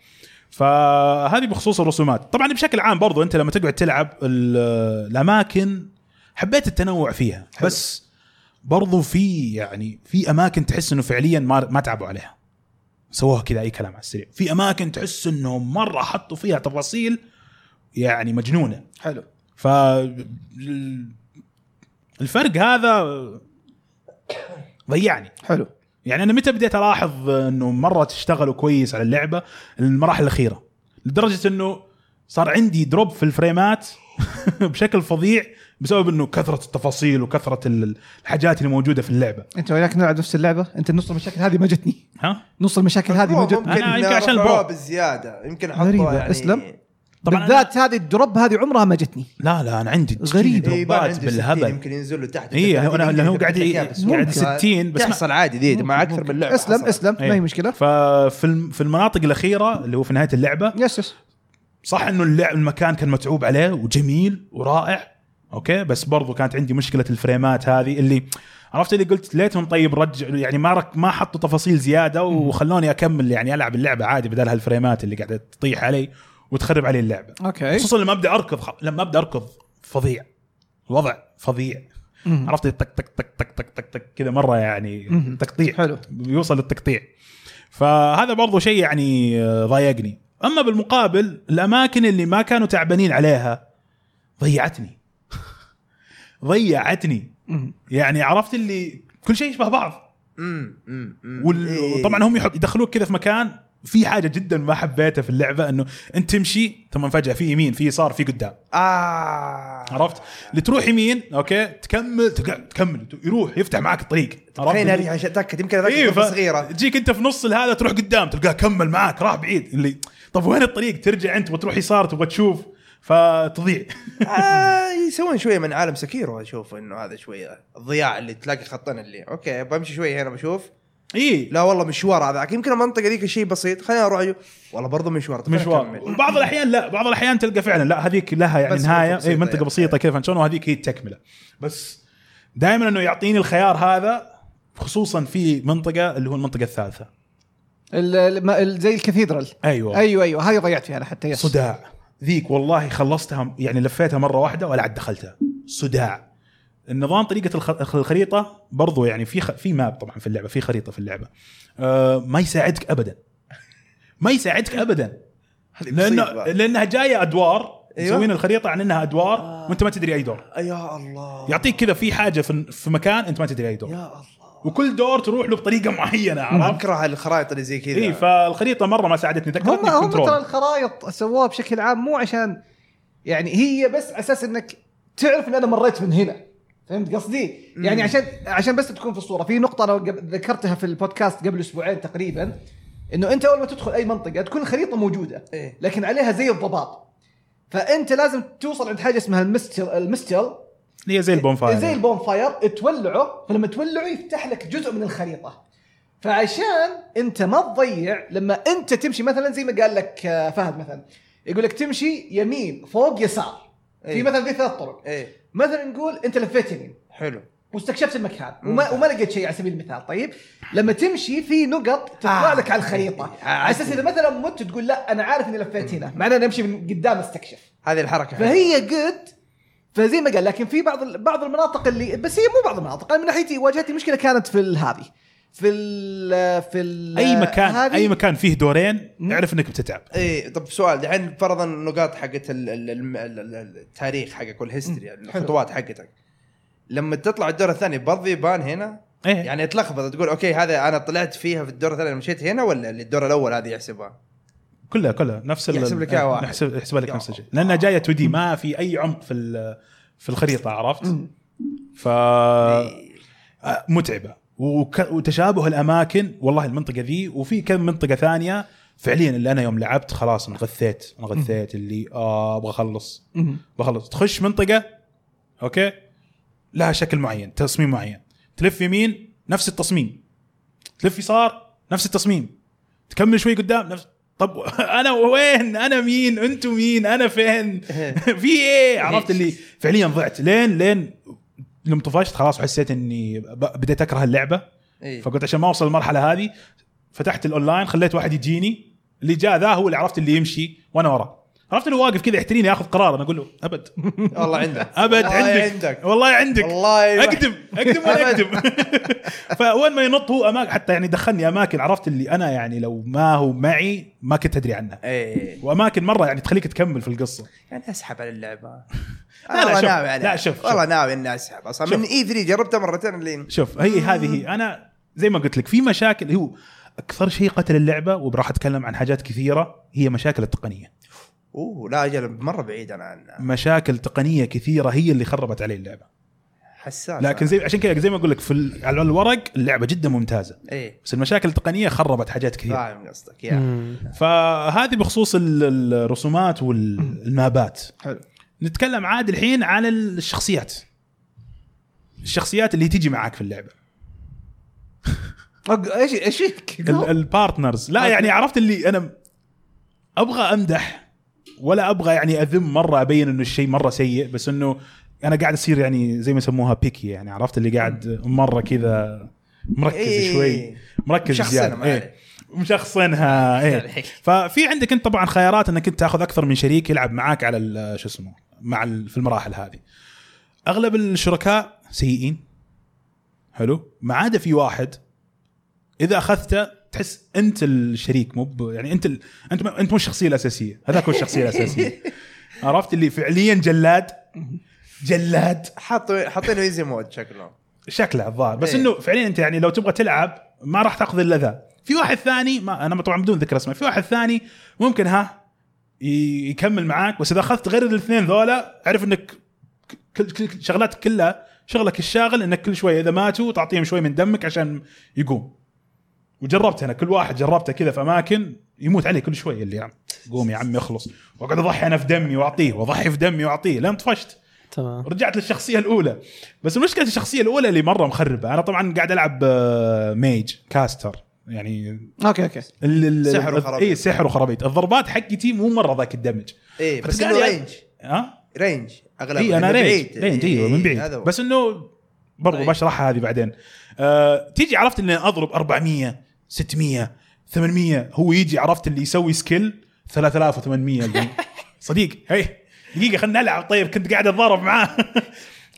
Speaker 1: فهذه بخصوص الرسومات طبعا بشكل عام برضو انت لما تقعد تلعب ال- الاماكن حبيت التنوع فيها حلو. بس برضو في يعني في اماكن تحس انه فعليا ما ما تعبوا عليها سووها كذا اي كلام على السريع في اماكن تحس انهم مره حطوا فيها تفاصيل يعني مجنونه
Speaker 4: حلو
Speaker 1: ف ال- الفرق هذا ضيعني
Speaker 4: حلو
Speaker 1: يعني انا متى بديت الاحظ انه مره تشتغلوا كويس على اللعبه المراحل الاخيره لدرجه انه صار عندي دروب في الفريمات بشكل فظيع بسبب انه كثره التفاصيل وكثره ال- الحاجات اللي موجوده في اللعبه
Speaker 4: انت وياك نلعب نفس اللعبه انت نص المشاكل هذه ما جتني
Speaker 1: ها
Speaker 4: نص المشاكل هذه ما جتني
Speaker 1: أنا يمكن عشان
Speaker 3: رفعوها
Speaker 1: البرو.
Speaker 3: بزياده يمكن
Speaker 4: غريبة،
Speaker 3: حطوها يعني
Speaker 4: أسلم.
Speaker 1: طبعاً
Speaker 4: بالذات هذه الدروب هذه عمرها ما جتني
Speaker 1: لا لا انا عندي
Speaker 4: غريب.
Speaker 3: إيه، يبان
Speaker 1: دروبات
Speaker 3: عنده 60
Speaker 1: بالهبل
Speaker 3: يمكن ينزل له تحت
Speaker 1: إيه، هو أنا- لأنه هو قاعد ي- قاعد
Speaker 3: قاعد
Speaker 1: 60 بس ما-
Speaker 3: تحصل عادي ذي مع اكثر من
Speaker 4: ممكن.
Speaker 3: لعبه
Speaker 4: اسلم
Speaker 3: حصلت.
Speaker 4: اسلم ما
Speaker 1: إيه.
Speaker 4: هي مشكله
Speaker 1: ففي الم- في المناطق الاخيره اللي هو في نهايه اللعبه
Speaker 4: يس يس
Speaker 1: صح انه اللعب المكان كان متعوب عليه وجميل ورائع اوكي بس برضو كانت عندي مشكله الفريمات هذه اللي عرفت اللي قلت ليتهم طيب رجع يعني ما رك ما حطوا تفاصيل زياده وخلوني اكمل يعني العب اللعبه عادي بدل هالفريمات اللي قاعده تطيح علي وتخرب علي اللعبه
Speaker 4: اوكي
Speaker 1: خصوصا لما ابدا اركض خ- لما ابدا اركض فظيع الوضع فظيع
Speaker 4: مم.
Speaker 1: عرفت طق طق طق طق طق طق طق كذا مره يعني
Speaker 4: مهم.
Speaker 1: تقطيع
Speaker 4: حلو.
Speaker 1: بيوصل للتقطيع فهذا برضو شيء يعني آه، ضايقني اما بالمقابل الاماكن اللي ما كانوا تعبانين عليها ضيعتني ضيعتني
Speaker 4: مم.
Speaker 1: يعني عرفت اللي كل شيء يشبه بعض
Speaker 3: أمم، أمم، أمم. إيه.
Speaker 1: وطبعا هم يحط يدخلوك كذا في مكان في حاجه جدا ما حبيتها في اللعبه انه انت تمشي ثم فجاه في يمين في يسار في قدام
Speaker 3: اه
Speaker 1: عرفت اللي تروح يمين اوكي تكمل تق- تكمل يروح يفتح معك الطريق عرفت؟
Speaker 3: خليني ارجع عشان اتاكد يمكن
Speaker 1: إيه،
Speaker 3: اذاك
Speaker 1: ف-
Speaker 3: صغيره
Speaker 1: تجيك انت في نص هذا تروح قدام تلقاه كمل معاك راح بعيد اللي طب وين الطريق ترجع انت وتروح يسار تبغى تشوف فتضيع
Speaker 3: آه، يسوون شويه من عالم سكيرو اشوف انه هذا شويه الضياع اللي تلاقي خطين اللي اوكي بمشي شويه هنا بشوف
Speaker 1: اي
Speaker 3: إيه، لا والله مشوار هذاك يمكن المنطقه ذيك شيء بسيط خليني اروح أجو- والله برضه مشوار طب خليني
Speaker 1: مشوار
Speaker 3: أكمل.
Speaker 1: وبعض الاحيان لا بعض الاحيان تلقى فعلا لا هذيك لها يعني
Speaker 3: بس
Speaker 1: نهايه
Speaker 3: منطقة بسيطة
Speaker 1: اي منطقه
Speaker 3: يعني.
Speaker 1: بسيطه كذا فهمت شلون وهذيك هي التكمله بس دائما انه يعطيني الخيار هذا خصوصا في منطقه اللي هو المنطقه الثالثه
Speaker 4: ال- ال- ما- ال- زي الكاثيدرال
Speaker 3: أيوة.
Speaker 1: ايوه
Speaker 4: ايوه ايوه هذه ضيعت فيها انا حتى يس
Speaker 1: صداع ذيك والله خلصتها يعني لفيتها مره واحده ولا عاد دخلتها صداع النظام طريقه الخ- الخريطه برضو يعني في خ... في ماب طبعا في اللعبه في خريطه في اللعبه آه ما يساعدك ابدا ما يساعدك ابدا لأن...
Speaker 3: مصيبة.
Speaker 1: لانها جايه ادوار
Speaker 3: أيوة.
Speaker 1: أيوة. مسوين الخريطه عن انها ادوار وانت ما تدري اي دور
Speaker 3: آه، يا الله
Speaker 1: يعطيك كذا في حاجه في... في مكان انت ما تدري اي دور
Speaker 3: يا الله
Speaker 1: وكل دور تروح له بطريقه معينه عرفت؟
Speaker 3: اكره الخرائط اللي زي كذا
Speaker 1: اي فالخريطه مره ما ساعدتني
Speaker 4: هم
Speaker 1: ذكرتني
Speaker 4: هم ترى
Speaker 1: بكنترول
Speaker 4: الخرائط سووها بشكل عام مو عشان يعني هي بس اساس انك تعرف ان انا مريت من هنا فهمت قصدي؟ يعني عشان عشان بس تكون في الصوره في نقطه انا قب- ذكرتها في البودكاست قبل اسبوعين تقريبا انه انت اول ما تدخل اي منطقه تكون الخريطه موجوده
Speaker 3: إيه.
Speaker 4: لكن عليها زي الضباب فانت لازم توصل عند حاجه اسمها المستل المستل
Speaker 1: هي زي البونفاير
Speaker 4: زي البون فاير تولعه فلما تولعه يفتح لك جزء من الخريطه فعشان انت ما تضيع لما انت تمشي مثلا زي ما قال لك آه، فهد مثلا يقول لك تمشي يمين فوق يسار
Speaker 3: إيه.
Speaker 4: في مثلا ذي ثلاث طرق
Speaker 3: ايه
Speaker 4: مثلا نقول انت لفيت يمين
Speaker 3: حلو
Speaker 4: واستكشفت المكان وما, وما لقيت شيء على سبيل المثال طيب لما تمشي في نقط تطلع
Speaker 3: آه.
Speaker 4: لك على الخريطه
Speaker 3: آه.
Speaker 4: على اساس اذا مثلا مت تقول لا انا عارف اني لفيت هنا معناه انا امشي من قدام استكشف
Speaker 3: هذه الحركه
Speaker 4: فهي قد فزي ما قال لكن في بعض بعض المناطق اللي بس هي مو بعض المناطق انا من ناحيتي واجهتي مشكله كانت في ال- هذه في ال في ال
Speaker 1: اي مكان
Speaker 4: هذه.
Speaker 1: اي مكان فيه دورين
Speaker 4: مم.
Speaker 1: اعرف انك بتتعب
Speaker 3: ايه طب سؤال دحين فرضا النقاط حقت ال- ال- الم- ال- ال- التاريخ حقك والهيستوري يعني الخطوات حقتك لما تطلع الدور الثاني برضه يبان هنا
Speaker 1: ايه يعني
Speaker 3: يعني تلخبط تقول اوكي هذا انا طلعت فيها في الدور الثاني لما مشيت هنا ولا اللي الدور الاول هذه يحسبها
Speaker 1: كلها كلها نفس ال-
Speaker 3: يحسب لك إياها واحد.
Speaker 1: يحسب, يحسب لك
Speaker 3: يا آه.
Speaker 1: نفس الشيء
Speaker 3: الله.
Speaker 1: لانها جايه 2 دي ما في اي عمق في ال- في الخريطه عرفت؟
Speaker 4: مم.
Speaker 1: ف
Speaker 3: إيه.
Speaker 1: آه، متعبه وك- وتشابه الاماكن والله المنطقه ذي وفي كم منطقه ثانيه فعليا اللي انا يوم لعبت خلاص انغثيت انغثيت اللي آه ابغى اخلص
Speaker 4: مم.
Speaker 1: بخلص تخش منطقه اوكي لها شكل معين تصميم معين تلف يمين نفس التصميم تلف يسار نفس التصميم تكمل شوي قدام نفس طب انا وين انا مين انتم مين انا فين في ايه عرفت اللي فعليا ضعت لين لين لما طفشت خلاص حسيت اني ب- بديت اكره اللعبه
Speaker 3: إيه.
Speaker 1: فقلت عشان ما اوصل المرحله هذه فتحت الاونلاين خليت واحد يجيني اللي جاء ذا هو اللي عرفت اللي يمشي وانا وراه عرفت اللي واقف كذا يحتريني ياخذ قرار انا اقول له ابد
Speaker 3: والله عندك
Speaker 1: ابد
Speaker 3: والله
Speaker 1: عندك.
Speaker 3: عندك
Speaker 1: والله عندك
Speaker 3: والله
Speaker 1: اقدم اقدم ولا اقدم فوين ما ينط هو اماكن حتى يعني دخلني اماكن عرفت اللي انا يعني لو ما هو معي ما كنت ادري عنها
Speaker 3: ايه
Speaker 1: واماكن مره يعني تخليك تكمل في القصه
Speaker 3: يعني اسحب على اللعبه
Speaker 1: لا،
Speaker 3: والله
Speaker 1: شوف.
Speaker 3: ناوي عليها.
Speaker 1: لا، شوف، شوف.
Speaker 3: والله ناوي اني اسحب اصلا من اي 3 جربتها مرتين اللي
Speaker 1: شوف هي
Speaker 3: آه.
Speaker 1: هذه هي انا زي ما قلت لك في مشاكل هو اكثر شيء قتل اللعبه وراح اتكلم عن حاجات كثيره هي مشاكل التقنيه
Speaker 3: اوه لا اجل مره بعيد انا عنها
Speaker 1: مشاكل تقنيه كثيره هي اللي خربت عليه اللعبه
Speaker 3: حساس
Speaker 1: لكن زي عشان كذا زي ما اقول لك في ال- على الورق اللعبه جدا ممتازه
Speaker 3: ايه
Speaker 1: بس المشاكل التقنيه خربت حاجات كثيره
Speaker 3: فاهم قصدك يا
Speaker 1: فهذه بخصوص ال- ال- الرسومات والمابات
Speaker 3: حلو
Speaker 1: نتكلم عاد الحين عن الشخصيات الشخصيات اللي تجي معاك في اللعبه
Speaker 4: أق- ايش ايش فيك؟
Speaker 1: ال- البارتنرز لا يعني عرفت اللي انا ابغى امدح ولا ابغى يعني اذم مره ابين انه الشيء مره سيء بس انه انا قاعد اصير يعني زي ما يسموها بيكي يعني عرفت اللي قاعد مره كذا مركز
Speaker 3: إيه.
Speaker 1: شوي مركز
Speaker 3: مشخصنها،
Speaker 1: زياده
Speaker 3: ما
Speaker 1: إيه.
Speaker 3: عليك.
Speaker 1: مشخصنها إيه.
Speaker 3: عليك.
Speaker 1: ففي عندك انت طبعا خيارات انك انت تاخذ اكثر من شريك يلعب معاك على ال- شو اسمه مع ال- في المراحل هذه اغلب الشركاء سيئين حلو ما عدا في واحد اذا اخذته تحس انت الشريك مو ب- يعني انت ال... انت انت مو الشخصيه الاساسيه هذاك هو الشخصيه الاساسيه عرفت اللي فعليا جلاد جلاد
Speaker 3: حاطوا حاطين ايزي مود شكله
Speaker 1: شكله الظاهر بس
Speaker 3: إيه.
Speaker 1: انه فعليا انت يعني لو تبغى تلعب ما راح تاخذ الا ذا في واحد ثاني ما انا طبعا بدون ذكر اسمه في واحد ثاني ممكن ها ي- يكمل معاك بس اذا اخذت غير الاثنين ذولا اعرف انك ك- كل كل- شغلاتك كلها شغلك الشاغل انك كل شويه اذا ماتوا تعطيهم شوي من دمك عشان يقوم وجربت انا كل واحد جربته كذا في اماكن يموت عليه كل شوي اللي يعني قوم يا عمي اخلص واقعد اضحي انا في دمي واعطيه واضحي في دمي واعطيه لين طفشت
Speaker 2: تمام
Speaker 1: رجعت للشخصيه الاولى بس المشكله الشخصيه الاولى اللي مره مخربه انا طبعا قاعد العب آه، ميج كاستر يعني
Speaker 4: اوكي اوكي
Speaker 1: ال- ال-
Speaker 3: سحر
Speaker 1: ال-
Speaker 3: وخرابيط.
Speaker 1: اي سحر وخرابيط الضربات حقتي مو مره ذاك الدمج
Speaker 3: ايه بس
Speaker 1: فتقعد
Speaker 3: انه
Speaker 1: يعني-
Speaker 3: رينج
Speaker 1: ها
Speaker 3: رينج اغلبها
Speaker 1: اي انا
Speaker 3: من
Speaker 1: رينج
Speaker 3: بعيد.
Speaker 1: رينج ايوه من
Speaker 3: إيه،
Speaker 1: بعيد
Speaker 3: هذا هو.
Speaker 1: بس انه برضو
Speaker 3: طيب.
Speaker 1: بشرحها هذه بعدين أه تيجي عرفت اني اضرب 400 600 800 هو يجي عرفت اللي يسوي سكيل 3800 اللي- صديق هي دقيقه خلنا نلعب طيب كنت قاعد اتضارب معاه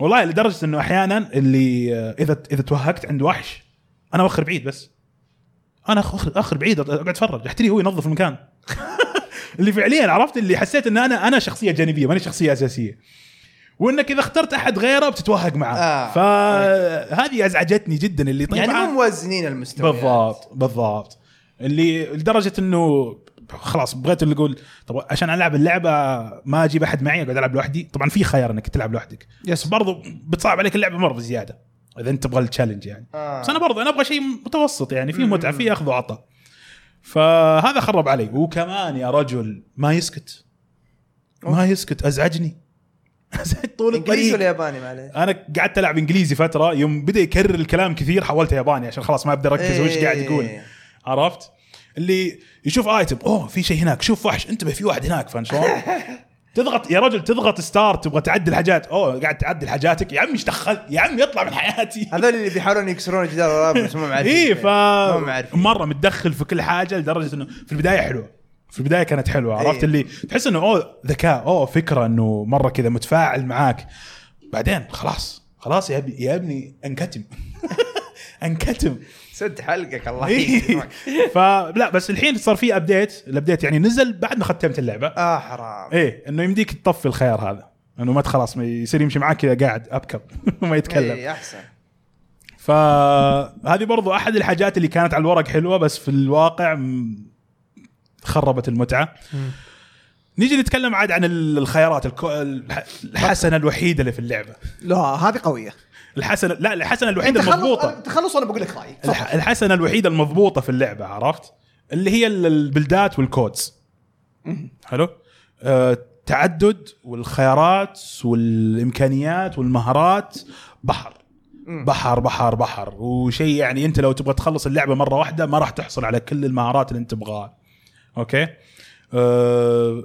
Speaker 1: والله لدرجه انه احيانا اللي آه، اذا اذا توهقت عند وحش انا اوخر بعيد بس انا اخر اخر بعيد اقعد اتفرج احتري هو ينظف المكان اللي فعليا عرفت اللي حسيت ان انا انا شخصيه جانبيه ماني شخصيه اساسيه وانك اذا اخترت احد غيره بتتوهق معاه
Speaker 3: آه.
Speaker 1: فهذه ازعجتني جدا اللي طيب طبعا
Speaker 3: يعني مو موازنين المستويات
Speaker 1: بالضبط بالضبط اللي لدرجه انه خلاص بغيت اللي يقول طب عشان العب اللعبه ما اجيب احد معي اقعد العب لوحدي طبعا في خيار انك تلعب لوحدك بس برضو بتصعب عليك اللعبه مره بزياده اذا انت تبغى التشالنج يعني
Speaker 3: آه.
Speaker 1: بس انا برضو انا ابغى شيء متوسط يعني فيه متعه فيه اخذ وعطاء فهذا خرب علي وكمان يا رجل ما يسكت ما يسكت ازعجني ازعج طول الطريق
Speaker 3: انجليزي ولا ياباني معلش
Speaker 1: انا قعدت العب انجليزي فتره يوم بدا يكرر الكلام كثير حولته ياباني عشان خلاص ما ابدا اركز وش قاعد يقول
Speaker 3: إيه.
Speaker 1: عرفت اللي يشوف ايتم اوه في شيء هناك شوف وحش انتبه في واحد هناك فان شلون تضغط يا رجل تضغط ستار تبغى تعدل حاجات اوه قاعد تعدل حاجاتك يا عمي ايش دخل يا عمي اطلع من حياتي
Speaker 3: هذول اللي بيحاولون يكسرون جدار الرابع بس مو عارفين
Speaker 1: اي إيه، ف
Speaker 3: مو عارفين
Speaker 1: مره متدخل في كل حاجه لدرجه انه في البدايه حلوه في البدايه كانت حلوه عرفت
Speaker 3: إيه.
Speaker 1: اللي تحس انه اوه ذكاء اوه فكره انه مره كذا متفاعل معاك بعدين خلاص خلاص يا ابني يا ابني انكتم انكتم
Speaker 3: سد حلقك الله
Speaker 1: إيه.
Speaker 3: يكرمك
Speaker 1: فلا بس الحين صار في ابديت الابديت يعني نزل بعد ما ختمت اللعبه
Speaker 3: اه حرام
Speaker 1: ايه انه يمديك تطفي الخيار هذا انه ما خلاص ما يصير يمشي معاك كذا قاعد ابكر وما يتكلم
Speaker 3: اي احسن
Speaker 1: فهذه برضو احد الحاجات اللي كانت على الورق حلوه بس في الواقع م- خربت المتعه نيجي نتكلم عاد عن ال- الخيارات الكو- الح- الحسنه الوحيده اللي في اللعبه
Speaker 4: لا هذه قويه
Speaker 1: الحسنه لا الحسنه الوحيده
Speaker 4: تخلص-
Speaker 1: المضبوطه
Speaker 4: تخلص وانا بقول لك رايي تفضل.
Speaker 1: الح- الحسنه الوحيده المضبوطه في اللعبه عرفت اللي هي ال- البلدات والكودز حلو آه، تعدد والخيارات والامكانيات والمهارات بحر بحر بحر بحر وشيء يعني انت لو تبغى تخلص اللعبه مره واحده ما راح تحصل على كل المهارات اللي انت تبغاها اوكي آه،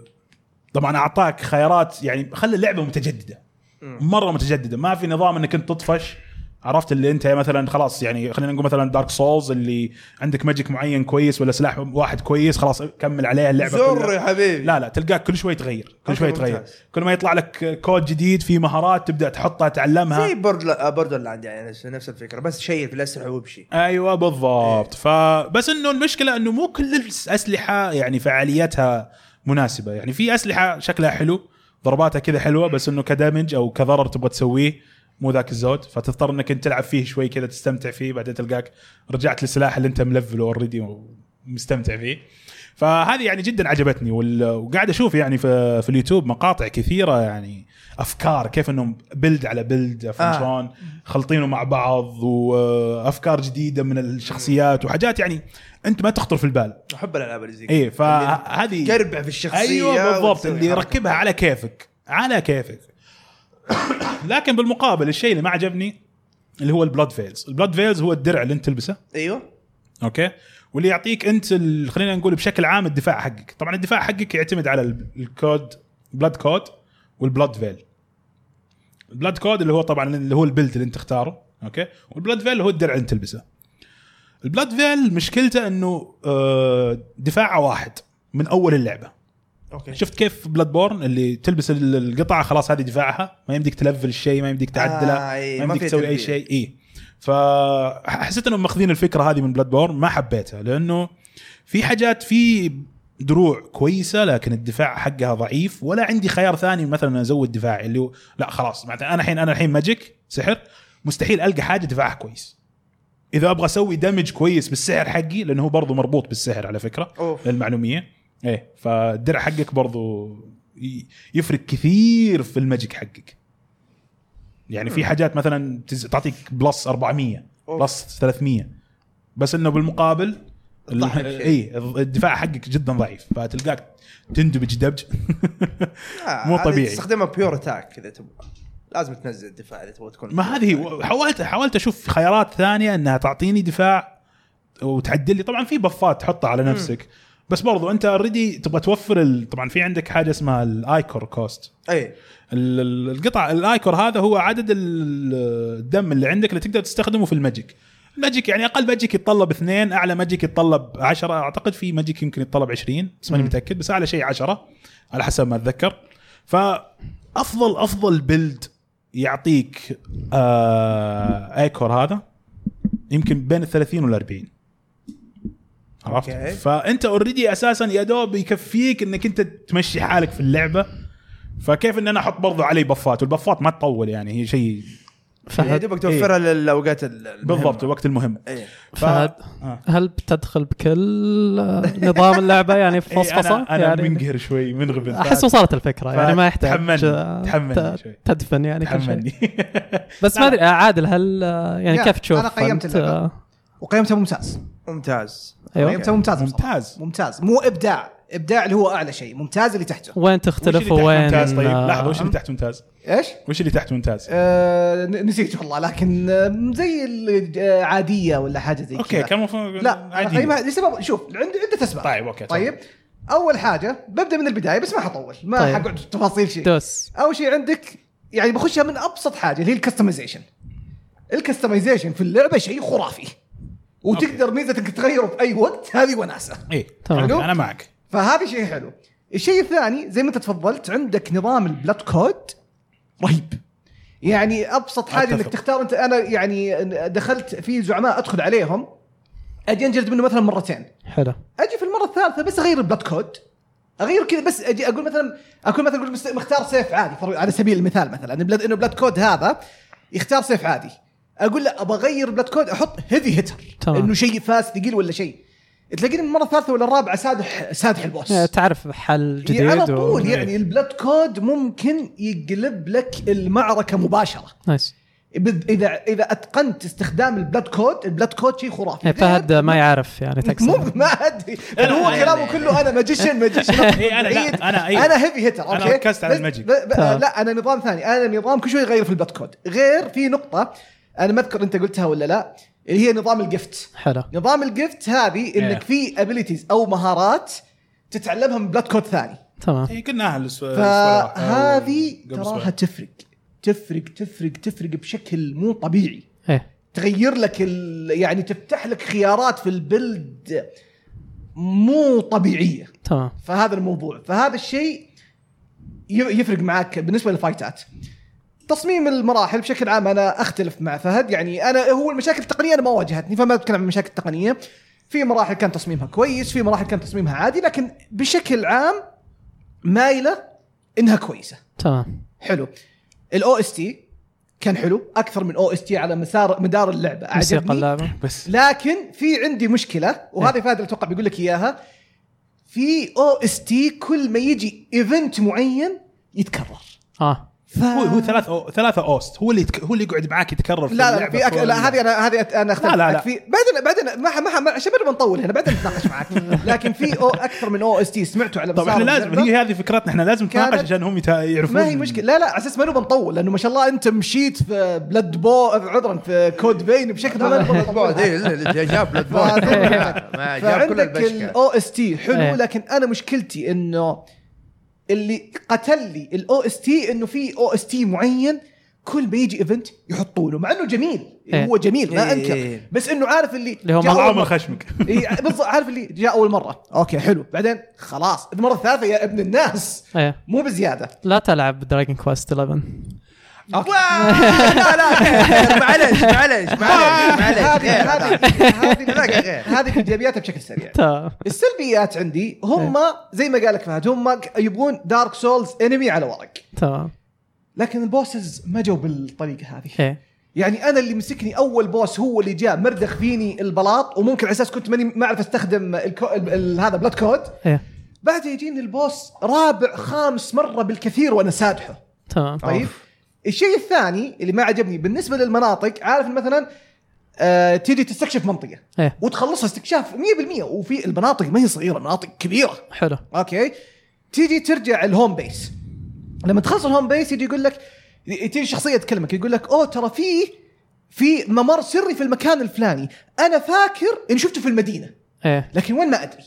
Speaker 1: طبعا اعطاك خيارات يعني خلي اللعبه متجدده مره متجدده ما في نظام انك انت تطفش عرفت اللي انت مثلا خلاص يعني خلينا نقول مثلا دارك سولز اللي عندك ماجيك معين كويس ولا سلاح واحد كويس خلاص كمل عليه اللعبه
Speaker 3: زر
Speaker 1: كلها.
Speaker 3: يا حبيبي
Speaker 1: لا لا تلقاك كل شوي تغير كل
Speaker 3: أوكي،
Speaker 1: شوي تغير
Speaker 3: ممتاز.
Speaker 1: كل ما يطلع لك كود جديد في مهارات تبدا تحطها تعلمها
Speaker 3: زي بوردر بوردر لاند يعني نفس- نفس الفكره بس شيء في الاسلحه وبشي
Speaker 1: ايوه بالضبط فبس انه المشكله انه مو كل الاسلحه يعني فعاليتها مناسبه يعني في اسلحه شكلها حلو ضرباتها كذا حلوه بس انه كدمج او كضرر تبغى تسويه مو ذاك الزود فتضطر انك انت تلعب فيه شوي كذا تستمتع فيه بعدين تلقاك رجعت للسلاح اللي انت ملفله اوريدي ومستمتع فيه فهذه يعني جدا عجبتني وال- وقاعد اشوف يعني في, في اليوتيوب مقاطع كثيره يعني افكار كيف انهم بلد على بلد
Speaker 3: آه.
Speaker 1: آه. شلون خلطينه مع بعض وافكار جديده من الشخصيات وحاجات يعني انت ما تخطر في البال إيه،
Speaker 3: احب الالعاب اللي زي كذا.
Speaker 1: اي فهذه
Speaker 3: تربع في الشخصيه
Speaker 1: ايوه بالضبط
Speaker 3: وتسوي
Speaker 1: اللي
Speaker 3: حركة.
Speaker 1: يركبها على كيفك على كيفك لكن بالمقابل الشيء اللي ما عجبني اللي هو البلاد فيلز البلاد فيلز هو الدرع اللي انت تلبسه
Speaker 3: ايوه
Speaker 1: اوكي واللي يعطيك انت ال- خلينا نقول بشكل عام الدفاع حقك طبعا الدفاع حقك يعتمد على ال- الكود بلاد كود والبلاد فيل البلاد كود اللي هو طبعا اللي هو البلد اللي انت تختاره اوكي والبلاد فيل اللي هو الدرع اللي انت تلبسه البلاد فيل مشكلته انه آه، دفاعه واحد من اول اللعبه
Speaker 3: اوكي
Speaker 1: شفت كيف بلاد بورن اللي تلبس ال- القطعه خلاص هذه دفاعها ما يمديك تلفل الشيء ما يمديك تعدله
Speaker 3: آه، إيه،
Speaker 1: ما
Speaker 3: ما
Speaker 1: يمديك
Speaker 3: في
Speaker 1: تسوي اي
Speaker 3: تلفيل.
Speaker 1: شيء اي فحسيت انهم ماخذين الفكره هذه من بلاد بورن ما حبيتها لانه في حاجات في دروع كويسه لكن الدفاع حقها ضعيف ولا عندي خيار ثاني مثلا ازود دفاعي اللي هو لا خلاص معناته انا الحين انا الحين ماجيك سحر مستحيل القى حاجه دفاعها كويس اذا ابغى اسوي دمج كويس بالسحر حقي لانه هو برضه مربوط بالسحر على فكره
Speaker 3: أوف.
Speaker 1: المعلوميه ايه فالدرع حقك برضو ي- يفرق كثير في الماجيك حقك يعني في حاجات مثلا تز- تعطيك بلس 400
Speaker 3: أوف.
Speaker 1: بلس 300 بس انه بالمقابل ال-
Speaker 3: ضحك شيء.
Speaker 1: اي الدفاع حقك جدا ضعيف فتلقاك تندبج دبج
Speaker 3: آه،
Speaker 1: مو
Speaker 3: هذه
Speaker 1: طبيعي.
Speaker 3: تستخدمها بيور اتاك اذا تبغى لازم تنزل الدفاع اذا تبغى تكون
Speaker 1: ما هذه حاولت حاولت اشوف خيارات ثانيه انها تعطيني دفاع وتعدل لي طبعا في بفات تحطها على نفسك بس برضو انت اوريدي تبغى توفر ال... طبعا في عندك حاجه اسمها الايكور كوست
Speaker 3: اي
Speaker 1: ال- ال- القطع الايكور هذا هو عدد ال- الدم اللي عندك اللي تقدر تستخدمه في الماجيك الماجيك يعني اقل ماجيك يتطلب اثنين اعلى ماجيك يتطلب عشرة اعتقد في ماجيك يمكن يتطلب 20 بس ماني متاكد بس اعلى شيء عشرة على حسب ما اتذكر فافضل افضل بيلد يعطيك آه ايكور هذا يمكن بين ال 30 وال 40 عرفت؟
Speaker 3: أوكي.
Speaker 1: فانت اوريدي اساسا يا دوب يكفيك انك انت تمشي حالك في اللعبه فكيف ان انا احط برضو علي بفات والبفات ما تطول يعني هي شيء
Speaker 3: يا
Speaker 2: فهد
Speaker 3: دوبك توفرها للاوقات ال- إيه. المهمة.
Speaker 1: إيه. بالضبط الوقت المهم
Speaker 3: اي
Speaker 1: ف...
Speaker 2: فهد
Speaker 1: آه.
Speaker 2: هل بتدخل بكل آه، نظام اللعبه يعني في
Speaker 1: إيه،
Speaker 2: فصفصه؟
Speaker 1: انا, أنا يعني
Speaker 2: يعني
Speaker 1: منقهر شوي منغبن
Speaker 2: احس وصلت الفكره يعني ما يحتاج
Speaker 1: تحملني-
Speaker 2: آه،
Speaker 1: تحملني
Speaker 2: ت-
Speaker 1: شوي.
Speaker 2: تدفن يعني كل شيء
Speaker 1: تحملني
Speaker 2: بس ما ادري آه، عادل هل آه، يعني
Speaker 4: لا،
Speaker 2: كيف تشوف؟
Speaker 4: أنا قيمت
Speaker 2: أنت،
Speaker 4: اللعبة.
Speaker 2: آه،
Speaker 4: وقيمتها ممتاز
Speaker 3: ممتاز
Speaker 2: ايوه
Speaker 4: قيمتها ممتاز بصراحة.
Speaker 1: ممتاز.
Speaker 4: ممتاز مو ابداع ابداع اللي هو اعلى شيء ممتاز اللي تحته
Speaker 2: وين
Speaker 1: وش
Speaker 2: تختلف
Speaker 1: اللي تحت
Speaker 2: وين
Speaker 1: ممتاز طيب
Speaker 2: آه، أه،
Speaker 1: لحظه وش اللي تحت ممتاز
Speaker 4: ايش؟
Speaker 1: وش اللي تحت ممتاز
Speaker 4: آه ن- نسيت والله لكن آه، زي العاديه ولا حاجه زي
Speaker 1: اوكي
Speaker 4: كذا.
Speaker 1: كم مفروض-
Speaker 4: لا
Speaker 1: عادي.
Speaker 4: عادي لسبب شوف عندي عده اسباب
Speaker 1: طيب، أوكي، تفضل.
Speaker 4: طيب اول حاجه ببدا من البدايه بس ما حطول ما
Speaker 2: طيب.
Speaker 4: طيب. حقعد في تفاصيل شيء
Speaker 2: دوس
Speaker 4: اول شيء عندك يعني بخشها من ابسط حاجه اللي هي الكستمايزيشن الكستمايزيشن في اللعبه شيء خرافي وتقدر ميزه انك تغيره في اي وقت هذه وناسه
Speaker 1: ايه
Speaker 2: تمام.
Speaker 1: حلو. انا معك
Speaker 4: فهذا شيء حلو الشيء الثاني زي ما انت تفضلت عندك نظام البلاد كود رهيب
Speaker 1: طيب.
Speaker 4: يعني ابسط حاجه
Speaker 1: أتفق.
Speaker 4: انك تختار انت انا يعني دخلت في زعماء ادخل عليهم اجي انجلد منه مثلا مرتين
Speaker 2: حلو
Speaker 4: اجي في المره الثالثه بس اغير البلاد كود اغير كذا بس اجي اقول مثلا اكون مثلا أقول مست- مختار سيف عادي فر- على سبيل المثال مثلا بلاد انه بلاد كود هذا يختار سيف عادي اقول له ابغى اغير بلاد كود احط هيفي هيتر
Speaker 2: تمام.
Speaker 4: انه شيء فاس ثقيل ولا شيء تلاقيني المره الثالثه ولا الرابعه سادح سادح البوس
Speaker 2: يعني تعرف حل جديد
Speaker 4: يعني على
Speaker 2: و-
Speaker 4: طول يعني البلاد كود ممكن يقلب لك المعركه مباشره
Speaker 2: نايس
Speaker 4: بد- اذا اذا اتقنت استخدام البلاد كود البلاد كود شيء خرافي
Speaker 2: يعني فهد ما يعرف يعني
Speaker 4: مو
Speaker 2: تقصد
Speaker 4: ما ادري يعني هو كلامه كله انا ماجيشن ماجيشن
Speaker 1: إيه، أنا لا، أنا إيه.
Speaker 4: انا هيفي هيتر
Speaker 1: أنا
Speaker 4: اوكي
Speaker 1: ركزت على
Speaker 4: بس-
Speaker 1: الماجيك.
Speaker 4: ب- ب-
Speaker 2: تمام.
Speaker 4: لا انا نظام ثاني انا نظام كل شوي غير في البلاد كود غير في نقطه انا ما اذكر انت قلتها ولا لا اللي هي نظام الجفت
Speaker 2: حلو
Speaker 4: نظام الجفت هذه انك
Speaker 1: إيه.
Speaker 4: في ابيلتيز او مهارات تتعلمها من بلاد كود ثاني
Speaker 2: تمام
Speaker 1: إيه، قلناها الاسبوع الأسبوع الراحة.
Speaker 4: فهذه
Speaker 1: قبل
Speaker 4: تراها
Speaker 1: أسبوع.
Speaker 4: تفرق تفرق تفرق تفرق بشكل مو طبيعي
Speaker 2: ايه
Speaker 4: تغير لك ال... يعني تفتح لك خيارات في البلد مو طبيعيه
Speaker 2: تمام
Speaker 4: فهذا الموضوع فهذا الشيء ي- يفرق معاك بالنسبه للفايتات تصميم المراحل بشكل عام انا اختلف مع فهد يعني انا هو المشاكل التقنيه انا ما واجهتني فما بتكلم عن المشاكل التقنيه في مراحل كان تصميمها كويس في مراحل كان تصميمها عادي لكن بشكل عام مايله انها كويسه
Speaker 2: تمام
Speaker 4: حلو الاو اس تي كان حلو اكثر من او اس تي على مسار مدار اللعبه
Speaker 2: موسيقى
Speaker 4: عجبني
Speaker 2: اللعبه
Speaker 1: بس إيه.
Speaker 4: لكن في عندي مشكله وهذه فهد اتوقع بيقول لك اياها في او اس تي كل ما يجي ايفنت معين يتكرر
Speaker 2: اه
Speaker 4: ف...
Speaker 1: هو هو ثلاث أو ثلاثه اوست هو اللي يتك... هو اللي يقعد معاك يتكرر في
Speaker 4: لا لا
Speaker 1: اللعبة
Speaker 4: في أك...
Speaker 1: طول
Speaker 4: لا هذه انا هذه أت- انا اختلف
Speaker 1: لا، لا.
Speaker 4: معك في بعدين بعدين ما ح- ما, ح- ما عشان ما نطول هنا بعدين نتناقش معك لكن في او اكثر من او اس تي سمعته على
Speaker 1: طب
Speaker 4: مسار
Speaker 1: احنا طيب، لازم
Speaker 4: اللعبة.
Speaker 1: هي هذه فكرتنا احنا لازم نتناقش
Speaker 4: كانت-
Speaker 1: عشان هم يتا- يعرفون
Speaker 4: ما هي مشكله لا لا على اساس ما نبغى نطول لانه ما شاء الله انت مشيت في بلاد بو عذرا في كود بين بشكل ما نبغى
Speaker 3: بلاد بورد
Speaker 4: نطول.
Speaker 3: إيه، اللي جاب بلاد بورد ما جاب كل
Speaker 4: فعندك
Speaker 3: البشكه
Speaker 4: الاو اس تي
Speaker 2: إيه.
Speaker 4: حلو لكن انا مشكلتي انه اللي قتل لي الاو اس تي انه في او اس تي معين كل ما يجي ايفنت يحطونه مع انه جميل
Speaker 2: إيه.
Speaker 4: هو جيل ما انكر
Speaker 3: إيه.
Speaker 4: بس انه عارف اللي
Speaker 2: اللي هو
Speaker 4: جاء
Speaker 1: طلعوا
Speaker 4: أول
Speaker 1: من
Speaker 4: مرة.
Speaker 1: خشمك
Speaker 4: إيه، بالضبط عارف اللي جاء اول مره اوكي حلو بعدين خلاص المره الثالثه يا ابن الناس
Speaker 2: ايه
Speaker 4: مو بزياده
Speaker 2: لا تلعب دراجون كويست 11
Speaker 4: أوكي.
Speaker 3: لا لا معلش معلش معلش معلش
Speaker 4: هذه
Speaker 3: غير هذا.
Speaker 4: هذه
Speaker 3: هناك
Speaker 4: هذه
Speaker 3: غير.
Speaker 4: هذه ايجابياتها بشكل سريع
Speaker 2: تا-
Speaker 4: السلبيات عندي هم زي ما قال لك فهد هم ك- يبغون دارك سولز انمي على ورق
Speaker 2: تمام
Speaker 4: لكن البوسز ما جو بالطريقه هذه
Speaker 2: ايه
Speaker 4: يعني انا اللي مسكني اول بوس هو اللي جاء مردخ فيني البلاط وممكن على اساس كنت ماني ما اعرف استخدم الكو... ال... ال... هذا بلاد كود
Speaker 2: ايه
Speaker 4: بعد يجيني البوس رابع خامس مره بالكثير وانا سادحه
Speaker 2: تمام
Speaker 4: طيب الشيء الثاني اللي ما عجبني بالنسبه للمناطق عارف مثلا آه تيجي تستكشف منطقه
Speaker 2: ايه
Speaker 4: وتخلصها استكشاف 100% وفي المناطق ما هي صغيره مناطق كبيره
Speaker 2: حلو
Speaker 4: اوكي تيجي ترجع الهوم بيس لما تخلص الهوم بيس يجي يقول لك تيجي شخصيه تكلمك يقول لك اوه ترى في في ممر سري في المكان الفلاني انا فاكر ان شفته في المدينه
Speaker 2: ايه
Speaker 4: لكن وين ما ادري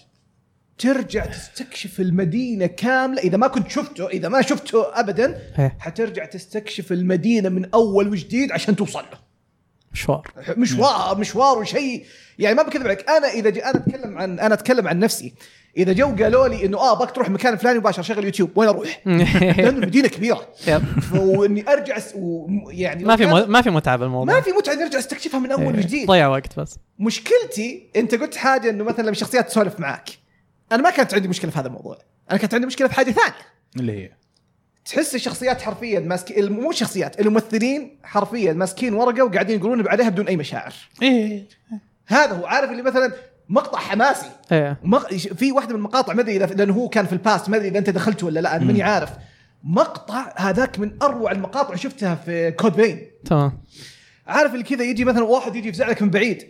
Speaker 4: ترجع تستكشف المدينه كامله اذا ما كنت شفته اذا ما شفته ابدا
Speaker 2: إيه.
Speaker 4: حترجع تستكشف المدينه من اول وجديد عشان توصل له
Speaker 2: مشوار
Speaker 4: مشوار مشوار وشيء يعني ما بكذب عليك انا اذا ج... انا اتكلم عن انا اتكلم عن نفسي اذا جو قالوا لي انه اه باك تروح مكان فلاني مباشر شغل يوتيوب وين اروح؟
Speaker 2: إيه.
Speaker 4: لانه المدينه كبيره
Speaker 2: يب.
Speaker 4: واني ارجع س... و... يعني
Speaker 2: ما في مو- إيه. ما في متعه بالموضوع
Speaker 4: ما في متعه إني ارجع استكشفها من اول وجديد
Speaker 2: ضيع وقت بس
Speaker 4: مشكلتي انت قلت حاجه انه مثلا لما شخصيات تسولف معك انا ما كانت عندي مشكله في هذا الموضوع انا كانت عندي مشكله في حاجه ثانيه
Speaker 1: اللي هي
Speaker 4: تحس الشخصيات حرفيا ماسكين مو شخصيات الممثلين حرفيا ماسكين ورقه وقاعدين يقولون عليها بدون اي مشاعر إيه.
Speaker 1: ايه
Speaker 4: هذا هو عارف اللي مثلا مقطع حماسي
Speaker 2: ايه
Speaker 4: مق... في واحده من المقاطع ما ادري اذا لانه هو كان في الباست ما ادري اذا انت دخلته ولا لا انا ماني عارف مقطع هذاك من اروع المقاطع شفتها في كود بين
Speaker 2: تمام
Speaker 4: عارف اللي كذا يجي مثلا واحد يجي يفزعلك من بعيد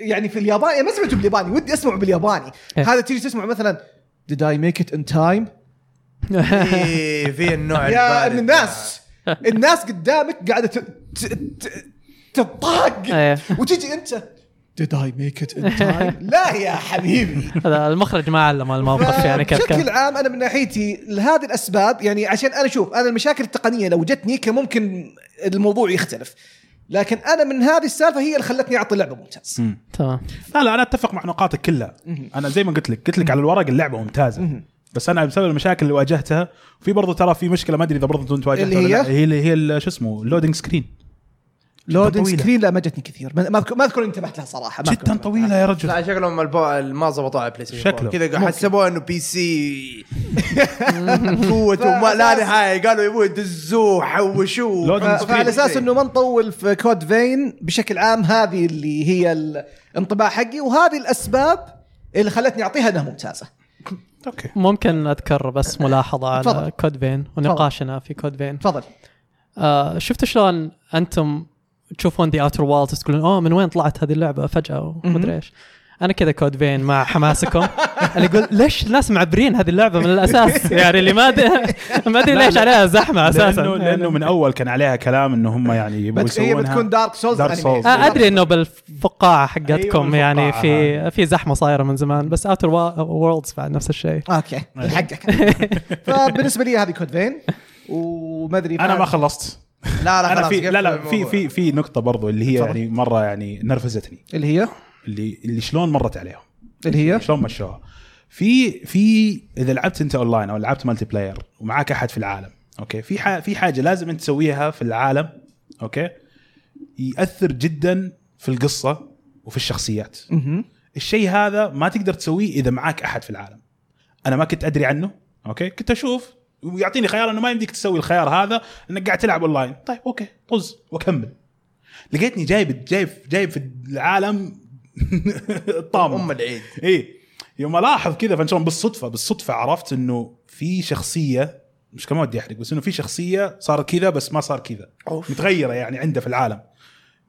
Speaker 4: يعني في الياباني أنا ما سمعته بالياباني ودي اسمعه بالياباني
Speaker 2: إيه.
Speaker 4: هذا تيجي تسمع مثلا did I make it in time
Speaker 3: إيه، في النوع
Speaker 4: يا
Speaker 3: البارد.
Speaker 4: ابن الناس الناس قدامك قاعده ت- ت- ت-
Speaker 2: إيه.
Speaker 4: تطاق وتجي انت did I make it in time لا يا حبيبي
Speaker 2: هذا المخرج ما علم الموظف يعني كيف
Speaker 4: بشكل
Speaker 2: كان
Speaker 4: عام انا من ناحيتي لهذه الاسباب يعني عشان انا اشوف انا المشاكل التقنيه لو جتني كان ممكن الموضوع يختلف لكن انا من هذه السالفه هي اللي خلتني اعطي اللعبه ممتاز
Speaker 2: تمام
Speaker 1: لا لا انا اتفق مع نقاطك كلها انا زي ما قلت لك قلت لك على الورق اللعبه ممتازه بس انا بسبب المشاكل اللي واجهتها في برضه ترى في مشكله ما ادري اذا برضه انت واجهتها
Speaker 4: اللي
Speaker 1: ولا
Speaker 4: هي؟
Speaker 1: لا. هي اللي هي ال- شو اسمه اللودنج سكرين
Speaker 4: لودن
Speaker 1: طويلة.
Speaker 4: سكرين لا ما جتني كثير ما ما أذكر- ما اذكر إني انتبهت لها صراحه ما أذكر
Speaker 1: جدا
Speaker 4: إني
Speaker 1: طويله يا رجل
Speaker 3: لا شكلهم البو... ما ضبطوا على بلاي ستيشن
Speaker 1: شكله.
Speaker 3: فور. كذا حسبوه انه بي سي قوته ما لا نهايه قالوا يبوي دزوه حوشوه
Speaker 1: لودن
Speaker 4: ف- فعلى اساس انه ما نطول في كود فين بشكل عام هذه اللي هي الانطباع حقي وهذه الاسباب اللي خلتني اعطيها انها ممتازه
Speaker 1: اوكي
Speaker 2: ممكن اذكر بس ملاحظه على
Speaker 4: تفضل.
Speaker 2: كود فين ونقاشنا في كود فين
Speaker 4: تفضل
Speaker 2: آه شفت شلون انتم تشوفون ذا اوتر وولز تقولون اوه من وين طلعت هذه اللعبه فجاه ومدري ايش انا كذا كود فين مع حماسكم اللي يقول ليش الناس معبرين هذه اللعبه من الاساس يعني اللي ما ادري ما ادري ليش عليها زحمه اساسا
Speaker 1: لانه لانه من اول كان عليها كلام انه هم يعني يبغوا
Speaker 4: بت- هي
Speaker 1: يسوونها
Speaker 4: بتكون دارك سولز
Speaker 1: Dark Souls.
Speaker 2: آه، ادري انه بالفقاعه حقتكم
Speaker 1: أيوة،
Speaker 2: يعني
Speaker 1: بالفقاعة
Speaker 2: في في زحمه صايره من زمان بس اوتر وورلدز بعد نفس الشيء
Speaker 4: اوكي حقك فبالنسبه لي هذه كود فين وما ادري
Speaker 1: انا ما خلصت
Speaker 3: لا لا
Speaker 1: انا
Speaker 3: خلاص
Speaker 1: في
Speaker 3: قفل
Speaker 1: لا لا في
Speaker 3: الموضوع.
Speaker 1: في في نقطه برضو اللي هي
Speaker 4: تفضل.
Speaker 1: يعني مره يعني نرفزتني
Speaker 4: اللي هي
Speaker 1: اللي اللي شلون مرت عليهم
Speaker 4: اللي هي
Speaker 1: شلون مشوها في في اذا لعبت انت اونلاين او لعبت مالتي بلاير ومعاك احد في العالم اوكي في ح- في حاجه لازم انت تسويها في العالم اوكي ياثر جدا في القصه وفي الشخصيات
Speaker 4: مهم.
Speaker 1: الشيء هذا ما تقدر تسويه اذا معاك احد في العالم انا ما كنت ادري عنه اوكي كنت اشوف ويعطيني خيار انه ما يمديك تسوي الخيار هذا انك قاعد تلعب اونلاين طيب اوكي طز واكمل لقيتني جايب جايب جايب في العالم الطامه
Speaker 3: ام العيد
Speaker 1: ايه يوم الاحظ كذا فانشون بالصدفه بالصدفه عرفت انه في شخصيه مش كمان ودي احرق بس انه في شخصيه صار كذا بس ما صار كذا متغيره يعني عنده في العالم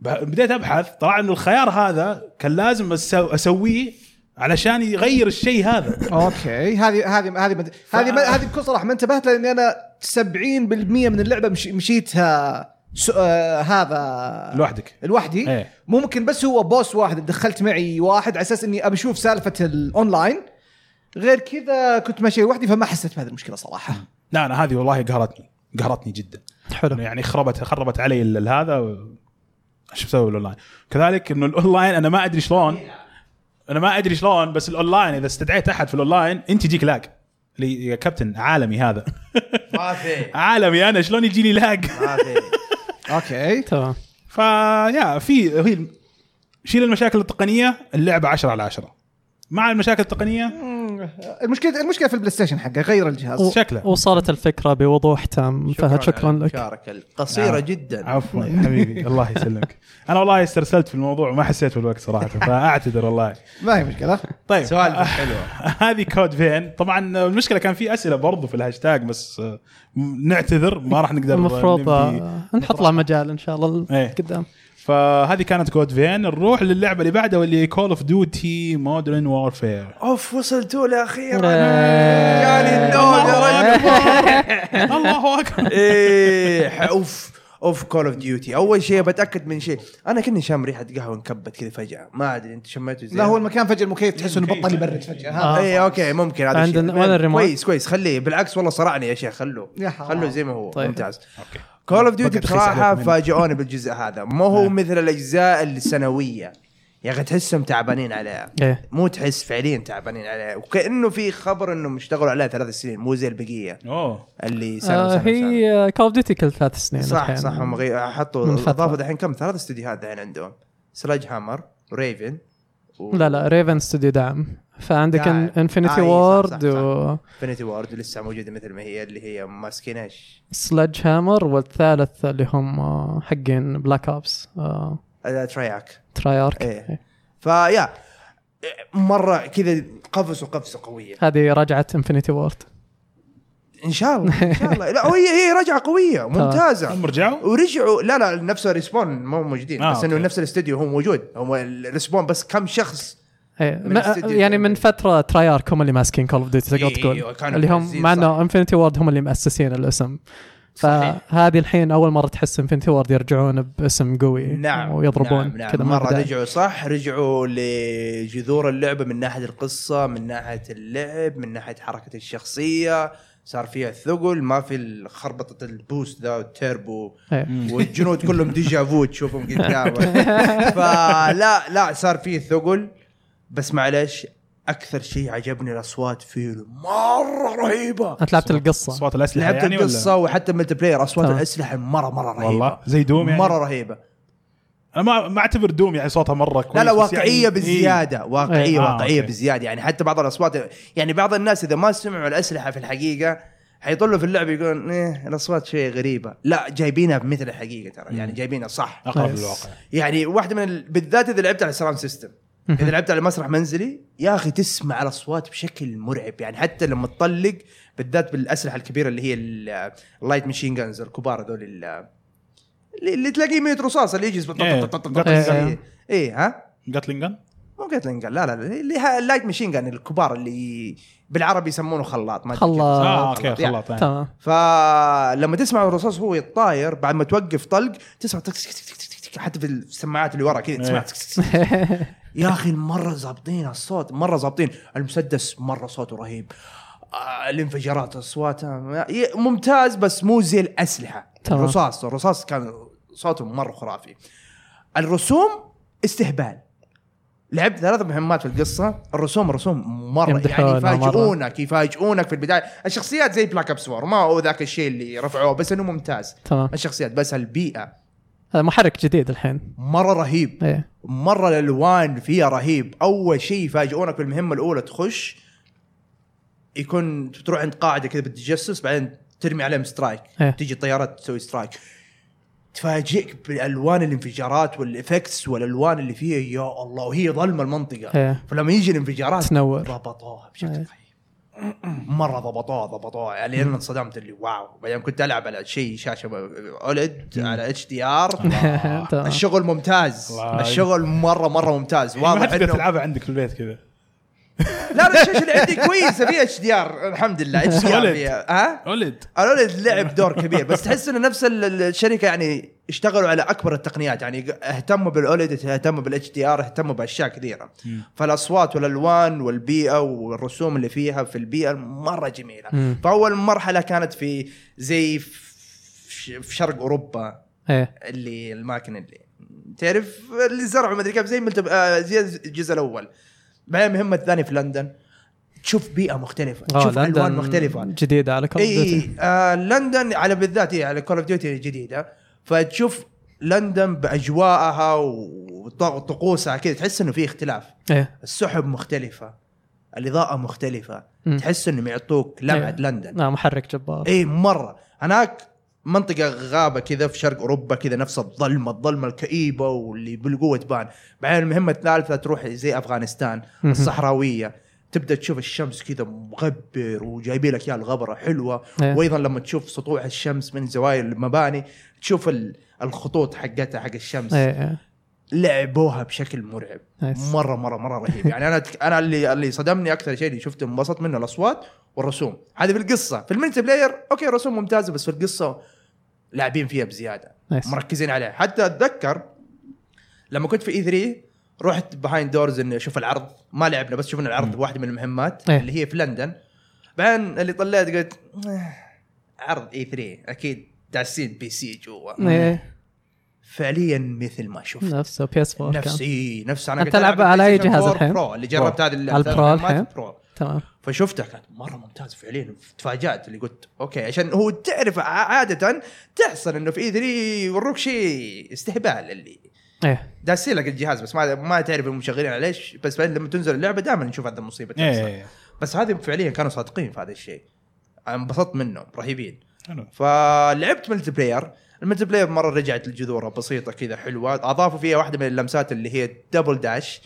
Speaker 1: ب- بديت ابحث طلع انه الخيار هذا كان لازم أسو- اسويه علشان يغير الشيء هذا
Speaker 4: اوكي هذه هذه هذه مد- هذه مد- هذه بكل صراحه ما انتبهت لاني انا 70% من اللعبه مش مشيتها س... آه هذا
Speaker 1: لوحدك
Speaker 4: لوحدي
Speaker 1: إيه.
Speaker 4: ممكن بس هو بوس واحد دخلت معي واحد على اساس اني ابي اشوف سالفه الاونلاين غير كذا كنت ماشي لوحدي فما حسيت بهذه المشكله صراحه
Speaker 1: لا انا هذه والله قهرتني قهرتني جدا
Speaker 2: حلو
Speaker 1: إنه يعني خربت خربت علي ال- ال- هذا و- شو بسوي الاونلاين كذلك انه الاونلاين انا ما ادري شلون انا ما ادري شلون بس الاونلاين اذا استدعيت احد في الاونلاين انت يجيك لاج لي يا كابتن عالمي هذا
Speaker 3: ما في
Speaker 1: عالمي انا شلون يجي لي لاج
Speaker 3: ما في
Speaker 4: اوكي
Speaker 2: تمام
Speaker 1: فيا في هي الم- شيل المشاكل التقنيه اللعبه 10 على 10 مع المشاكل التقنيه
Speaker 4: المشكله المشكله في البلاي ستيشن حقه غير
Speaker 2: و-
Speaker 4: الجهاز
Speaker 1: شكله.
Speaker 2: وصلت الفكره بوضوح تام فهد شكرا
Speaker 3: على
Speaker 2: لك نعم.
Speaker 3: المشاركة القصيرة جدا
Speaker 1: عفوا حبيبي الله يسلمك انا والله استرسلت في الموضوع وما حسيت بالوقت صراحه فاعتذر والله
Speaker 4: ما هي مشكله
Speaker 1: طيب
Speaker 3: سوالف حلوة
Speaker 1: هذه كود فين طبعا المشكله كان في اسئله برضو في الهاشتاج بس آه، م- نعتذر ما راح نقدر
Speaker 2: المفروض
Speaker 1: نمضي.
Speaker 2: آه، نحط له مجال ان شاء الله
Speaker 1: إيه.
Speaker 2: قدام
Speaker 1: فهذه كانت كود فين نروح للعبه اللي بعدها واللي كول اوف ديوتي مودرن وورفير
Speaker 3: اوف وصلتوا له اخيرا جاني
Speaker 2: إيه.
Speaker 3: النود يا رجل
Speaker 1: الله اكبر
Speaker 3: ايه ح- اوف اوف كول اوف ديوتي اول شيء بتاكد من شيء انا كني شام ريحه قهوه انكبت كذا فجاه ما ادري انت شميته زي
Speaker 4: لا هو المكان فجاه المكيف تحس انه بطل يبرد فجاه
Speaker 2: آه.
Speaker 4: هذا
Speaker 3: اي اوكي ممكن هذا
Speaker 2: عندنا-
Speaker 3: الشيء.
Speaker 2: ولا الريموت؟
Speaker 3: كويس كويس خليه بالعكس والله صرعني يا شيخ خلوه
Speaker 4: يا حرام.
Speaker 3: خلوه زي ما هو
Speaker 2: طيب.
Speaker 3: ممتاز كول اوف ديوتي
Speaker 1: بقى رخيص
Speaker 3: بصراحه
Speaker 1: عليكم منه.
Speaker 3: فاجئوني بالجزء هذا ما
Speaker 2: طيب.
Speaker 3: هو مثل الاجزاء السنويه يا اخي تحسهم تعبانين عليها
Speaker 2: إيه.
Speaker 3: مو تحس فعليا تعبانين عليها وكانه في خبر انهم اشتغلوا عليها ثلاث سنين مو زي البقيه
Speaker 1: اوه
Speaker 3: اللي سنه
Speaker 2: آه،
Speaker 3: سنه, سنة.
Speaker 2: هي كول اوف ديوتي كل ثلاث سنين
Speaker 3: صح
Speaker 2: الحين.
Speaker 3: صح هم غي... حطوا
Speaker 2: من فترة.
Speaker 3: اضافوا دحين كم ثلاث استديوهات دحين عندهم سلاج هامر وريفن و...
Speaker 2: لا لا ريفن ستوديو دعم فعندك
Speaker 3: دعم.
Speaker 2: انفنتي
Speaker 3: آه، إيه، صح، صح،
Speaker 2: وورد و
Speaker 3: فينيتي وورد لسه موجوده مثل ما هي اللي هي ماسكين ايش؟
Speaker 2: سلج هامر والثالث اللي هم آه، حقين آه، بلاك اوبس
Speaker 3: آه، تراياك
Speaker 2: تراي ارك
Speaker 3: إيه. فيا مره كذا قفزوا قفزه قويه
Speaker 2: هذه رجعت انفنتي وورد
Speaker 3: ان شاء الله ان شاء الله لا هي هي رجعه
Speaker 2: طيب.
Speaker 3: قويه ممتازه
Speaker 1: هم رجعوا
Speaker 3: ورجعوا لا لا نفس الريسبون مو موجودين
Speaker 1: آه،
Speaker 3: بس انه
Speaker 1: أوكي.
Speaker 3: نفس الاستديو هو موجود هو الريسبون بس كم شخص
Speaker 2: ايه
Speaker 3: من
Speaker 2: ما
Speaker 3: الاستديو
Speaker 2: يعني من
Speaker 3: الأول.
Speaker 2: فتره تراي ارك هم اللي ماسكين كول اوف ديوتي تقدر
Speaker 3: إيه، إيوه،
Speaker 2: تقول
Speaker 3: كانوا
Speaker 2: اللي هم
Speaker 3: مميزين،
Speaker 2: مع انه
Speaker 3: صح.
Speaker 2: انفنتي وورد هم اللي مؤسسين الاسم
Speaker 3: صحيح.
Speaker 2: فهذه الحين اول مره تحس انفنتي وورد يرجعون باسم قوي
Speaker 3: نعم
Speaker 2: ويضربون
Speaker 3: نعم, نعم
Speaker 2: كذا من
Speaker 3: مره
Speaker 2: البداية.
Speaker 3: رجعوا صح رجعوا لجذور اللعبه من ناحيه القصه من ناحيه اللعب من ناحيه حركه الشخصيه صار فيها ثقل ما في ال- خربطه البوست ذا والتيربو
Speaker 2: إيه.
Speaker 3: والجنود كلهم ديجافو تشوفهم قدامك فلا لا صار فيه ثقل بس معلش اكثر شيء عجبني الاصوات فيه مره رهيبه
Speaker 2: انت لعبت القصه
Speaker 1: اصوات الاسلحه
Speaker 3: لعبت
Speaker 1: يعني ولا؟
Speaker 3: القصه وحتى الملتي بلاير اصوات
Speaker 2: تمام.
Speaker 3: الاسلحه مره مره رهيبه
Speaker 1: والله زي دوم يعني
Speaker 3: مره رهيبه
Speaker 1: انا ما ما اعتبر دوم يعني صوتها مره كويس
Speaker 3: لا لا
Speaker 1: بس يعني-
Speaker 3: واقعيه بالزياده واقعيه
Speaker 2: إيه.
Speaker 1: آه،
Speaker 3: واقعيه
Speaker 1: أوكي.
Speaker 3: بالزياده يعني حتى بعض الاصوات يعني بعض الناس اذا ما سمعوا الاسلحه في الحقيقه حيطلوا في اللعبه يقولون ايه الاصوات شيء غريبه لا جايبينها بمثل الحقيقه ترى يعني جايبينها صح
Speaker 1: إيه، اقرب
Speaker 2: نايس.
Speaker 1: للواقع
Speaker 3: يعني واحده من ال... بالذات اذا لعبت على سراوند سيستم اذا لعبت على مسرح منزلي يا اخي تسمع الاصوات بشكل مرعب يعني حتى لما تطلق بالذات بالاسلحه الكبيره اللي هي ال- اللايت ماشين جانز الكبار هذول ال- اللي, اللي تلاقيه 100 رصاص اللي يجلس
Speaker 1: إيه.
Speaker 2: إيه.
Speaker 3: اي ها
Speaker 1: جاتلين جن
Speaker 3: مو قاتلين جان لا لا لا اللي ها- اللايت ماشين جان الكبار اللي بالعربي يسمونه خلاط ما أدري كيف.
Speaker 2: خلاص
Speaker 1: اه اوكي
Speaker 3: يعني.
Speaker 1: خلاص يعني.
Speaker 2: تمام
Speaker 3: فلما تسمع الرصاص وهو يطاير بعد ما توقف طلق تسمع تك تك تك تك تك تك حتى في السماعات اللي ورا كذا تسمع
Speaker 1: إيه.
Speaker 3: تك تك تك. يا اخي مره ظابطين الصوت مره ظابطين المسدس مره صوته رهيب آه، الانفجارات اصواتها ي- ممتاز بس مو زي الاسلحه
Speaker 2: تمام.
Speaker 3: الرصاص الرصاص كان صوتهم مره خرافي الرسوم استهبال لعبت ثلاث مهمات في القصه الرسوم رسوم مره يعني
Speaker 2: يمدحونها مرة.
Speaker 3: يفاجئونك يفاجئونك في البدايه الشخصيات زي بلاك ابس وور ما هو ذاك الشيء اللي رفعوه بس انه ممتاز
Speaker 2: تمام
Speaker 3: الشخصيات بس البيئه
Speaker 2: هذا محرك جديد الحين
Speaker 3: مره رهيب
Speaker 2: ايه
Speaker 3: مره الالوان فيها رهيب اول شيء يفاجئونك في المهمه الاولى تخش يكون تروح عند قاعده كذا بتتجسس بعدين ترمي عليهم سترايك
Speaker 2: إيه.
Speaker 3: تيجي الطيارات تسوي سترايك تفاجئك بالالوان الانفجارات والافكتس والالوان اللي فيها يا الله وهي ظلمه المنطقه
Speaker 2: إيه.
Speaker 3: فلما يجي الانفجارات
Speaker 2: تنور.
Speaker 3: ضبطوها بشكل
Speaker 2: إيه.
Speaker 3: غريب مره ضبطوها ضبطوها يعني انا انصدمت اللي واو بعدين كنت العب على شيء شاشه اولد على اتش دي ار آه.
Speaker 2: تمام.
Speaker 3: الشغل ممتاز
Speaker 1: الله.
Speaker 3: الشغل مره مره ممتاز
Speaker 1: ما حد
Speaker 3: واضح
Speaker 1: تقدر
Speaker 3: انه
Speaker 1: تلعبها عندك في البيت كذا
Speaker 3: لا لا الشاشه اللي عندي كويسه فيها اتش دي ار الحمد لله اتش دي ار
Speaker 1: ولد.
Speaker 3: فيها ها
Speaker 1: ولد
Speaker 3: الاولد لعب دور كبير بس تحس ان نفس ال- الشركه يعني اشتغلوا على اكبر التقنيات يعني اهتموا بالاولد اهتموا بالاتش دي ار اهتموا باشياء كثيره فالاصوات والالوان والبيئه والرسوم اللي فيها في البيئه مره جميله
Speaker 2: مم.
Speaker 3: فاول مرحله كانت في زي في في شرق اوروبا
Speaker 2: ايه
Speaker 3: اللي الاماكن اللي تعرف اللي زرعوا مدري كيف زي ملتب... آه زي الجزء الاول بعدين المهمه الثانيه في لندن تشوف بيئه مختلفه
Speaker 2: آه،
Speaker 3: تشوف الوان
Speaker 2: لندن
Speaker 3: مختلفه
Speaker 2: جديده
Speaker 3: إيه،
Speaker 2: على كول أوف ديوتي.
Speaker 3: اي آه لندن على بالذات هي على كول اوف ديوتي الجديده فتشوف لندن باجواءها وط- وطقوسها كذا تحس انه في اختلاف
Speaker 2: ايه
Speaker 3: السحب مختلفه الاضاءه مختلفه
Speaker 2: مم.
Speaker 3: تحس انهم يعطوك لمعه
Speaker 2: إيه.
Speaker 3: لندن
Speaker 2: لا محرك جبار
Speaker 3: اي مره إيه، هناك منطقة غابة كذا في شرق اوروبا كذا نفس الظلمة الظلمة الكئيبة واللي بالقوة تبان بعدين المهمة الثالثة تروح زي افغانستان
Speaker 2: مهم.
Speaker 3: الصحراوية تبدا تشوف الشمس كذا مغبر وجايبين لك يا الغبرة حلوة
Speaker 2: إيه.
Speaker 3: وايضا لما تشوف سطوع الشمس من زوايا المباني تشوف ال- الخطوط حقتها حق الشمس
Speaker 2: ايه ايه
Speaker 3: لعبوها بشكل مرعب
Speaker 2: نايس.
Speaker 3: مره مره مره رهيب يعني انا انا اللي اللي صدمني اكثر شيء اللي شفته انبسط منه الاصوات والرسوم هذه في القصه في الملتي بلاير اوكي الرسوم ممتازه بس في القصه لاعبين فيها بزياده
Speaker 2: نايس.
Speaker 3: مركزين عليها حتى اتذكر لما كنت في اي 3 رحت بهايند دورز اني اشوف العرض ما لعبنا بس شفنا العرض واحده من المهمات
Speaker 2: إيه.
Speaker 3: اللي هي في لندن بعدين اللي طلعت قلت "آه، عرض E اي 3 اكيد داسين بي سي جوا
Speaker 2: ايه
Speaker 3: فعليا مثل ما شفت
Speaker 2: نفسه بي اس 4
Speaker 3: نفس
Speaker 2: كان
Speaker 3: اي نفس انا
Speaker 2: أنت
Speaker 3: قاعد ألعب
Speaker 2: تلعب على أي
Speaker 3: PlayStation
Speaker 2: جهاز
Speaker 3: 4
Speaker 2: الحين؟
Speaker 3: برو اللي جربت هذه
Speaker 2: على البرو
Speaker 3: الثلاث
Speaker 2: الحين؟
Speaker 3: مهمات برو
Speaker 2: تمام
Speaker 3: فشفتها كانت مره ممتازه فعليا تفاجات اللي قلت اوكي عشان هو تعرف ع- عاده تحصل انه في اي 3 يوروك شيء استهبال اللي
Speaker 2: ايه
Speaker 3: داسين لك الجهاز بس ما ما تعرف هم شغالين على ايش بس بعدين لما تنزل اللعبه دائما نشوف هذا المصيبه تحصل
Speaker 1: ايه
Speaker 3: بس هذه فعليا كانوا صادقين في هذا الشيء انبسطت منهم رهيبين
Speaker 1: حلو.
Speaker 3: فلعبت ملتي بلاير الملتي بلاير مره رجعت الجذوره بسيطه كذا حلوه اضافوا فيها واحده من اللمسات اللي هي دبل داش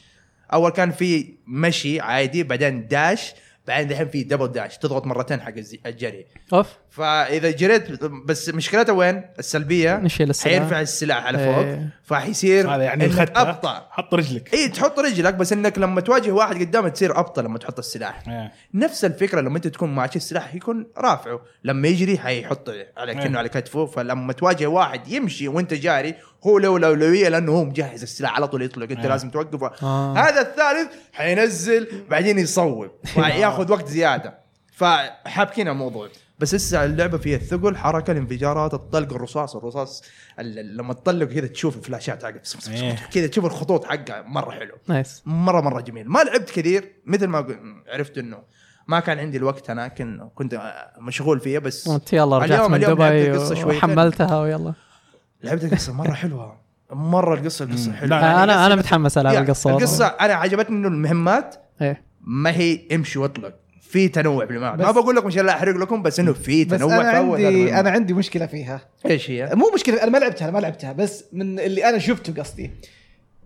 Speaker 3: اول كان في مشي عادي بعدين داش بعدين دحين في دبل داش تضغط مرتين حق الز- الجري
Speaker 2: اوف
Speaker 3: فاذا جريت بس مشكلته وين السلبيه
Speaker 2: نشيل السلاح.
Speaker 3: حيرفع السلاح على فوق
Speaker 2: إيه.
Speaker 3: فحيصير
Speaker 1: هذا يعني
Speaker 3: إنك
Speaker 1: الخطه
Speaker 3: ابطا
Speaker 1: حط رجلك
Speaker 3: اي تحط رجلك بس انك لما تواجه واحد قدامك تصير ابطا لما تحط السلاح
Speaker 1: إيه.
Speaker 3: نفس الفكره لما انت تكون مع شي السلاح يكون رافعه لما يجري حيحط على
Speaker 1: إيه.
Speaker 3: كنه على كتفه فلما تواجه واحد يمشي وانت جاري هو له الاولويه لانه هو مجهز السلاح على طول يطلق انت
Speaker 1: إيه.
Speaker 3: لازم توقفه
Speaker 2: آه.
Speaker 3: هذا الثالث حينزل بعدين يصوب ياخذ وقت زياده فحابكين الموضوع بس لسه اللعبه فيها الثقل حركه الانفجارات الطلق الرصاص الرصاص ال- ال- لما تطلق كذا تشوف الفلاشات حقه
Speaker 1: إيه.
Speaker 3: كذا تشوف الخطوط حقه مره حلو
Speaker 2: نايس
Speaker 3: مره مره جميل ما لعبت كثير مثل ما قل- عرفت انه ما كان عندي الوقت انا كن- كنت مشغول فيه بس
Speaker 2: وانت يلا رجعت
Speaker 3: اليوم-
Speaker 2: من
Speaker 3: اليوم
Speaker 2: دبي
Speaker 3: لعبت القصة
Speaker 2: و-
Speaker 3: شويتين.
Speaker 2: وحملتها ويلا
Speaker 3: لعبت القصه مره حلوه مره القصه القصه
Speaker 1: مم.
Speaker 3: حلوه
Speaker 1: لا، يعني
Speaker 2: انا انا
Speaker 3: آه، القصة-
Speaker 2: متحمس العب
Speaker 3: يا،
Speaker 2: القصه والله.
Speaker 3: القصه انا عجبتني انه المهمات
Speaker 2: ايه
Speaker 3: ما هي امشي واطلق في تنوع بالمعنى ما
Speaker 4: بس-
Speaker 3: بقول لكم عشان لا احرق لكم بس انه في
Speaker 4: بس
Speaker 3: تنوع
Speaker 4: انا
Speaker 3: في أول ثلاث
Speaker 4: عندي
Speaker 3: مهمات.
Speaker 4: انا عندي مشكله فيها
Speaker 3: ايش هي؟
Speaker 4: مو مشكله انا ما لعبتها ما لعبتها بس من اللي انا شفته قصدي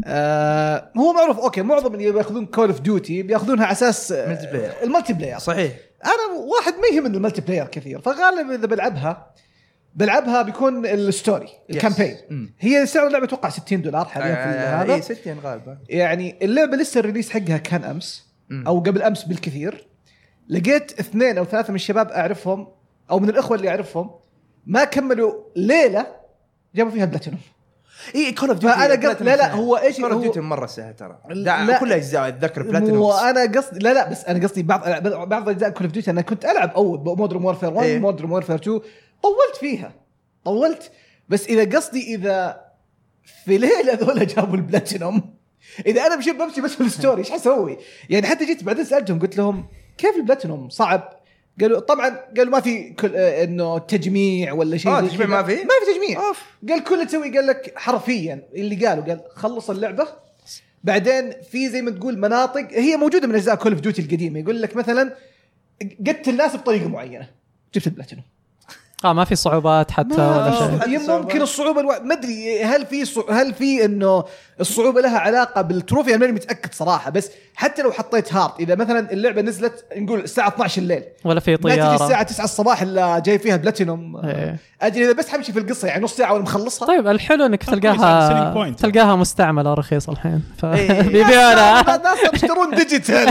Speaker 4: آه هو معروف اوكي معظم اللي بياخذون كول اوف ديوتي بياخذونها على اساس آه،
Speaker 3: Multiplayer.
Speaker 4: الملتي بلاير
Speaker 3: صحيح
Speaker 4: انا واحد ما يهمني الملتي بلاير كثير فغالبا اذا بلعبها بلعبها بيكون الستوري الكامبين
Speaker 3: مم.
Speaker 4: هي سعر اللعبه اتوقع 60 دولار حاليا في
Speaker 3: آه،
Speaker 4: هذا
Speaker 3: اي 60 غالبا
Speaker 4: يعني اللعبه لسه الريليس حقها كان امس
Speaker 3: مم.
Speaker 4: او قبل امس بالكثير لقيت اثنين او ثلاثه من الشباب اعرفهم او من الاخوه اللي اعرفهم ما كملوا ليله جابوا فيها بلاتينوم
Speaker 3: اي كول اوف
Speaker 4: فأنا قلت- لا، لا، هو إيش-
Speaker 3: كول اوف
Speaker 4: هو-
Speaker 3: ديوتي مره سهل ترى
Speaker 4: لا.
Speaker 3: لا كل اجزاء اتذكر بلاتينوم
Speaker 4: وانا قصدي لا لا بس انا قصدي بعض بعض اجزاء كول اوف ديوتي انا كنت العب اول مودرن وورفير 1
Speaker 3: إيه.
Speaker 4: مودرن وورفير 2 طولت فيها طولت بس اذا قصدي اذا في ليله ذولا جابوا البلاتينوم اذا انا بشب بمشي بس في الستوري ايش حسوي؟ يعني حتى جيت بعدين سالتهم قلت لهم كيف البلاتينوم صعب؟ قالوا طبعا قالوا ما في كل آه، انه تجميع ولا شيء
Speaker 3: آه،
Speaker 4: زي
Speaker 3: تجميع
Speaker 4: كذا.
Speaker 3: ما في؟
Speaker 4: ما في تجميع
Speaker 3: اوف
Speaker 4: قال كل اللي تسويه قال لك حرفيا اللي قاله قال خلص اللعبه بعدين في زي ما تقول مناطق هي موجوده من اجزاء كول اوف ديوتي القديمه يقول لك مثلا قتل الناس بطريقه معينه جبت البلاتينوم
Speaker 2: اه ما في صعوبات حتى ولا شيء
Speaker 4: ما- ممكن الصعوبه الو... ما ادري هل في صع... هل في انه الصعوبه لها علاقه بالتروفي انا ماني متاكد صراحه بس حتى لو حطيت هارد اذا مثلا اللعبه نزلت نقول الساعه 12 الليل
Speaker 2: ولا في
Speaker 4: ما تجي
Speaker 2: طياره
Speaker 4: الساعه 9 الصباح الا جاي فيها بلاتينوم
Speaker 2: إيه.
Speaker 4: اجل اذا بس حمشي في القصه يعني نص ساعه وانا مخلصها
Speaker 2: طيب الحلو انك
Speaker 1: selling
Speaker 2: تلقاها
Speaker 1: point.
Speaker 2: تلقاها مستعمله رخيصه الحين
Speaker 3: إيه.
Speaker 2: فبيبيعونها
Speaker 4: الناس يشترون ديجيتال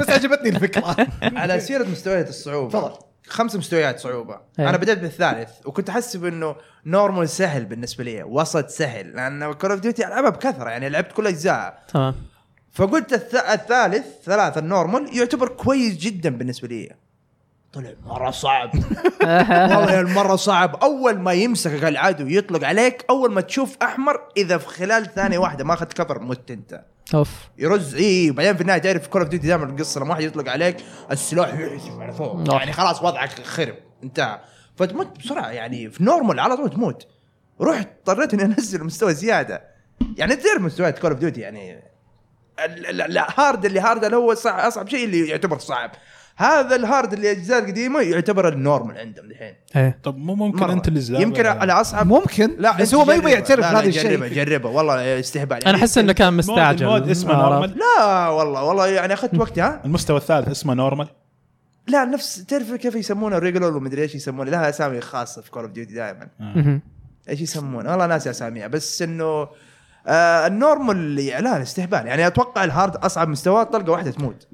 Speaker 4: بس عجبتني الفكره
Speaker 3: على سيره مستويات الصعوبه
Speaker 4: تفضل.
Speaker 3: خمس مستويات صعوبه
Speaker 2: إيه.
Speaker 3: انا بدأت بالثالث وكنت احسب انه نورمال سهل بالنسبه لي وسط سهل لان كول اوف ديوتي العبها بكثره يعني لعبت كل اجزائها
Speaker 2: تمام
Speaker 3: فقلت الث... الثالث ثلاثة النورمال يعتبر كويس جدا بالنسبة لي طلع مرة صعب والله المرة صعب أول ما يمسكك العدو يطلق عليك أول ما تشوف أحمر إذا في خلال ثانية واحدة ما أخذت كفر مت أنت
Speaker 2: اوف
Speaker 3: يرز اي وبعدين في النهايه تعرف كول اوف ديوتي دائما القصه لما واحد يطلق عليك السلاح يعزف على فوق
Speaker 4: نعم.
Speaker 2: آه.
Speaker 3: يعني خلاص وضعك خرب انتهى فتموت بسرعه يعني في نورمال على طول تموت رحت اضطريت اني انزل مستوى زياده يعني تعرف مستويات كول اوف ديوتي يعني ال- ال- ال- الهارد اللي هارد اللي هو صع- اصعب شيء اللي يعتبر صعب هذا الهارد اللي اجزاء القديمه يعتبر النورمال عندهم الحين
Speaker 2: ايه
Speaker 1: طب مو ممكن
Speaker 3: مرة.
Speaker 1: انت اللي زلابة
Speaker 3: يمكن
Speaker 1: يعني.
Speaker 3: الاصعب
Speaker 4: ممكن
Speaker 3: لا
Speaker 4: بس هو ما يبغى
Speaker 3: جربها.
Speaker 4: يعترف
Speaker 3: لا، لا،
Speaker 4: بهذا
Speaker 3: جربها
Speaker 4: الشيء
Speaker 3: جربها والله استهبال
Speaker 2: انا احس انه كان
Speaker 1: المود-
Speaker 2: مستعجل
Speaker 1: المود اسمه
Speaker 2: عرفت؟
Speaker 1: نورمال
Speaker 3: لا والله والله يعني اخذت وقتي ها
Speaker 1: المستوى الثالث اسمه نورمال
Speaker 3: لا نفس تعرف كيف يسمونه الريجولر ومدري ايش يسمونه لها اسامي خاصه في كول اوف ديوتي دائما
Speaker 2: مهم.
Speaker 3: ايش يسمونه والله ناسي اساميها بس انه آه النورمال اللي- لا الاستهبال يعني اتوقع الهارد اصعب مستوى طلقه واحده تموت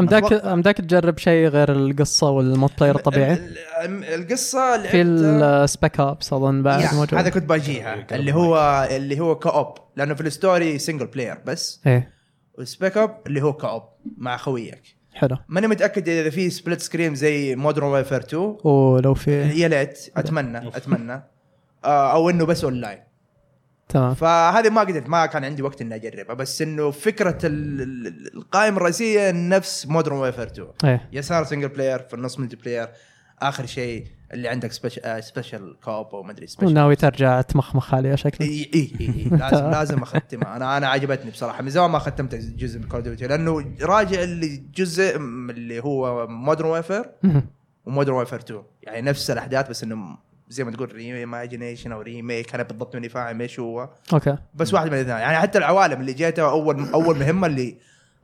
Speaker 2: امداك
Speaker 3: أتوقع. أه،
Speaker 2: امداك تجرب شيء غير القصه والمود بلاير الطبيعي
Speaker 3: ال- ال- القصه لعبت-
Speaker 2: في السبيك ابس اظن بعد
Speaker 3: يا،
Speaker 2: موجود
Speaker 3: أه، هذا كنت باجيها اللي هو اللي هو كاوب لانه في الستوري سنجل بلاير بس
Speaker 2: ايه
Speaker 3: والسبيك اب اللي هو كاوب مع خويك
Speaker 2: حلو
Speaker 3: ماني متاكد اذا في سبليت سكريم زي مودرن ويفر 2
Speaker 2: ولو في
Speaker 3: يا ليت اتمنى اتمنى آه، او انه بس اونلاين
Speaker 2: تمام
Speaker 3: فهذه ما قدرت ما كان عندي وقت اني اجربها بس انه فكره ال- ال- القائمه الرئيسيه نفس مودرن ويفر 2
Speaker 2: ايه
Speaker 3: يسار سنجل بلاير في النص ملتي بلاير اخر شيء اللي عندك سبيش- آه، سبيشل كوب او مدري سبيشل
Speaker 2: وناوي ترجع تمخمخ عليها شكلك
Speaker 3: اي اي اي إي، لازم لازم اختمها انا انا عجبتني بصراحه من زمان ما ختمت جزء من كول ديوتي لانه راجع للجزء اللي هو مودرن ويفر
Speaker 2: مهم.
Speaker 3: ومودرن ويفر 2 يعني نفس الاحداث بس انه زي ما تقول ريماجينيشن او ريميك انا بالضبط ماني فاهم ايش هو
Speaker 2: اوكي
Speaker 3: بس واحد من الاثنين يعني حتى العوالم اللي جيتها اول اول مهمه اللي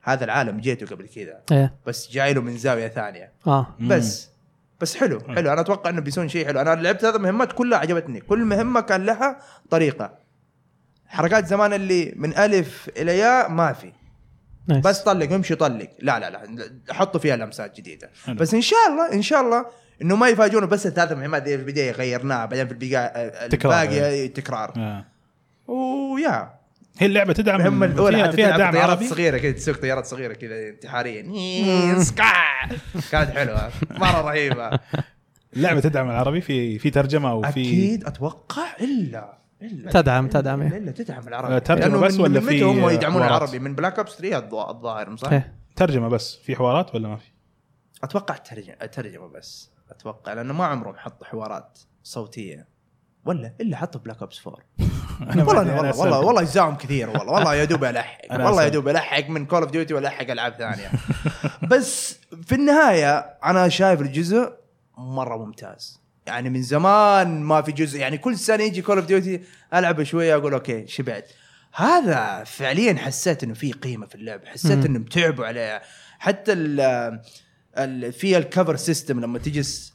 Speaker 3: هذا العالم جيته قبل كذا
Speaker 2: ايه
Speaker 3: بس جاي له من زاويه ثانيه
Speaker 2: اه
Speaker 3: بس بس حلو حلو انا اتوقع انه بيسوون شيء حلو انا لعبت ثلاث مهمات كلها عجبتني كل مهمه كان لها طريقه حركات زمان اللي من الف الى ياء ما في
Speaker 2: نايس.
Speaker 3: بس طلق وامشي طلق لا لا لا حطوا فيها لمسات جديده بس ان شاء الله ان شاء الله انه ما يفاجئونه بس الثلاث مهمات دي في البدايه غيرناها بعدين في البقاء
Speaker 1: تكرار،
Speaker 3: الباقي تكرار
Speaker 1: آه.
Speaker 3: ويا
Speaker 1: هي اللعبه تدعم
Speaker 3: المهمة الأولى
Speaker 1: فيها,
Speaker 3: حتى
Speaker 1: فيها
Speaker 3: تلعب
Speaker 1: دعم
Speaker 3: طيارات
Speaker 1: عربي
Speaker 3: صغيرة كذا تسوق طيارات صغيرة كذا انتحاريا سكا كانت حلوة مرة رهيبة
Speaker 1: اللعبه تدعم العربي في في ترجمه وفي
Speaker 3: أكيد أتوقع إلا إلا
Speaker 2: تدعم-
Speaker 3: إلا-
Speaker 2: تدعم، إيه.
Speaker 3: إلا تدعم
Speaker 1: آه،
Speaker 3: العربي
Speaker 1: ترجمة
Speaker 3: لأنه
Speaker 1: بس
Speaker 3: من-
Speaker 1: ولا
Speaker 3: من
Speaker 1: في
Speaker 3: متى هم يدعمون
Speaker 1: حوارات؟
Speaker 3: العربي من بلاك أوبس 3 الظ- الظاهر صح؟
Speaker 2: ايه
Speaker 1: ترجمه بس في حوارات ولا ما في؟
Speaker 3: أتوقع ترجمة ترجمة بس أتوقع لأنه ما عمرهم حطوا حوارات صوتية ولا الا حطوا بلاك اوبس 4
Speaker 1: أنا ما-
Speaker 3: والله أنا
Speaker 1: أنا
Speaker 3: والله
Speaker 1: أسألك.
Speaker 3: والله والله اجزائهم كثير والله والله يا دوب الحق
Speaker 1: أنا
Speaker 3: والله يا
Speaker 1: أسأل.
Speaker 3: دوب الحق من كول اوف ديوتي والحق العاب ثانيه بس في النهايه انا شايف الجزء مره ممتاز يعني من زمان ما في جزء يعني كل سنه يجي كول اوف ديوتي العب شويه اقول اوكي شبعت هذا فعليا حسيت انه في قيمه في اللعبه حسيت انهم تعبوا عليها حتى ال ال- في الكفر سيستم لما تجلس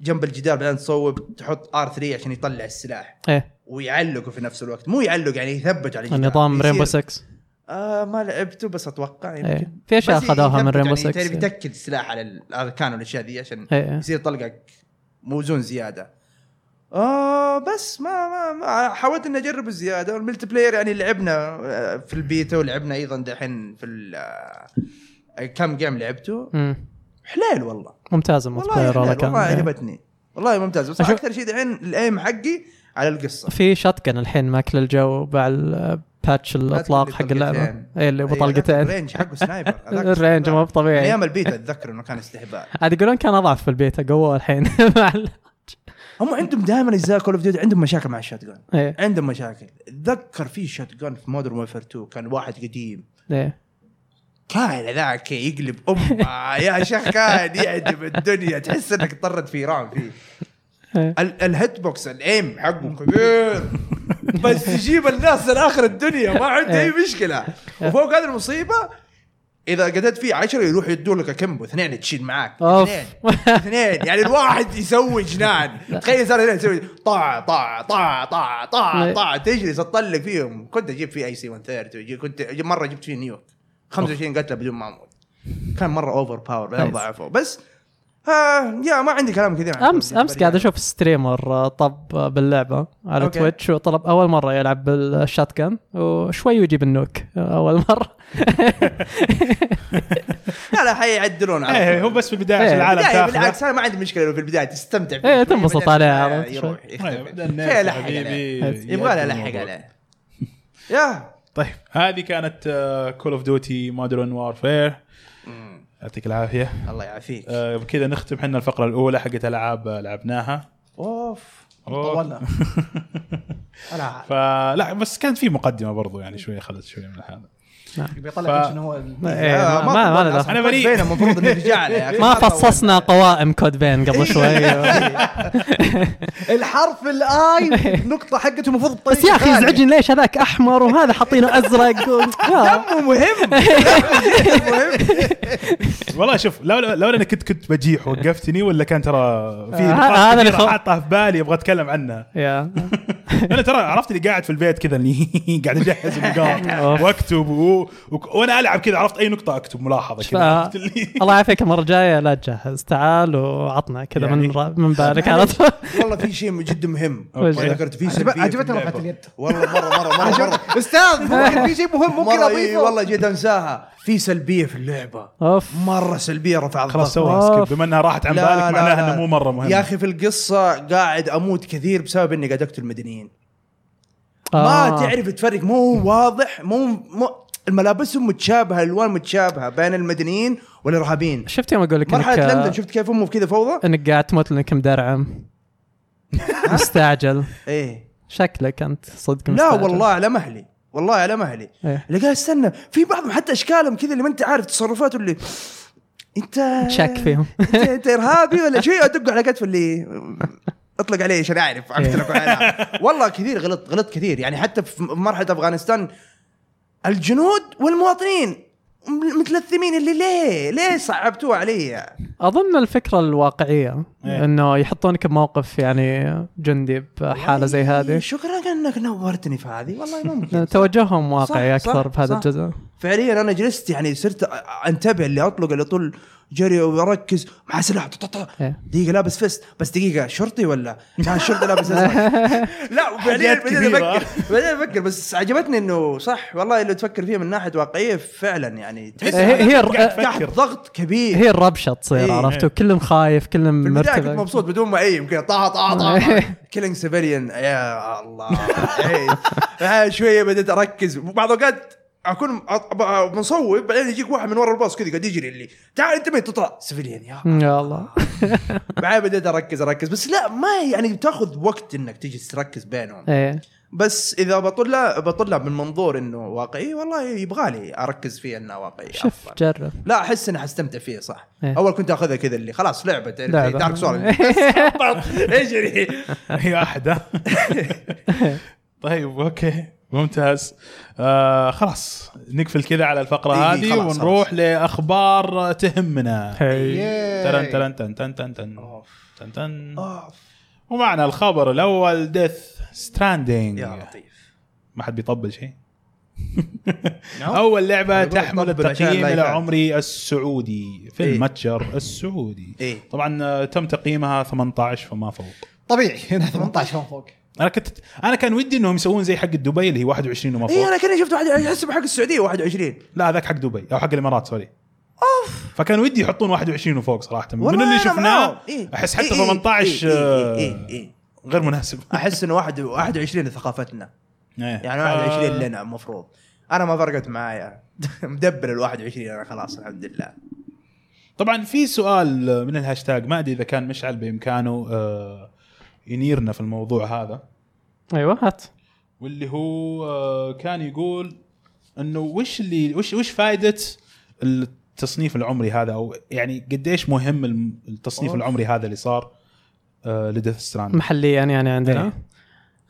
Speaker 3: جنب الجدار بعدين تصوب تحط ار 3 عشان يطلع السلاح
Speaker 2: ايه
Speaker 3: ويعلقوا في نفس الوقت مو يعلق يعني يثبت على الجدار.
Speaker 2: النظام
Speaker 3: يصير-
Speaker 2: رينبو 6
Speaker 3: آه ما لعبته بس اتوقع يمكن
Speaker 2: إيه. في أشياء
Speaker 3: بس
Speaker 2: أخذوها من
Speaker 3: يثبت
Speaker 2: Rainbow
Speaker 3: يعني
Speaker 2: Six،
Speaker 3: تعرف
Speaker 2: إيه.
Speaker 3: يتاكد السلاح على الاركان والاشياء ذي عشان
Speaker 2: إيه.
Speaker 3: يصير طلقك موزون زياده آه بس ما ما, ما حاولت اني اجربه زياده والملتي بلاير يعني لعبنا آه، في البيتا ولعبنا ايضا دحين في ال- آه، كم جيم لعبته
Speaker 2: امم
Speaker 3: حلال والله
Speaker 2: ممتاز المود
Speaker 3: والله
Speaker 2: بلاير
Speaker 3: حلال
Speaker 2: والله كان
Speaker 3: والله يعني
Speaker 2: إيه.
Speaker 3: عجبتني والله ممتاز بس
Speaker 2: أشوف-
Speaker 3: اكثر شيء دحين الايم حقي على القصه
Speaker 2: في شاتجن الحين ماكل الجو مع الباتش الاطلاق
Speaker 3: اللي
Speaker 2: حق اللعبه
Speaker 3: بطلقتين.
Speaker 2: اي اللي
Speaker 3: أي، هذاك
Speaker 2: بطلقتين
Speaker 3: أيوة، الرينج حقه سنايبر هذاك يعني
Speaker 2: الرينج مو
Speaker 3: من
Speaker 2: طبيعي
Speaker 3: ايام البيتا اتذكر انه كان استهبال
Speaker 2: عاد يقولون كان اضعف في البيتا قووه الحين مع ال-
Speaker 3: هم عندهم دائما اجزاء كول اوف ديوتي عندهم مشاكل مع الشوت جان
Speaker 2: ايه
Speaker 3: عندهم مشاكل اتذكر في شوت جان في مودرن ويفر 2 كان واحد قديم
Speaker 2: ايه
Speaker 3: كان ذاك يقلب امه يا شيخ كان يعجب الدنيا تحس انك طرد في رعب فيه
Speaker 2: إيه.
Speaker 3: ال- الهيت بوكس الايم حقه كبير بس يجيب الناس لاخر الدنيا ما عنده اي مشكله وفوق هذه المصيبه اذا قتلت فيه 10 يروح يدور لك كمبو اثنين تشيل معاك
Speaker 2: أوف.
Speaker 3: اثنين اثنين يعني الواحد يسوي جنان تخيل صار هنا يسوي طع طع طع طع طع
Speaker 2: إيه.
Speaker 3: طع تجلس تطلق فيهم كنت اجيب فيه اي سي 130 وأجيب- كنت مره جبت فيه نيوك 25 قتله بدون ما اموت كان مره اوفر باور بعدين
Speaker 2: نايس.
Speaker 3: ضعفوا بس آه يا ما عندي كلام كثير عن
Speaker 2: امس
Speaker 3: الفيلم.
Speaker 2: امس قاعد اشوف ستريمر آه، طب آه، باللعبه على
Speaker 3: أوكي.
Speaker 2: تويتش وطلب اول مره يلعب بالشات كان وشوي يجيب النوك آه، اول مره
Speaker 3: لا لا حيعدلون على
Speaker 1: ايه
Speaker 3: طول.
Speaker 1: هو بس في البدايه
Speaker 2: إيه.
Speaker 1: عشان العالم
Speaker 3: لا
Speaker 1: تاخذه
Speaker 3: بالعكس انا ما عندي مشكله لو في البدايه تستمتع فيه
Speaker 2: إيه،
Speaker 3: شوي،
Speaker 2: تنبسط
Speaker 3: بعدين
Speaker 2: عليها عرفت
Speaker 3: يروح
Speaker 2: شوي.
Speaker 1: طيب،
Speaker 3: يختفي.
Speaker 1: بدأ الناس
Speaker 3: شوي ألحق
Speaker 1: حبيبي
Speaker 3: عليه.
Speaker 1: يأكل
Speaker 3: يبغى لي الحق
Speaker 1: الموضوع.
Speaker 3: عليه يا
Speaker 1: طيب هذه كانت آه، كول اوف ديوتي مودرن وارفير يعطيك العافيه
Speaker 3: الله يعافيك
Speaker 1: آه، بكذا نختم احنا الفقره الاولى حقت العاب آه، لعبناها
Speaker 4: اوف
Speaker 1: أوه.
Speaker 4: طولنا انا
Speaker 1: فلا بس كانت في مقدمه برضو يعني شويه خلت شويه من هذا
Speaker 4: بيطلع
Speaker 1: ف-
Speaker 4: لك شنو هو
Speaker 2: إيه،
Speaker 4: ال-
Speaker 2: ما- ما ما له دخل.
Speaker 1: أنا بريء.
Speaker 3: بينا المفروض نرجع له يا أخي.
Speaker 2: ما
Speaker 3: طول.
Speaker 2: فصصنا قوائم كود بين قبل شوي
Speaker 4: الحرف الاي النقطه حقته المفروض
Speaker 2: بس يا
Speaker 4: إيه.
Speaker 2: اخي يزعجني ليش هذاك احمر وهذا حاطينه ازرق و... يا.
Speaker 3: دمه مهم
Speaker 1: والله شوف لولا لولا انك كنت كنت بجيح وقفتني ولا كان ترى في
Speaker 2: آه،
Speaker 1: نقاط
Speaker 2: هذا اللي
Speaker 1: كثيرة
Speaker 2: خو-
Speaker 1: حاطها في بالي ابغى اتكلم عنها
Speaker 2: يا
Speaker 1: انا ترى عرفت اللي قاعد في البيت كذا اللي قاعد اجهز النقاط
Speaker 2: أوف.
Speaker 1: واكتب و... و... وانا العب كذا عرفت اي نقطه اكتب ملاحظه
Speaker 2: ف...
Speaker 1: كذا عرفت اللي
Speaker 2: الله يعافيك المره الجايه لا تجهز تعال وعطنا كذا من
Speaker 1: يعني.
Speaker 2: من بالك على طول
Speaker 3: والله في شيء جدا مهم
Speaker 2: وش؟
Speaker 3: ذكرت فيه
Speaker 4: عجبت-
Speaker 3: سلبية
Speaker 4: عجبتني
Speaker 3: في اللعبة.
Speaker 4: رفعت اليد.
Speaker 3: والله مره مره مره مره
Speaker 4: استاذ ممكن في شيء مهم ممكن
Speaker 3: مرة إيه،
Speaker 4: اضيفه
Speaker 3: والله جد انساها في سلبيه في اللعبه
Speaker 2: اوف
Speaker 3: مره سلبيه رفع
Speaker 1: خلاص
Speaker 3: الضغط.
Speaker 1: سوى سكيب بما انها راحت عن بالك
Speaker 3: لا، لا،
Speaker 1: معناها
Speaker 3: لا.
Speaker 1: انها مو مره مهمه
Speaker 3: يا اخي في القصه قاعد اموت كثير بسبب اني قاعد اقتل مدنيين
Speaker 2: آه.
Speaker 3: ما تعرف تفرق مو واضح مو, مو الملابسهم متشابهه الالوان متشابهه بين المدنيين والارهابيين
Speaker 2: شفت يوم اقول لك
Speaker 3: مرحله
Speaker 2: إنك-
Speaker 3: لندن شفت كيف امه كذا فوضى؟
Speaker 2: انك قاعد تموت لانك مدرعم مستعجل
Speaker 3: ايه
Speaker 2: شكلك انت صدق
Speaker 3: لا
Speaker 2: مستعجل.
Speaker 3: والله على مهلي والله على مهلي
Speaker 2: إيه.
Speaker 3: اللي قاعد استنى في بعضهم حتى اشكالهم كذا اللي ما انت عارف تصرفاته اللي انت
Speaker 2: تشك فيهم
Speaker 3: انت, انت ارهابي ولا شيء ادق على كتف اللي اطلق عليه يعني عشان
Speaker 2: إيه.
Speaker 3: اعرف عرفت لك ولا. والله كثير غلط غلط كثير يعني حتى في مرحله افغانستان الجنود والمواطنين م- متلثمين اللي ليه ليه صعبتوه علي
Speaker 2: اظن الفكره الواقعيه
Speaker 1: إيه.
Speaker 2: انه يحطونك بموقف يعني جندي بحاله زي هذه
Speaker 3: شكرا انك إيه، نورتني في هذه والله ممكن
Speaker 2: توجههم واقعي
Speaker 3: صح،
Speaker 2: اكثر
Speaker 3: صح،
Speaker 2: بهذا
Speaker 3: صح.
Speaker 2: الجزء
Speaker 3: فعليا انا جلست يعني صرت أ- انتبه اللي اطلق اللي طول جري واركز مع سلاح طط- طط- طط.
Speaker 2: إيه.
Speaker 3: دقيقه لابس فيست بس دقيقه شرطي ولا لا الشرطي لابس ازرق لا وبعدين
Speaker 1: حاجات
Speaker 3: بعدين
Speaker 1: كبيرة.
Speaker 3: افكر بعدين افكر بس عجبتني انه صح والله لو تفكر فيها من ناحيه واقعيه فعلا يعني تحس
Speaker 2: إيه، هي-
Speaker 1: إنك
Speaker 2: هي-
Speaker 1: قاعد
Speaker 3: تحت
Speaker 1: تفكر.
Speaker 3: ضغط كبير
Speaker 2: هي الربشه تصير
Speaker 3: إيه.
Speaker 2: عرفت وكلهم خايف كلهم
Speaker 3: في البدايه كنت
Speaker 2: مرتبك
Speaker 3: مبسوط بدون ما ايم كذا طه طه طه كيلينج سيفيليان يا الله إيه. آه، شويه بديت اركز وبعض الاوقات اكون أط- أب- منصوب بعدين يجيك واحد من ورا الباص كذا قاعد يجري اللي تعال انتبه تطلع سيفيليان يا
Speaker 2: يا الله
Speaker 3: بعدين بديت اركز اركز بس لا ما يعني بتاخذ وقت انك تجي تركز بينهم
Speaker 2: ايه
Speaker 3: بس اذا بطلها بطلها من منظور انه واقعي والله يبغالي اركز فيه انها واقعي
Speaker 2: شوف جرب
Speaker 3: لا احس اني حستمتع فيها صح
Speaker 2: إيه.
Speaker 3: اول كنت اخذها كذا اللي خلاص لعبه تعرف زي
Speaker 2: لعبة.
Speaker 3: دارك سول اجري
Speaker 1: هي احد ها؟ طيب اوكي ممتاز آه خلاص نقفل كذا على الفقره
Speaker 3: إيه، إيه،
Speaker 1: هذه
Speaker 3: خلاص،
Speaker 1: ونروح
Speaker 3: خلاص.
Speaker 1: لاخبار تهمنا
Speaker 3: إيه.
Speaker 4: ياي.
Speaker 1: ترن ترن تن تن تن تن تن تن ومعنا الخبر الاول ديث ستراندينج
Speaker 3: يا لطيف
Speaker 1: ما حد بيطبل شيء
Speaker 3: No.
Speaker 1: اول لعبه
Speaker 3: أقول نعم. لك
Speaker 1: تحمل
Speaker 3: طبل عشان
Speaker 1: التقييم
Speaker 3: لا يفات.
Speaker 1: العمري السعودي في
Speaker 3: إيه.
Speaker 1: المتجر السعودي
Speaker 3: إيه.
Speaker 1: طبعا آه، تم تقييمها 18 فما فوق
Speaker 4: طبيعي هنا 18 من فوق
Speaker 1: انا كنت انا كان ودي انهم يسوون زي حق دبي اللي هي 21 وما
Speaker 3: اي
Speaker 1: فوق
Speaker 3: انا كاني إيه، شفت واحد احسب حق السعوديه 21
Speaker 1: لا ذاك حق دبي او حق الامارات سوري اوف فكان ودي يحطون 21 وفوق صراحه من
Speaker 3: والله
Speaker 1: اللي
Speaker 3: أنا
Speaker 1: شفناه
Speaker 3: معاهم. إيه.
Speaker 1: احس حتى
Speaker 3: إيه، إيه،
Speaker 1: 18
Speaker 3: إيه، إيه،
Speaker 1: آه،
Speaker 3: إيه، إيه.
Speaker 1: غير مناسب
Speaker 3: احس انه واحد- 21 ثقافتنا
Speaker 1: آه.
Speaker 3: يعني 21 لنا المفروض انا ما فرقت معايا مدبر ال 21 انا خلاص الحمد لله
Speaker 1: طبعا في سؤال من الهاشتاج ما ادري اذا كان مشعل بامكانه آه، ينيرنا في الموضوع هذا
Speaker 2: ايوه هات
Speaker 1: واللي هو آه، كان يقول انه وش اللي وش وش فائده التصنيف العمري هذا او يعني قديش مهم الم- التصنيف
Speaker 3: أوف.
Speaker 1: العمري هذا اللي صار آه لديث ستراند
Speaker 2: محليا يعني عندنا
Speaker 1: إيه.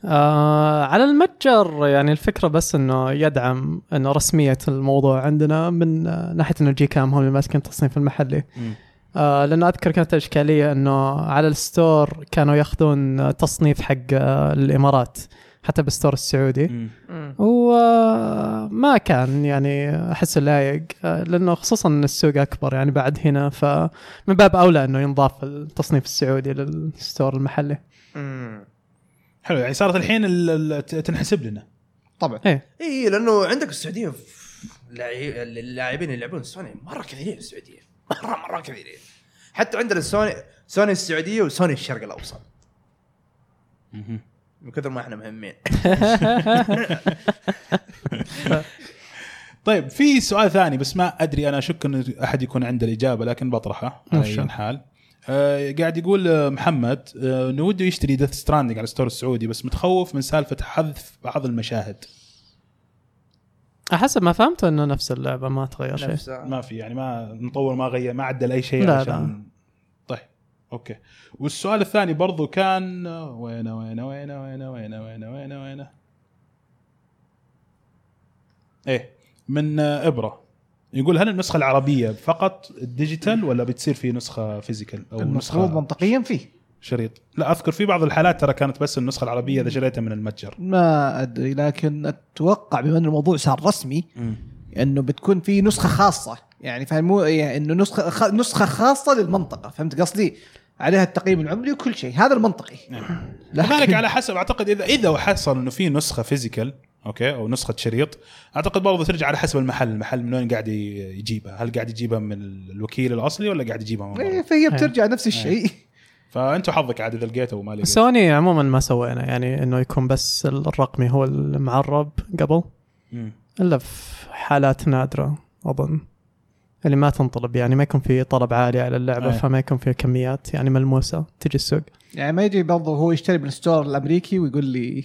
Speaker 2: آه على المتجر يعني الفكره بس انه يدعم انه رسميه الموضوع عندنا من آه، ناحيه انه جي كام هم اللي ماسكين التصنيف المحلي آه لانه اذكر كانت اشكاليه انه على الستور كانوا ياخذون آه، تصنيف حق آه الامارات حتى بالستور السعودي وما كان يعني احس لايق آه، لانه خصوصا ان السوق اكبر يعني بعد هنا فمن باب اولى انه ينضاف التصنيف السعودي للستور المحلي
Speaker 1: حلو يعني صارت الحين ال- ال- ت- تنحسب لنا
Speaker 4: طبعا
Speaker 2: ايه
Speaker 3: اي لانه إيه، عندك السعوديه ف- لاعي- اللاعبين اللي يلعبون سوني مره كثيرين السعوديه مره مره كثيرين حتى عندنا سوني سوني السعوديه وسوني الشرق الاوسط من كثر ما احنا مهمين
Speaker 1: طيب في سؤال ثاني بس ما ادري انا اشك ان احد يكون عنده الاجابه لكن بطرحه على
Speaker 2: ماشي.
Speaker 1: اي حال آه قاعد يقول آه، محمد آه انه وده يشتري ديث ستراندنج على الستور السعودي بس متخوف من سالفه حذف بعض المشاهد
Speaker 2: حسب ما فهمت انه نفس اللعبه ما تغير شيء
Speaker 3: نفسها
Speaker 1: ما في يعني ما مطور ما غير ما عدل اي شيء
Speaker 2: لا، لا.
Speaker 1: عشان طيب اوكي والسؤال الثاني برضو كان وين وين وين وين وين وين وين وين ايه من آه، ابره يقول هل النسخه العربيه فقط ديجيتال ولا بتصير في نسخه فيزيكال او
Speaker 4: المفروض
Speaker 1: نسخه
Speaker 4: منطقيا فيه
Speaker 1: شريط لا اذكر في بعض الحالات ترى كانت بس النسخه العربيه اذا شريتها من المتجر
Speaker 4: ما ادري لكن اتوقع بما ان الموضوع صار رسمي انه بتكون في نسخه خاصه يعني فاهم مو يعني انه نسخه خ... نسخه خاصه للمنطقه فهمت قصدي؟ عليها التقييم العمري وكل شيء هذا المنطقي نعم.
Speaker 1: لذلك على حسب اعتقد اذا اذا حصل انه في نسخه فيزيكال اوكي او نسخه شريط اعتقد برضه ترجع على حسب المحل المحل من وين قاعد ي- يجيبها هل قاعد يجيبها من الوكيل الاصلي ولا قاعد يجيبها من
Speaker 4: إيه،
Speaker 1: برا
Speaker 4: فهي بترجع نفس الشيء
Speaker 1: فانتم حظك عاد اذا لقيته وما لقيته
Speaker 2: سوني عموما ما سوينا يعني انه يكون بس الرقمي هو المعرب قبل
Speaker 1: مم.
Speaker 2: الا في حالات نادره اظن اللي ما تنطلب يعني ما يكون في طلب عالي على اللعبه
Speaker 4: إيه.
Speaker 1: أيه.
Speaker 2: فما يكون في كميات يعني ملموسه تجي السوق
Speaker 4: يعني ما يجي برضه هو يشتري من الستور الامريكي ويقول لي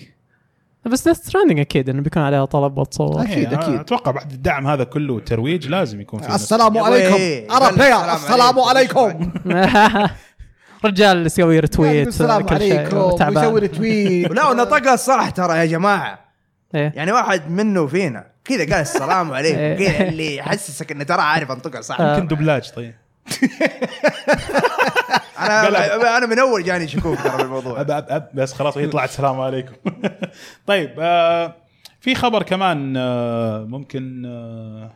Speaker 2: بس ديث ستراندنج اكيد انه بيكون عليها طلب واتصور
Speaker 4: أكيد،
Speaker 1: يعني أنا
Speaker 4: أكيد.
Speaker 1: اتوقع بعد الدعم هذا كله والترويج لازم يكون في نسخة.
Speaker 4: السلام
Speaker 3: يا وي.
Speaker 4: عليكم ارى
Speaker 3: قال
Speaker 4: بلاير
Speaker 3: السلام
Speaker 4: السلام
Speaker 3: عليكم.
Speaker 4: عليكم
Speaker 2: رجال اللي يسوي رتويت
Speaker 4: يعني السلام
Speaker 2: كل شيء
Speaker 4: عليكم ويسوي
Speaker 2: تعبان
Speaker 4: رتويت
Speaker 3: لا ونطقها الصح ترى يا جماعه
Speaker 2: إيه.
Speaker 3: يعني واحد منه فينا كذا قال السلام
Speaker 2: إيه.
Speaker 3: عليكم كذا اللي يحسسك انه ترى عارف انطقها صح
Speaker 1: يمكن دوبلاج طيب قلب.
Speaker 3: انا انا من اول جاني شكوك ترى بالموضوع
Speaker 1: أب أب أب بس خلاص هي طلعت السلام عليكم طيب آه في خبر كمان آه ممكن آه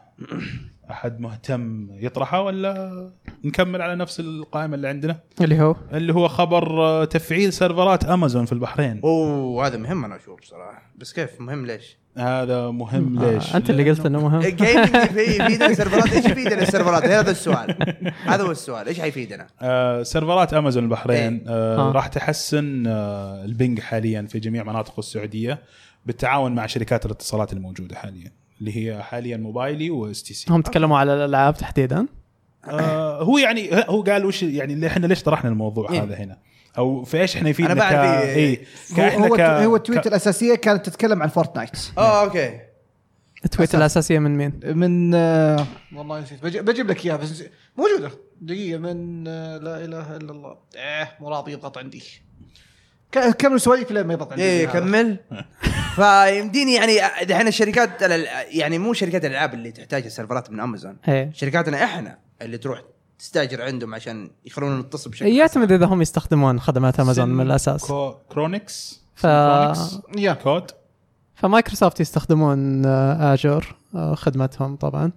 Speaker 1: احد مهتم يطرحه ولا نكمل على نفس القائمه اللي عندنا
Speaker 2: اللي هو
Speaker 1: اللي هو خبر آه تفعيل سيرفرات امازون في البحرين
Speaker 3: اوه هذا مهم انا اشوف صراحه بس كيف مهم ليش؟
Speaker 1: هذا مهم ليش
Speaker 2: آه انت اللي قلت
Speaker 1: لأنه-
Speaker 2: انه مهم
Speaker 3: الجيمنج في يفيدنا السيرفرات ايش يفيدنا السيرفرات؟ هذا السؤال هذا هو السؤال ايش حيفيدنا؟
Speaker 1: آه سيرفرات امازون
Speaker 3: إيه.
Speaker 1: البحرين آه
Speaker 2: آه.
Speaker 1: راح تحسن آه البنج حاليا في جميع مناطق السعوديه بالتعاون مع شركات الاتصالات الموجوده حاليا اللي هي حاليا موبايلي واس تي سي
Speaker 2: هم تكلموا على الالعاب تحديدا
Speaker 1: آه هو يعني هو قال وش يعني اللي احنا ليش طرحنا الموضوع
Speaker 3: إيه.
Speaker 1: هذا هنا او في ايش احنا فينا
Speaker 3: أنا بعرف إيه.
Speaker 1: اي
Speaker 4: هو
Speaker 1: كاحنا
Speaker 4: هو,
Speaker 1: ك...
Speaker 4: هو التويت
Speaker 1: ك...
Speaker 4: الاساسيه كانت تتكلم عن فورتنايت
Speaker 3: اه اوكي
Speaker 2: التويت الاساسيه من مين؟
Speaker 4: من آه، والله نسيت بجيب, بجيب لك اياها بس نسيت. موجوده دقيقه من آه، لا اله الا الله ايه مو راضي يضغط عندي ك- كمل سواليف لين ما يضغط عندي
Speaker 3: ايه
Speaker 4: هذا.
Speaker 3: كمل فيمديني يعني دحين الشركات الألع- يعني مو شركات الالعاب اللي تحتاج السيرفرات من امازون
Speaker 4: إيه.
Speaker 2: ايه
Speaker 3: شركاتنا احنا اللي تروح تستاجر عندهم عشان يخلونا نتصل بشكل
Speaker 2: يعتمد اذا هم يستخدمون خدمات امازون من الاساس
Speaker 1: كو... كرونكس
Speaker 2: ف-
Speaker 1: كرونكس؟
Speaker 4: يا
Speaker 1: كود
Speaker 2: فمايكروسوفت يستخدمون آه، اجور آه، خدمتهم طبعا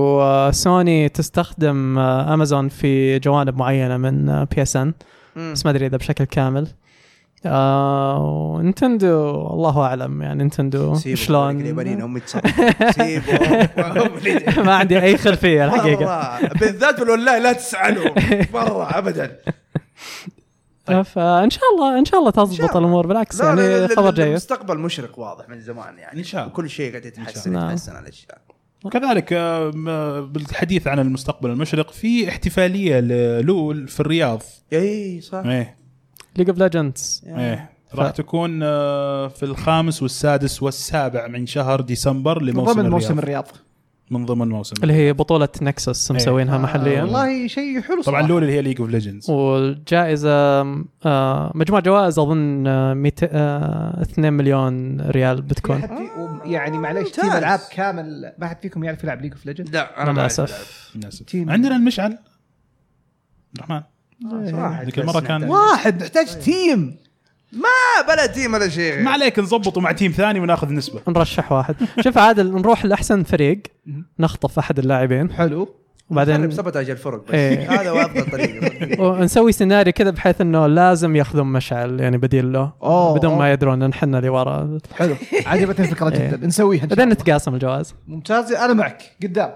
Speaker 2: وسوني تستخدم آه، امازون في جوانب معينه من آه، بي اس ان
Speaker 3: مم.
Speaker 2: بس ما ادري اذا بشكل كامل آه ونتندو الله اعلم يعني نتندو
Speaker 3: سيبوا هذولك
Speaker 2: شلون
Speaker 3: اليابانيين هم يتصرفوا سيبوا
Speaker 2: ما عندي اي خلفيه الحقيقه
Speaker 3: مرة. بالذات بالاونلاين لا تسالهم مره ابدا
Speaker 2: آه، فان شاء الله ان شاء الله
Speaker 3: إن شاء
Speaker 2: تضبط
Speaker 3: الله.
Speaker 2: الامور بالعكس
Speaker 3: لا، لا، لا،
Speaker 2: يعني
Speaker 3: لا،
Speaker 2: خبر
Speaker 3: لا،
Speaker 2: جيد
Speaker 3: المستقبل مشرق واضح من زمان يعني
Speaker 1: إن شاء الله.
Speaker 3: كل شيء قاعد
Speaker 1: شاء
Speaker 3: يتحسن
Speaker 2: الله.
Speaker 3: يتحسن الاشياء
Speaker 1: كذلك آه، م- بالحديث عن المستقبل المشرق في احتفاليه للول في الرياض
Speaker 3: اي صح
Speaker 1: ايه
Speaker 2: ليج اوف ليجندز
Speaker 1: ايه راح
Speaker 2: ف-
Speaker 1: تكون آه، في الخامس والسادس والسابع من شهر ديسمبر لموسم
Speaker 4: ضمن موسم
Speaker 1: الرياض
Speaker 4: الرياض
Speaker 1: من ضمن موسم
Speaker 2: اللي هي بطوله نكسس
Speaker 3: إيه. آه،
Speaker 2: مسوينها محليا
Speaker 4: والله شيء حلو
Speaker 1: طبعا
Speaker 4: صراحة.
Speaker 1: لول اللي هي ليج اوف ليجندز
Speaker 2: والجائزه آه، مجموع جوائز اظن آه، ميت- آه، 2 مليون ريال
Speaker 4: ما
Speaker 2: بتكون
Speaker 4: حد في- يعني معليش تيم
Speaker 3: ممتاز.
Speaker 4: العاب كامل ما حد فيكم يعرف يلعب ليج اوف ليجند
Speaker 3: لا انا ما أعرف
Speaker 2: للاسف
Speaker 4: تيم.
Speaker 1: عندنا المشعل الرحمن
Speaker 4: صراحة يعني
Speaker 1: ذيك المرة
Speaker 4: بس
Speaker 1: كان-
Speaker 4: نحتاج-
Speaker 3: واحد
Speaker 1: طيب.
Speaker 3: نحتاج تيم ما بلا تيم ولا شيء
Speaker 1: ما عليك نظبطه مع تيم ثاني وناخذ نسبه
Speaker 2: نرشح واحد شوف عادل نروح لاحسن فريق نخطف احد اللاعبين
Speaker 4: حلو
Speaker 3: بعدين
Speaker 2: وبعدين
Speaker 3: سبتاج الفرق بس
Speaker 2: إيه.
Speaker 3: هذا هو افضل طريقه
Speaker 2: ونسوي سيناريو كذا بحيث انه لازم ياخذون مشعل يعني بديل له
Speaker 4: أوه،
Speaker 2: بدون
Speaker 4: أوه.
Speaker 2: ما يدرون ان احنا اللي ورا
Speaker 4: حلو عجبتني الفكره
Speaker 2: إيه.
Speaker 4: جدا نسويها إن شاء
Speaker 2: بعدين
Speaker 4: الله.
Speaker 2: نتقاسم الجوائز
Speaker 4: ممتاز انا معك قدام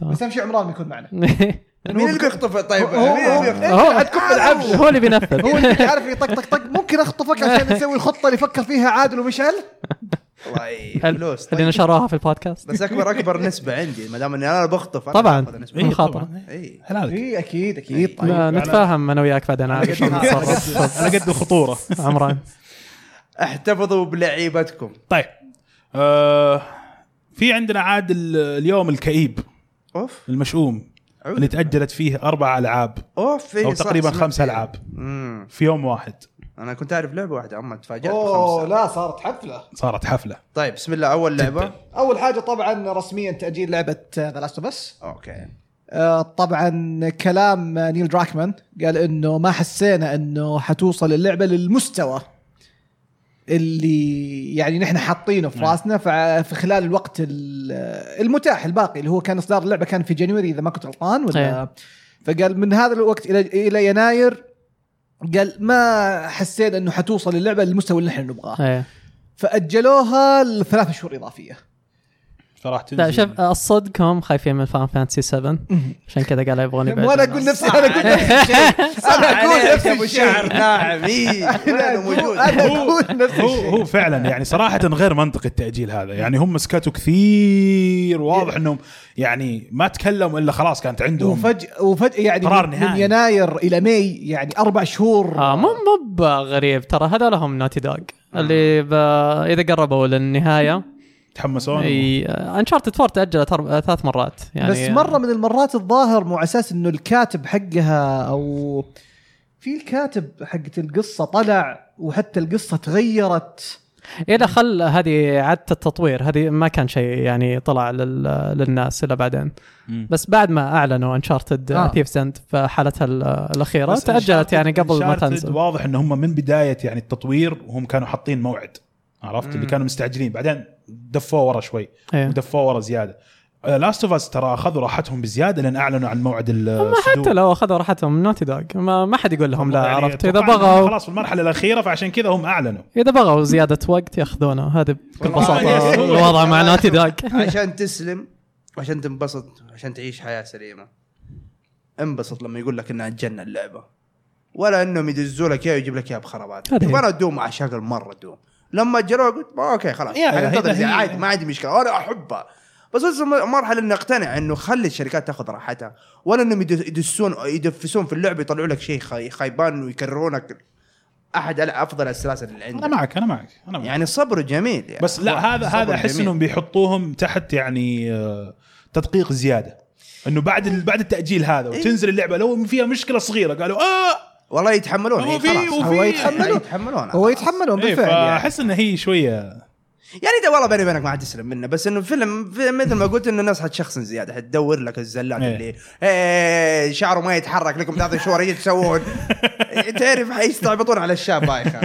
Speaker 2: تمام
Speaker 4: بس اهم شيء عمران يكون معنا
Speaker 3: مين اللي بيخطف طيب
Speaker 4: هو- هو-
Speaker 3: مين اللي بيخطف؟
Speaker 2: هو
Speaker 4: عندكم بالعب.
Speaker 2: هو اللي بينفذ
Speaker 4: هو اللي مش عارف يطق طق طق ممكن اخطفك عشان نسوي الخطه اللي فكر فيها عادل ومشعل
Speaker 3: والله إيه،
Speaker 2: هل-
Speaker 3: فلوس طيب.
Speaker 2: اللي نشروها في البودكاست
Speaker 3: بس اكبر اكبر نسبه عندي ما دام اني انا بخطف أنا
Speaker 2: طبعا
Speaker 3: باخذ نسبة.
Speaker 1: إيه،
Speaker 2: مخاطرة.
Speaker 1: طبعاً.
Speaker 3: إيه.
Speaker 1: حلالك
Speaker 4: اي اكيد اكيد طيب
Speaker 2: لا، نتفاهم انا وياك بعدين عاد شلون نتصرف.
Speaker 1: على قد الخطوره
Speaker 2: عمران
Speaker 3: احتفظوا بلعيبتكم
Speaker 1: طيب آه في عندنا عاد ال- اليوم الكئيب
Speaker 3: اوف
Speaker 1: المشؤوم
Speaker 3: أعوذ
Speaker 1: اللي تاجلت فيه اربع العاب
Speaker 3: اوف إيه،
Speaker 1: او
Speaker 3: صح،
Speaker 1: تقريبا
Speaker 3: سمعت
Speaker 1: خمس
Speaker 3: فيها.
Speaker 1: العاب
Speaker 3: أمم.
Speaker 1: في يوم واحد
Speaker 3: انا كنت اعرف لعبه واحده اما تفاجات
Speaker 4: اوه
Speaker 3: بخمسه
Speaker 4: لا صارت حفله
Speaker 1: صارت حفله
Speaker 3: طيب بسم الله اول لعبه
Speaker 4: اول حاجه طبعا رسميا تاجيل لعبه ذا لاست اوف اس
Speaker 3: اوكي
Speaker 4: آه، طبعا كلام نيل دراكمان قال انه ما حسينا انه حتوصل اللعبه للمستوى اللي يعني نحن حاطينه في
Speaker 1: نعم.
Speaker 4: راسنا فع- في خلال الوقت ال- المتاح الباقي اللي هو كان اصدار اللعبه كان في جانيوري اذا ما كنت غلطان ولا
Speaker 2: إيه.
Speaker 4: فقال من هذا الوقت الى الى يناير قال ما حسينا انه حتوصل اللعبه للمستوى اللي نحن نبغاه
Speaker 2: إيه.
Speaker 4: فاجلوها لثلاث شهور اضافيه
Speaker 1: فراح
Speaker 2: لا
Speaker 1: تنزل
Speaker 2: شوف آه، الصدق هم خايفين من فان فانتسي 7 عشان كذا قالوا يبغون يبعدون
Speaker 4: وانا اقول
Speaker 2: عنها.
Speaker 4: نفسي انا اقول نفس الشيء
Speaker 3: انا
Speaker 4: انا اقول نفس
Speaker 3: ابو شعر
Speaker 4: الشيء
Speaker 3: ناعم إيه، وينه موجود
Speaker 4: انا
Speaker 1: هو-
Speaker 4: اقول نفس
Speaker 1: هو
Speaker 4: الشيء
Speaker 1: هو فعلا يعني صراحه غير منطقي التاجيل هذا يعني هم مسكتوا كثير واضح انهم يعني ما تكلموا الا خلاص كانت عندهم
Speaker 4: وفجأة وفجأة يعني
Speaker 1: قرار
Speaker 4: من, من
Speaker 1: نهائي.
Speaker 4: يناير إلى ماي يعني أربع شهور
Speaker 2: اه مو مو بغريب ترى هذا لهم نوتي دوغ
Speaker 1: آه.
Speaker 2: اللي ب... اذا قربوا آه، للنهايه
Speaker 1: تحمسون
Speaker 2: اي انشارتد 4 تاجلت أرب... ثلاث مرات يعني
Speaker 4: بس مرة من المرات الظاهر مو على أساس إنه الكاتب حقها أو في الكاتب حقت القصة طلع وحتى القصة تغيرت
Speaker 2: الى خل هذه اعاده التطوير هذه ما كان شيء يعني طلع لل... للناس الا بعدين
Speaker 1: مم.
Speaker 2: بس بعد ما اعلنوا انشارتد
Speaker 4: آه.
Speaker 2: آه. ثيف سند فحالتها ال- الاخيره
Speaker 1: بس
Speaker 2: تاجلت يعني قبل ما
Speaker 1: Uncharted
Speaker 2: تنزل
Speaker 1: واضح ان هم من بدايه يعني التطوير وهم كانوا حاطين موعد عرفت اللي كانوا مستعجلين بعدين دفوه ورا شوي
Speaker 2: إيه.
Speaker 1: ودفوه ورا Uh, زياده لاست اوف اس ترى اخذوا راحتهم بزياده لان اعلنوا عن موعد الصدور
Speaker 2: حتى لو اخذوا راحتهم نوتي دوغ ما, ما حد يقول لهم لا
Speaker 1: يعني
Speaker 2: عرفت اذا
Speaker 1: أتوقع إنهم
Speaker 2: بغوا
Speaker 1: خلاص في المرحله الاخيره فعشان كذا هم اعلنوا
Speaker 2: اذا بغوا زياده وقت ياخذونه هذه بكل
Speaker 3: والله
Speaker 2: بساطه
Speaker 1: يس.
Speaker 2: الوضع مع نوتي دوغ
Speaker 3: عشان تسلم عشان تنبسط عشان تعيش حياه سليمه انبسط لما يقول لك انها الجنه اللعبه ولا انهم يدزوا لك اياها ويجيب لك اياها بخرابات
Speaker 2: هذه هي.
Speaker 3: وانا ادوم مع شغل مره ادوم لما جروه قلت ما اوكي خلاص
Speaker 1: يا-
Speaker 3: يعني انتظر
Speaker 1: هي-
Speaker 3: زي-
Speaker 1: هي-
Speaker 3: عادي ما عندي مشكله وانا احبها بس وصل مرحله اني اقتنع انه خلي الشركات تاخذ راحتها ولا انهم يدس- يدسون يدفسون في اللعبه يطلعوا لك شيء خي- خيبان ويكررونك احد الع- افضل السلاسل اللي
Speaker 1: انا
Speaker 3: عندنا
Speaker 1: معك انا معك انا معك
Speaker 3: يعني الصبر جميل يعني
Speaker 1: بس لا هذا
Speaker 3: الصبر
Speaker 1: هذا احس
Speaker 3: جميل.
Speaker 1: انهم بيحطوهم تحت يعني آه، تدقيق زياده انه بعد ال- بعد التاجيل هذا
Speaker 3: إيه.
Speaker 1: وتنزل اللعبه لو فيها مشكله صغيره قالوا اه
Speaker 3: والله يتحملون
Speaker 1: هو
Speaker 3: إيه،
Speaker 1: في-
Speaker 3: خلاص.
Speaker 1: هو
Speaker 4: هو
Speaker 1: في-
Speaker 4: يتحملون
Speaker 3: يتحملون
Speaker 4: هو يتحملهم
Speaker 1: إيه
Speaker 4: بالفعل يعني.
Speaker 1: فاحس ان هي شويه
Speaker 3: يعني ده والله بيني وبينك ما حتسلم منه بس انه فيلم في مثل ما قلت انه الناس حتشخصن زياده حتدور لك الزلات
Speaker 1: إيه.
Speaker 3: اللي ايه شعره ما يتحرك لكم ثلاث شهور ايش تسوون؟ تعرف حيستعبطون على الشاب بايخه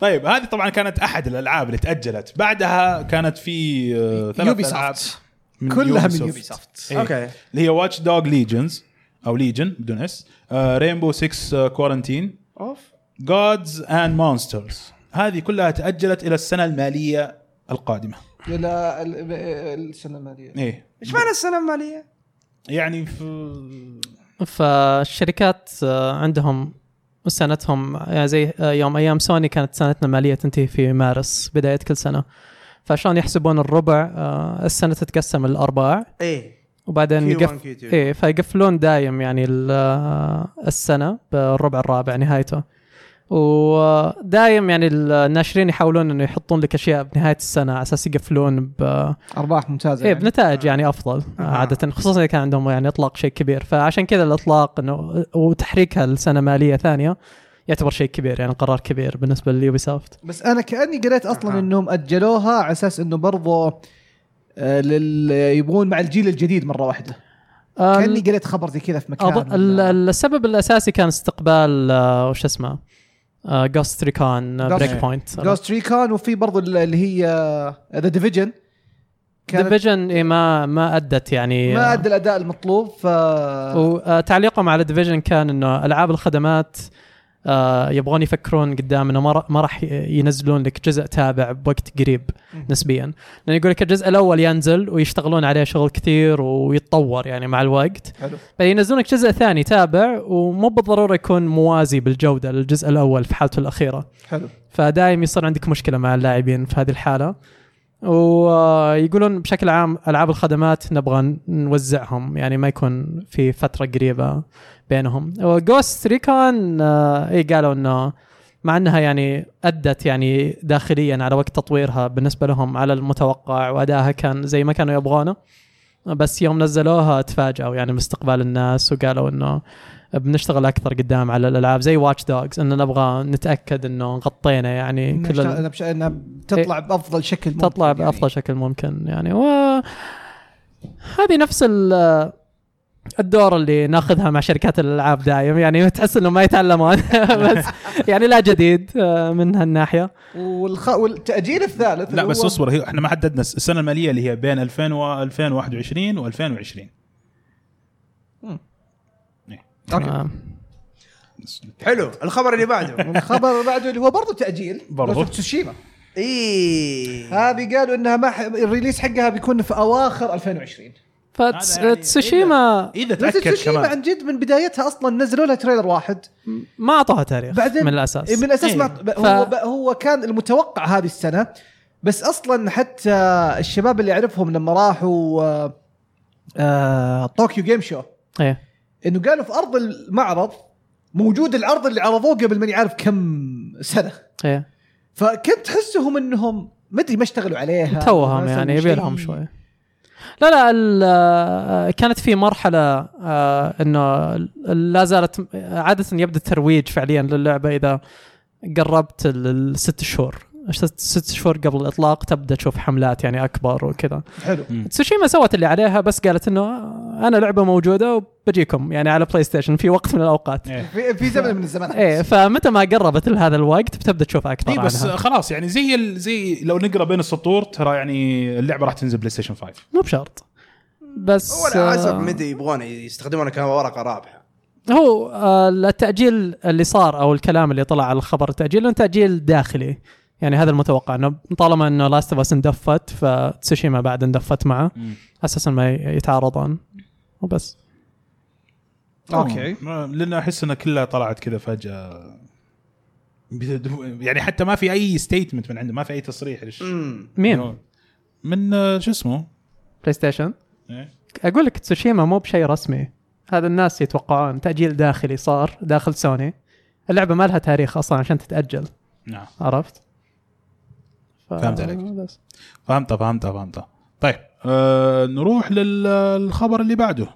Speaker 1: طيب هذه طبعا كانت احد الالعاب اللي تاجلت بعدها كانت في آه، ثلاث
Speaker 4: يوبي
Speaker 1: العاب
Speaker 4: سوفت كلها من يوبي سوفت
Speaker 1: اوكي
Speaker 3: أوكي.
Speaker 1: إيه. اللي هي واتش دوغ ليجنز او ليجن بدون آه، اس رينبو 6 كورنتين
Speaker 3: اوف
Speaker 1: جودز اند مونسترز هذه كلها تاجلت الى السنه الماليه القادمه
Speaker 4: لا ال- ال- السنة المالية
Speaker 1: ايه
Speaker 3: ايش معنى السنه الماليه؟
Speaker 1: يعني في
Speaker 2: فالشركات آه، عندهم سنتهم آه، زي آه، يوم ايام سوني كانت سنتنا الماليه تنتهي في مارس بدايه كل سنه فعشان يحسبون الربع آه، السنه تتقسم الارباع
Speaker 3: ايه
Speaker 2: وبعدين
Speaker 3: Q1
Speaker 2: يقف
Speaker 3: Q2.
Speaker 2: ايه فيقفلون دايم يعني ال- آه، السنه بالربع الرابع نهايته ودايم يعني الناشرين يحاولون انه يحطون لك اشياء بنهايه السنه على اساس يقفلون ب
Speaker 4: ارباح ممتازه
Speaker 2: ايه بنتائج
Speaker 4: آه.
Speaker 2: يعني افضل عاده خصوصا اذا كان عندهم يعني اطلاق شيء كبير فعشان كذا الاطلاق انه وتحريكها لسنه ماليه ثانيه يعتبر شيء كبير يعني قرار كبير بالنسبه ليوبي سوفت
Speaker 4: بس انا كاني قريت اصلا انهم اجلوها على اساس انه برضو آه، لل... يبغون مع الجيل الجديد مره واحده كاني قريت خبر زي كذا في مكان
Speaker 2: أظن آه، ال- ال- السبب الاساسي كان استقبال آه، وش اسمه آه، جوست ريكون
Speaker 4: Ghost-
Speaker 2: بريك بوينت
Speaker 4: جوست ريكون وفي برضو ال- اللي هي آه، ذا ديفيجن
Speaker 2: ديفيجن إيه ما ما ادت يعني
Speaker 4: ما ادى الاداء المطلوب ف
Speaker 2: وتعليقهم على ديفيجن كان انه العاب الخدمات آه، يبغون يفكرون قدام انه ما راح- ما راح ينزلون لك جزء تابع بوقت قريب نسبيا لان يقول لك الجزء الاول ينزل ويشتغلون عليه شغل كثير ويتطور يعني مع الوقت
Speaker 4: حلو.
Speaker 2: بعدين ينزلون لك جزء ثاني تابع ومو بالضروره يكون موازي بالجوده للجزء الاول في حالته الاخيره
Speaker 4: حلو
Speaker 2: فدائم يصير عندك مشكله مع اللاعبين في هذه الحاله ويقولون بشكل عام العاب الخدمات نبغى نوزعهم يعني ما يكون في فتره قريبه بينهم وجوست ريكون اي إيه، قالوا انه مع انها يعني ادت يعني داخليا على وقت تطويرها بالنسبه لهم على المتوقع وادائها كان زي ما كانوا يبغونه بس يوم نزلوها تفاجئوا يعني باستقبال الناس وقالوا انه بنشتغل اكثر قدام على الالعاب زي واتش دوجز انه نبغى نتاكد انه غطينا يعني
Speaker 4: إنها
Speaker 2: كل
Speaker 4: اشتغل-
Speaker 2: ال-
Speaker 4: إنها بش- انها تطلع بافضل شكل ممكن
Speaker 2: إيه. تطلع
Speaker 4: يعني.
Speaker 2: بافضل شكل ممكن يعني و هذه نفس ال- الدور اللي ناخذها مع شركات الالعاب دايم يعني تحس انه ما يتعلمون بس يعني لا جديد آه، من هالناحيه
Speaker 4: والخ... والتاجيل الثالث
Speaker 1: لا
Speaker 4: اللي
Speaker 1: بس
Speaker 4: هو-
Speaker 1: اصبر هي- احنا ما حددنا الس- السنه الماليه اللي هي بين 2000 و 2021 و 2020
Speaker 3: أوكي.
Speaker 2: آه،
Speaker 1: بس-
Speaker 3: حلو الخبر اللي بعده
Speaker 4: الخبر اللي بعده اللي هو برضه تاجيل
Speaker 1: برضو.
Speaker 4: Ghost of Tsushima.
Speaker 3: ايه
Speaker 4: هذه قالوا انها ما ح... الريليس حقها بيكون في اواخر 2020
Speaker 1: هذا يعني
Speaker 2: فتسوشيما
Speaker 1: اذا
Speaker 4: بس
Speaker 1: تاكد
Speaker 4: تسوشيما
Speaker 1: كمان
Speaker 4: عن جد من بدايتها اصلا نزلوا لها تريلر واحد
Speaker 2: ما اعطوها تاريخ
Speaker 4: بعدين
Speaker 2: من الاساس
Speaker 4: من الاساس
Speaker 1: إيه.
Speaker 4: ما ب- هو
Speaker 2: ف-
Speaker 4: ب- هو كان المتوقع هذه السنه بس اصلا حتى الشباب اللي اعرفهم لما راحوا آه، آه، طوكيو جيم شو
Speaker 2: ايه
Speaker 4: انه قالوا في ارض المعرض موجود العرض اللي عرضوه قبل ماني عارف كم سنه
Speaker 2: ايه
Speaker 4: فكنت تحسهم انهم ما ادري ما اشتغلوا عليها
Speaker 2: توهم
Speaker 4: ما
Speaker 2: يعني
Speaker 4: سووا
Speaker 2: يبي
Speaker 4: شيء.
Speaker 2: لهم شوي لا لا ال- آه، كانت في مرحلة آه، انه لا زالت آه، عادة يبدا الترويج فعليا للعبة اذا قربت ال- الست شهور ست- ست شهور قبل الاطلاق تبدا تشوف حملات يعني اكبر وكذا
Speaker 4: حلو
Speaker 2: تسوشيما سوت اللي عليها بس قالت انه آه، انا لعبه موجوده وبجيكم يعني على بلاي ستيشن في وقت من الاوقات
Speaker 1: إيه.
Speaker 4: في, في زمن من الزمان
Speaker 2: ايه فمتى ما قربت لهذا الوقت بتبدا تشوف اكثر
Speaker 1: اي إيه، بس
Speaker 2: عنها
Speaker 1: خلاص يعني زي ال- زي لو نقرا بين السطور ترى يعني اللعبه راح تنزل بلاي ستيشن 5
Speaker 2: مو بشرط بس
Speaker 3: هو على حسب
Speaker 2: آه،
Speaker 3: مدري يبغون يستخدمونها كورقه رابحه
Speaker 2: هو آه، التأجيل اللي صار أو الكلام اللي طلع على الخبر التأجيل لأنه تأجيل داخلي يعني هذا المتوقع انه طالما انه لاست اوف اس اندفت فتسوشيما بعد اندفت معه اساسا ما يتعارضون وبس
Speaker 4: اوكي
Speaker 1: ما- لان احس انها كلها طلعت كذا فجاه بتد- يعني حتى ما في اي ستيتمنت من عنده ما في اي تصريح ليش
Speaker 3: امم
Speaker 2: مين؟
Speaker 1: من آه، شو اسمه؟
Speaker 2: بلاي ستيشن؟
Speaker 1: إيه.
Speaker 2: اقول لك تسوشيما مو بشيء رسمي هذا الناس يتوقعون تأجيل داخلي صار داخل سوني اللعبة ما لها تاريخ اصلا عشان تتأجل
Speaker 1: نعم
Speaker 2: عرفت؟ ف-
Speaker 1: فهمت عليك.
Speaker 2: بس
Speaker 1: فهمت فهمت فهمت طيب آه نروح للخبر اللي بعده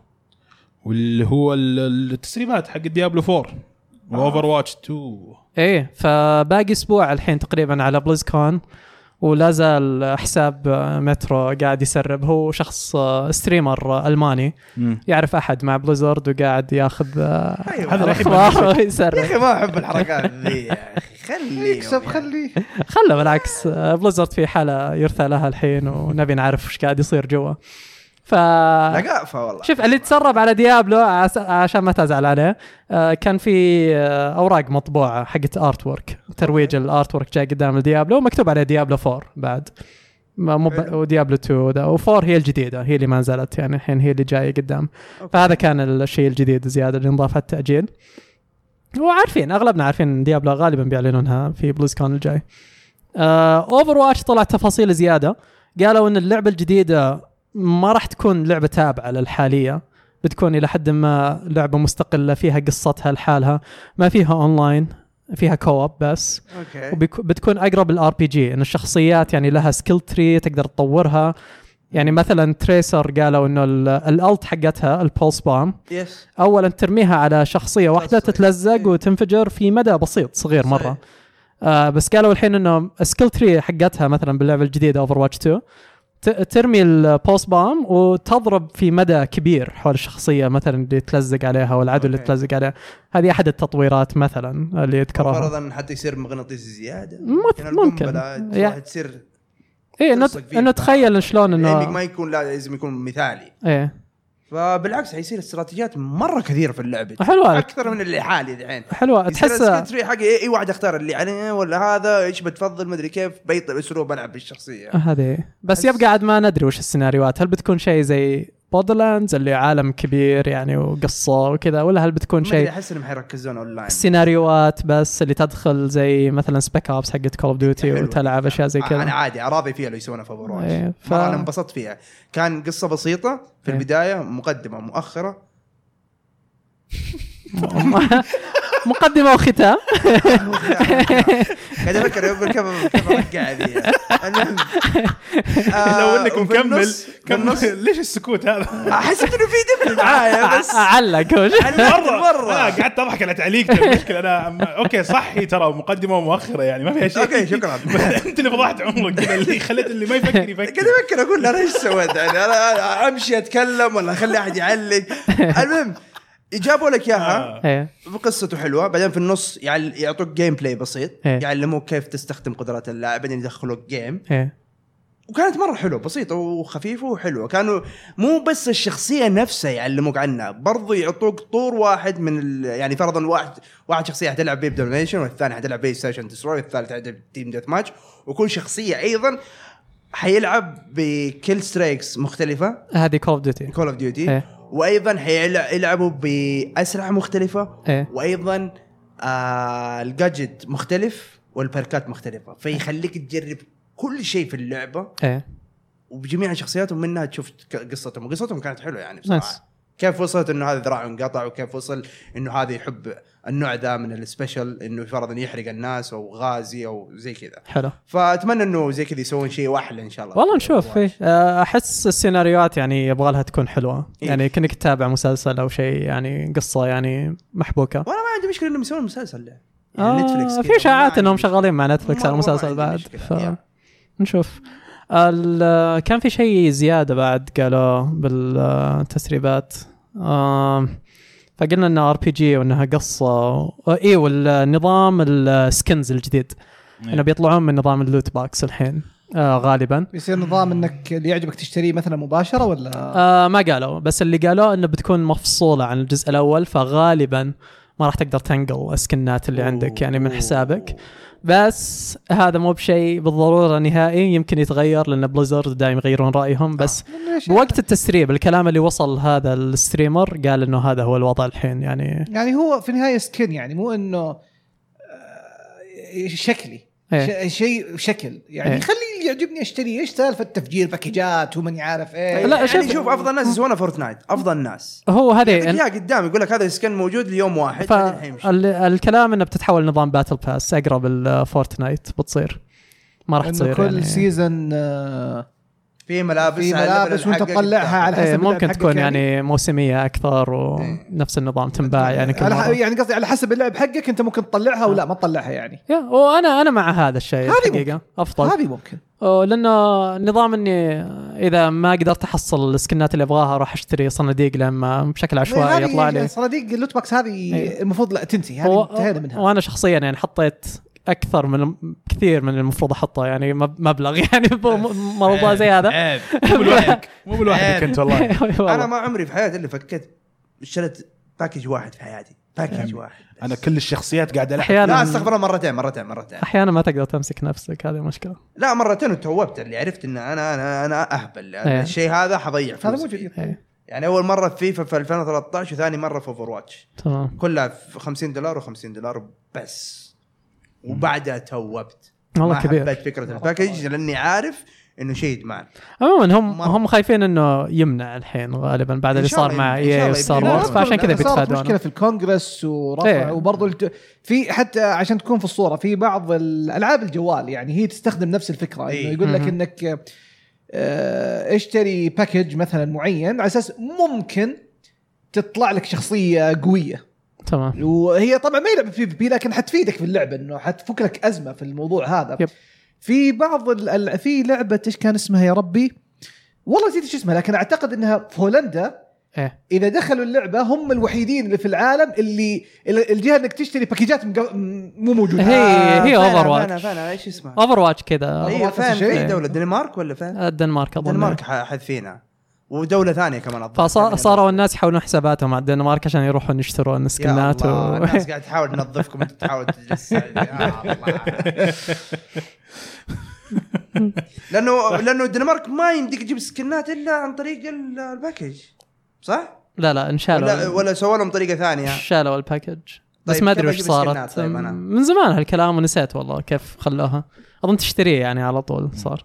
Speaker 1: واللي هو ال- التسريبات حق ديابلو 4 واوفر واتش 2
Speaker 2: ايه فباقي اسبوع الحين تقريبا على بليز كون ولا زال حساب مترو قاعد يسرب هو شخص ستريمر الماني يعرف احد مع بليزرد وقاعد ياخذ
Speaker 3: ايوه
Speaker 1: هذا
Speaker 3: هذا
Speaker 1: الحين
Speaker 2: الاخبار
Speaker 3: يا
Speaker 2: ويسرب
Speaker 3: اخي ما احب الحركات ذي يا اخي خلي
Speaker 4: يكسب خليه
Speaker 2: خله بالعكس بليزرد في حاله يرثى لها الحين ونبي نعرف ايش قاعد يصير جوا ف
Speaker 3: لقافه والله
Speaker 2: شوف اللي تسرب على ديابلو عس- عشان ما تزعل عليه آه، كان في آه، اوراق مطبوعه حقت ارت ورك ترويج الارت ورك جاي قدام ديابلو ومكتوب عليه ديابلو 4 بعد ما- مو ب- وديابلو 2 ده و4 هي الجديده هي اللي ما نزلت يعني الحين هي اللي جايه قدام فهذا كان الشيء الجديد زياده اللي انضاف على التاجيل وعارفين اغلبنا عارفين إن ديابلو غالبا بيعلنونها في بلوز كون الجاي اوفر واتش طلع تفاصيل زياده قالوا ان اللعبه الجديده ما راح تكون لعبه تابعه للحاليه بتكون الى حد ما لعبه مستقله فيها قصتها لحالها ما فيها اونلاين فيها كوب بس
Speaker 3: اوكي
Speaker 2: وبتكون اقرب الار بي جي ان الشخصيات يعني لها سكيل تري تقدر تطورها يعني مثلا تريسر قالوا انه ال- الالت حقتها البولس بام
Speaker 3: يس
Speaker 2: اولا ترميها على شخصيه واحده
Speaker 3: صحيح.
Speaker 2: تتلزق وتنفجر في مدى بسيط صغير مره
Speaker 3: صحيح.
Speaker 2: آه بس قالوا الحين انه سكيل تري حقتها مثلا باللعبه الجديده اوفر واتش 2 ت- ترمي البوست بام وتضرب في مدى كبير حول الشخصيه مثلا اللي تلزق عليها والعدو اللي
Speaker 3: أوكي.
Speaker 2: تلزق عليها هذه احد التطويرات مثلا اللي يذكرها
Speaker 3: فرضا حتى يصير مغناطيسي يعني زياده
Speaker 2: مم- ممكن. يع-
Speaker 3: يعني تصير
Speaker 2: اي انه
Speaker 3: تلصق
Speaker 2: انه
Speaker 3: فيه البعض.
Speaker 2: إيه، تخيل شلون
Speaker 3: الايمنج ما
Speaker 2: انه
Speaker 3: يكون لا- لازم يكون مثالي
Speaker 2: ايه
Speaker 3: فبالعكس حيصير استراتيجيات مره كثيره في اللعبه
Speaker 2: حلوة.
Speaker 3: اكثر من اللي حالي دحين
Speaker 2: حلوه تحسها
Speaker 3: تحس حق اي إيه، واحد اختار اللي عليه ولا هذا ايش بتفضل مدري كيف بيط اسلوب العب بالشخصيه
Speaker 2: هذه بس
Speaker 3: أحس-
Speaker 2: يبقى عاد ما ندري وش السيناريوهات هل بتكون شيء زي بودرلاندز اللي عالم كبير يعني وقصه وكذا ولا هل بتكون
Speaker 3: ما ادري
Speaker 2: شيء
Speaker 3: احس انهم حيركزون اون لاين
Speaker 2: سيناريوهات بس اللي تدخل زي مثلا سبيك ابس حقت كول اوف ديوتي وتلعب اشياء زي
Speaker 3: انا
Speaker 2: كذا
Speaker 3: عادي راضي فيها لو يسوونها في اوفر
Speaker 2: إيه،
Speaker 3: واتش
Speaker 2: ف-
Speaker 3: ف... انا انبسطت فيها كان قصه بسيطه في
Speaker 2: إيه.
Speaker 3: البدايه مقدمه مؤخره
Speaker 2: مقدمه وختام
Speaker 3: قاعد افكر يقول كيف كيف ارجع ذي المهم. آه،
Speaker 1: لو انك
Speaker 3: وفي
Speaker 1: مكمل
Speaker 3: النص-
Speaker 1: كمل
Speaker 3: بالنص
Speaker 1: ليش السكوت هذا؟
Speaker 3: احس انه في دبل معايا إيه، بس
Speaker 2: اعلق وش
Speaker 3: مره
Speaker 1: انا
Speaker 3: مره
Speaker 1: آه، قعدت اضحك على تعليقك المشكله انا أم- اوكي صح هي ترى مقدمه ومؤخره يعني ما فيها شيء
Speaker 3: اوكي شكرا
Speaker 1: بس انت اللي فضحت عمرك كذا اللي خليت اللي ما يفكر يفكر
Speaker 3: قاعد افكر اقول انا ايش سويت يعني انا أنا امشي اتكلم ولا اخلي احد يعلق المهم جابوا لك
Speaker 1: آه.
Speaker 3: اياها
Speaker 2: إيه.
Speaker 3: قصته حلوه بعدين في النص يعل- يعطوك جيم بلاي بسيط
Speaker 2: إيه.
Speaker 3: يعلموك كيف تستخدم قدرات اللاعب بعدين يدخلوك جيم
Speaker 2: ايه
Speaker 3: وكانت مره حلوه بسيطه وخفيفه وحلوه كانوا مو بس الشخصيه نفسها يعلموك عنها برضو يعطوك طور واحد من ال... يعني فرضا واحد واحد شخصيه حتلعب بيه بدومينيشن والثاني حتلعب بيه سيشن ديستروي والثالث حتلعب تيم ديث ماتش وكل شخصيه ايضا حيلعب بكل ستريكس مختلفه
Speaker 2: هذه كول اوف ديوتي
Speaker 3: كول اوف ديوتي
Speaker 2: إيه.
Speaker 3: وايضا حيلعبوا باسلحه مختلفه
Speaker 2: إيه.
Speaker 3: وايضا آه الجادجت مختلف والبركات مختلفه فيخليك تجرب كل شيء في اللعبه
Speaker 2: ايه
Speaker 3: وبجميع شخصياتهم منها تشوف ك- قصتهم وقصتهم كانت حلوه يعني
Speaker 2: Nice.
Speaker 3: بصراحه كيف وصلت انه هذا ذراعه انقطع وكيف وصل انه هذا يحب النوع ذا من السبيشل انه فرضا يحرق الناس او غازي او زي كذا
Speaker 2: حلو
Speaker 3: فاتمنى انه زي كذا يسوون شيء احلى ان شاء الله
Speaker 2: والله نشوف إيه. آه، احس السيناريوهات يعني يبغى لها تكون حلوه
Speaker 3: إيه.
Speaker 2: يعني كانك تتابع مسلسل او شيء يعني قصه يعني محبوكه
Speaker 3: وانا ما عندي مشكله انهم يسوون مسلسل له
Speaker 2: آه
Speaker 3: يعني Netflix كذا.
Speaker 2: في اشاعات
Speaker 3: ما
Speaker 2: انهم
Speaker 3: عندي-
Speaker 2: شغالين مع نتفلكس
Speaker 3: ما-
Speaker 2: على
Speaker 3: ما
Speaker 2: المسلسل
Speaker 3: عندي
Speaker 2: بعد
Speaker 3: مشكلة.
Speaker 2: ف...
Speaker 3: يا.
Speaker 2: نشوف ال... آه، كان في شيء زياده بعد قالوا بالتسريبات آم، فقلنا انه ار بي جي وانها قصه و... اي آه، إيه، والنظام السكنز الجديد انه بيطلعون من نظام اللوت باكس الحين آه غالبا
Speaker 4: بيصير نظام انك اللي يعجبك تشتريه مثلا مباشره ولا
Speaker 2: آه ما قالوا بس اللي قالوه انه بتكون مفصوله عن الجزء الاول فغالبا ما راح تقدر تنقل السكنات اللي عندك يعني من حسابك بس هذا مو بشيء بالضروره نهائي يمكن يتغير لان بليزرد دايم يغيرون رايهم
Speaker 3: آه.
Speaker 2: بس
Speaker 4: ليش؟
Speaker 2: بوقت التسريب الكلام اللي وصل هذا الستريمر قال انه هذا هو الوضع الحين يعني
Speaker 4: يعني هو في النهايه سكن يعني مو انه آه، شكلي
Speaker 2: إيه.
Speaker 4: ش- شيء شكل يعني
Speaker 2: إيه.
Speaker 4: خلي اللي يعجبني اشتريه ايش سالفه تفجير باكجات ومن عارف ايه
Speaker 2: لا،
Speaker 3: يعني
Speaker 2: شوف- إيه،
Speaker 3: شوف افضل ناس يسوونها فورتنايت افضل ناس
Speaker 2: هو هذه
Speaker 3: يا قدام يقول لك هذا السكن موجود ليوم واحد بعدين حيمشي
Speaker 2: فالكلام انه بتتحول نظام باتل باس اقرب الفورتنايت آه، بتصير ما راح
Speaker 4: انه
Speaker 2: تصير
Speaker 4: كل
Speaker 2: يعني
Speaker 4: سيزون
Speaker 3: في ملابس
Speaker 4: في
Speaker 3: على الليفل
Speaker 4: ملابس وانت
Speaker 3: حقك
Speaker 4: تطلعها على
Speaker 2: إيه
Speaker 4: حسب
Speaker 2: ممكن
Speaker 4: اللعب
Speaker 2: تكون
Speaker 4: حقك
Speaker 2: يعني موسمية أكثر
Speaker 3: إيه.
Speaker 2: ونفس النظام تنباع يعني كل
Speaker 4: على ح-
Speaker 2: مرة إيه.
Speaker 4: يعني قصدي على حسب اللعب حقك انت ممكن تطلعها ولا ما تطلعها يعني
Speaker 2: يا وأنا أنا مع هذا الشيء
Speaker 4: هذه
Speaker 2: الحقيقة أفضل
Speaker 4: هذه ممكن
Speaker 2: أو لأنه أه، نظام إني إذا ما قدرت أحصل السكنات اللي أبغاها راح أشتري صناديق لما بشكل عشوائي
Speaker 4: هذه
Speaker 2: يطلع لي
Speaker 4: صناديق اللوت بوكس هذه
Speaker 2: إيه.
Speaker 4: المفروض لا تنتهي
Speaker 2: و-
Speaker 4: هذه انتهينا منها
Speaker 2: وأنا شخصيا يعني حطيت أكثر من كثير من المفروض أحطه يعني مب- مبلغ يعني م- موضوع زي هذا أيوة،
Speaker 3: عيب
Speaker 1: مو بالوحدك مو
Speaker 3: إيه،
Speaker 1: بالوحدك انت والله
Speaker 3: انا
Speaker 2: والله.
Speaker 3: ما عمري في حياتي اللي فكيت اشتريت باكج واحد في حياتي باكج واحد
Speaker 1: انا كل الشخصيات قاعد العب
Speaker 2: أحيانا
Speaker 3: لا استغفر الله مرتين مرتين مرتين
Speaker 2: أحيانا ما تقدر تمسك نفسك هذه مشكلة
Speaker 3: لا مرتين وتهوبت اللي عرفت ان انا انا انا اهبل
Speaker 2: إيه.
Speaker 3: لأن الشيء هذا حضيع
Speaker 4: هذا
Speaker 3: فلوس
Speaker 4: موجود
Speaker 3: فيه.
Speaker 2: إيه.
Speaker 3: يعني اول مره في فيفا في 2013 وثاني مره في اوفر واتش
Speaker 2: تمام
Speaker 3: كلها في 50 دولار و50 دولار بس وبعدها توبت
Speaker 2: والله
Speaker 3: ما
Speaker 2: كبير.
Speaker 3: حبيت فكره الباكج لاني عارف انه شيء يجمعنا
Speaker 2: عموما هم
Speaker 3: مرة.
Speaker 2: هم خايفين انه يمنع الحين غالبا بعد
Speaker 3: إن
Speaker 2: اللي
Speaker 3: شاء الله
Speaker 2: صار مع
Speaker 3: يمنع، إن شاء
Speaker 2: اي وستار
Speaker 3: الله يمنع.
Speaker 2: وورز
Speaker 3: لا،
Speaker 2: فعشان كذا
Speaker 4: صارت مشكله
Speaker 2: بيتفادون
Speaker 4: في الكونغرس
Speaker 2: إيه.
Speaker 4: ورفع وبرضه الت- في حتى عشان تكون في الصوره في بعض الالعاب الجوال يعني هي تستخدم نفس الفكره
Speaker 3: إيه.
Speaker 4: انه يقول لك
Speaker 2: مهم.
Speaker 4: انك آه، اشتري باكج مثلا معين على اساس ممكن تطلع لك شخصيه قويه
Speaker 2: تمام
Speaker 4: وهي طبعا ما هي لعبه بي بي لكن حتفيدك في اللعبه انه حتفك لك ازمه في الموضوع هذا
Speaker 2: يب.
Speaker 4: في بعض ال... ال- في لعبه ايش كان اسمها يا ربي والله نسيت ايش اسمها لكن اعتقد انها في هولندا
Speaker 2: ايه
Speaker 4: اذا دخلوا اللعبه هم الوحيدين اللي في العالم اللي اللي- الجهه انك تشتري باكجات مقو- م- مو موجوده
Speaker 2: هي هي اوفر
Speaker 3: فانا
Speaker 2: واتش
Speaker 3: فانا ايش اسمها؟
Speaker 2: اوفر واتش كذا
Speaker 3: ايوه
Speaker 4: نفس
Speaker 3: فين
Speaker 4: الشيء.
Speaker 3: في دولة الدنمارك ولا فين؟
Speaker 2: الدنمارك اظن
Speaker 3: الدنمارك ح- حذفينها ودولة ثانية كمان أظن.
Speaker 2: فصاروا الناس يحولون حساباتهم على الدنمارك عشان يروحون يشترون
Speaker 3: يا
Speaker 2: سكنات
Speaker 3: الله،
Speaker 2: و...
Speaker 3: الناس قاعد تحاول تنظفكم انت تحاول تجلس يا الله. لانه لانه الدنمارك ما يمديك تجيب سكنات الا عن طريق ال- الباكج صح؟
Speaker 2: لا لا
Speaker 3: ولا
Speaker 2: انشالوا
Speaker 3: ولا سووا لهم طريقة ثانية
Speaker 2: شالوا الباكج بس
Speaker 3: طيب،
Speaker 2: ما
Speaker 3: كيف
Speaker 2: ادري وش
Speaker 3: أجيب
Speaker 2: صارت
Speaker 3: سكنات طيب أنا؟
Speaker 2: من زمان هالكلام ونسيت والله كيف خلوها اظن تشتريه يعني على طول صار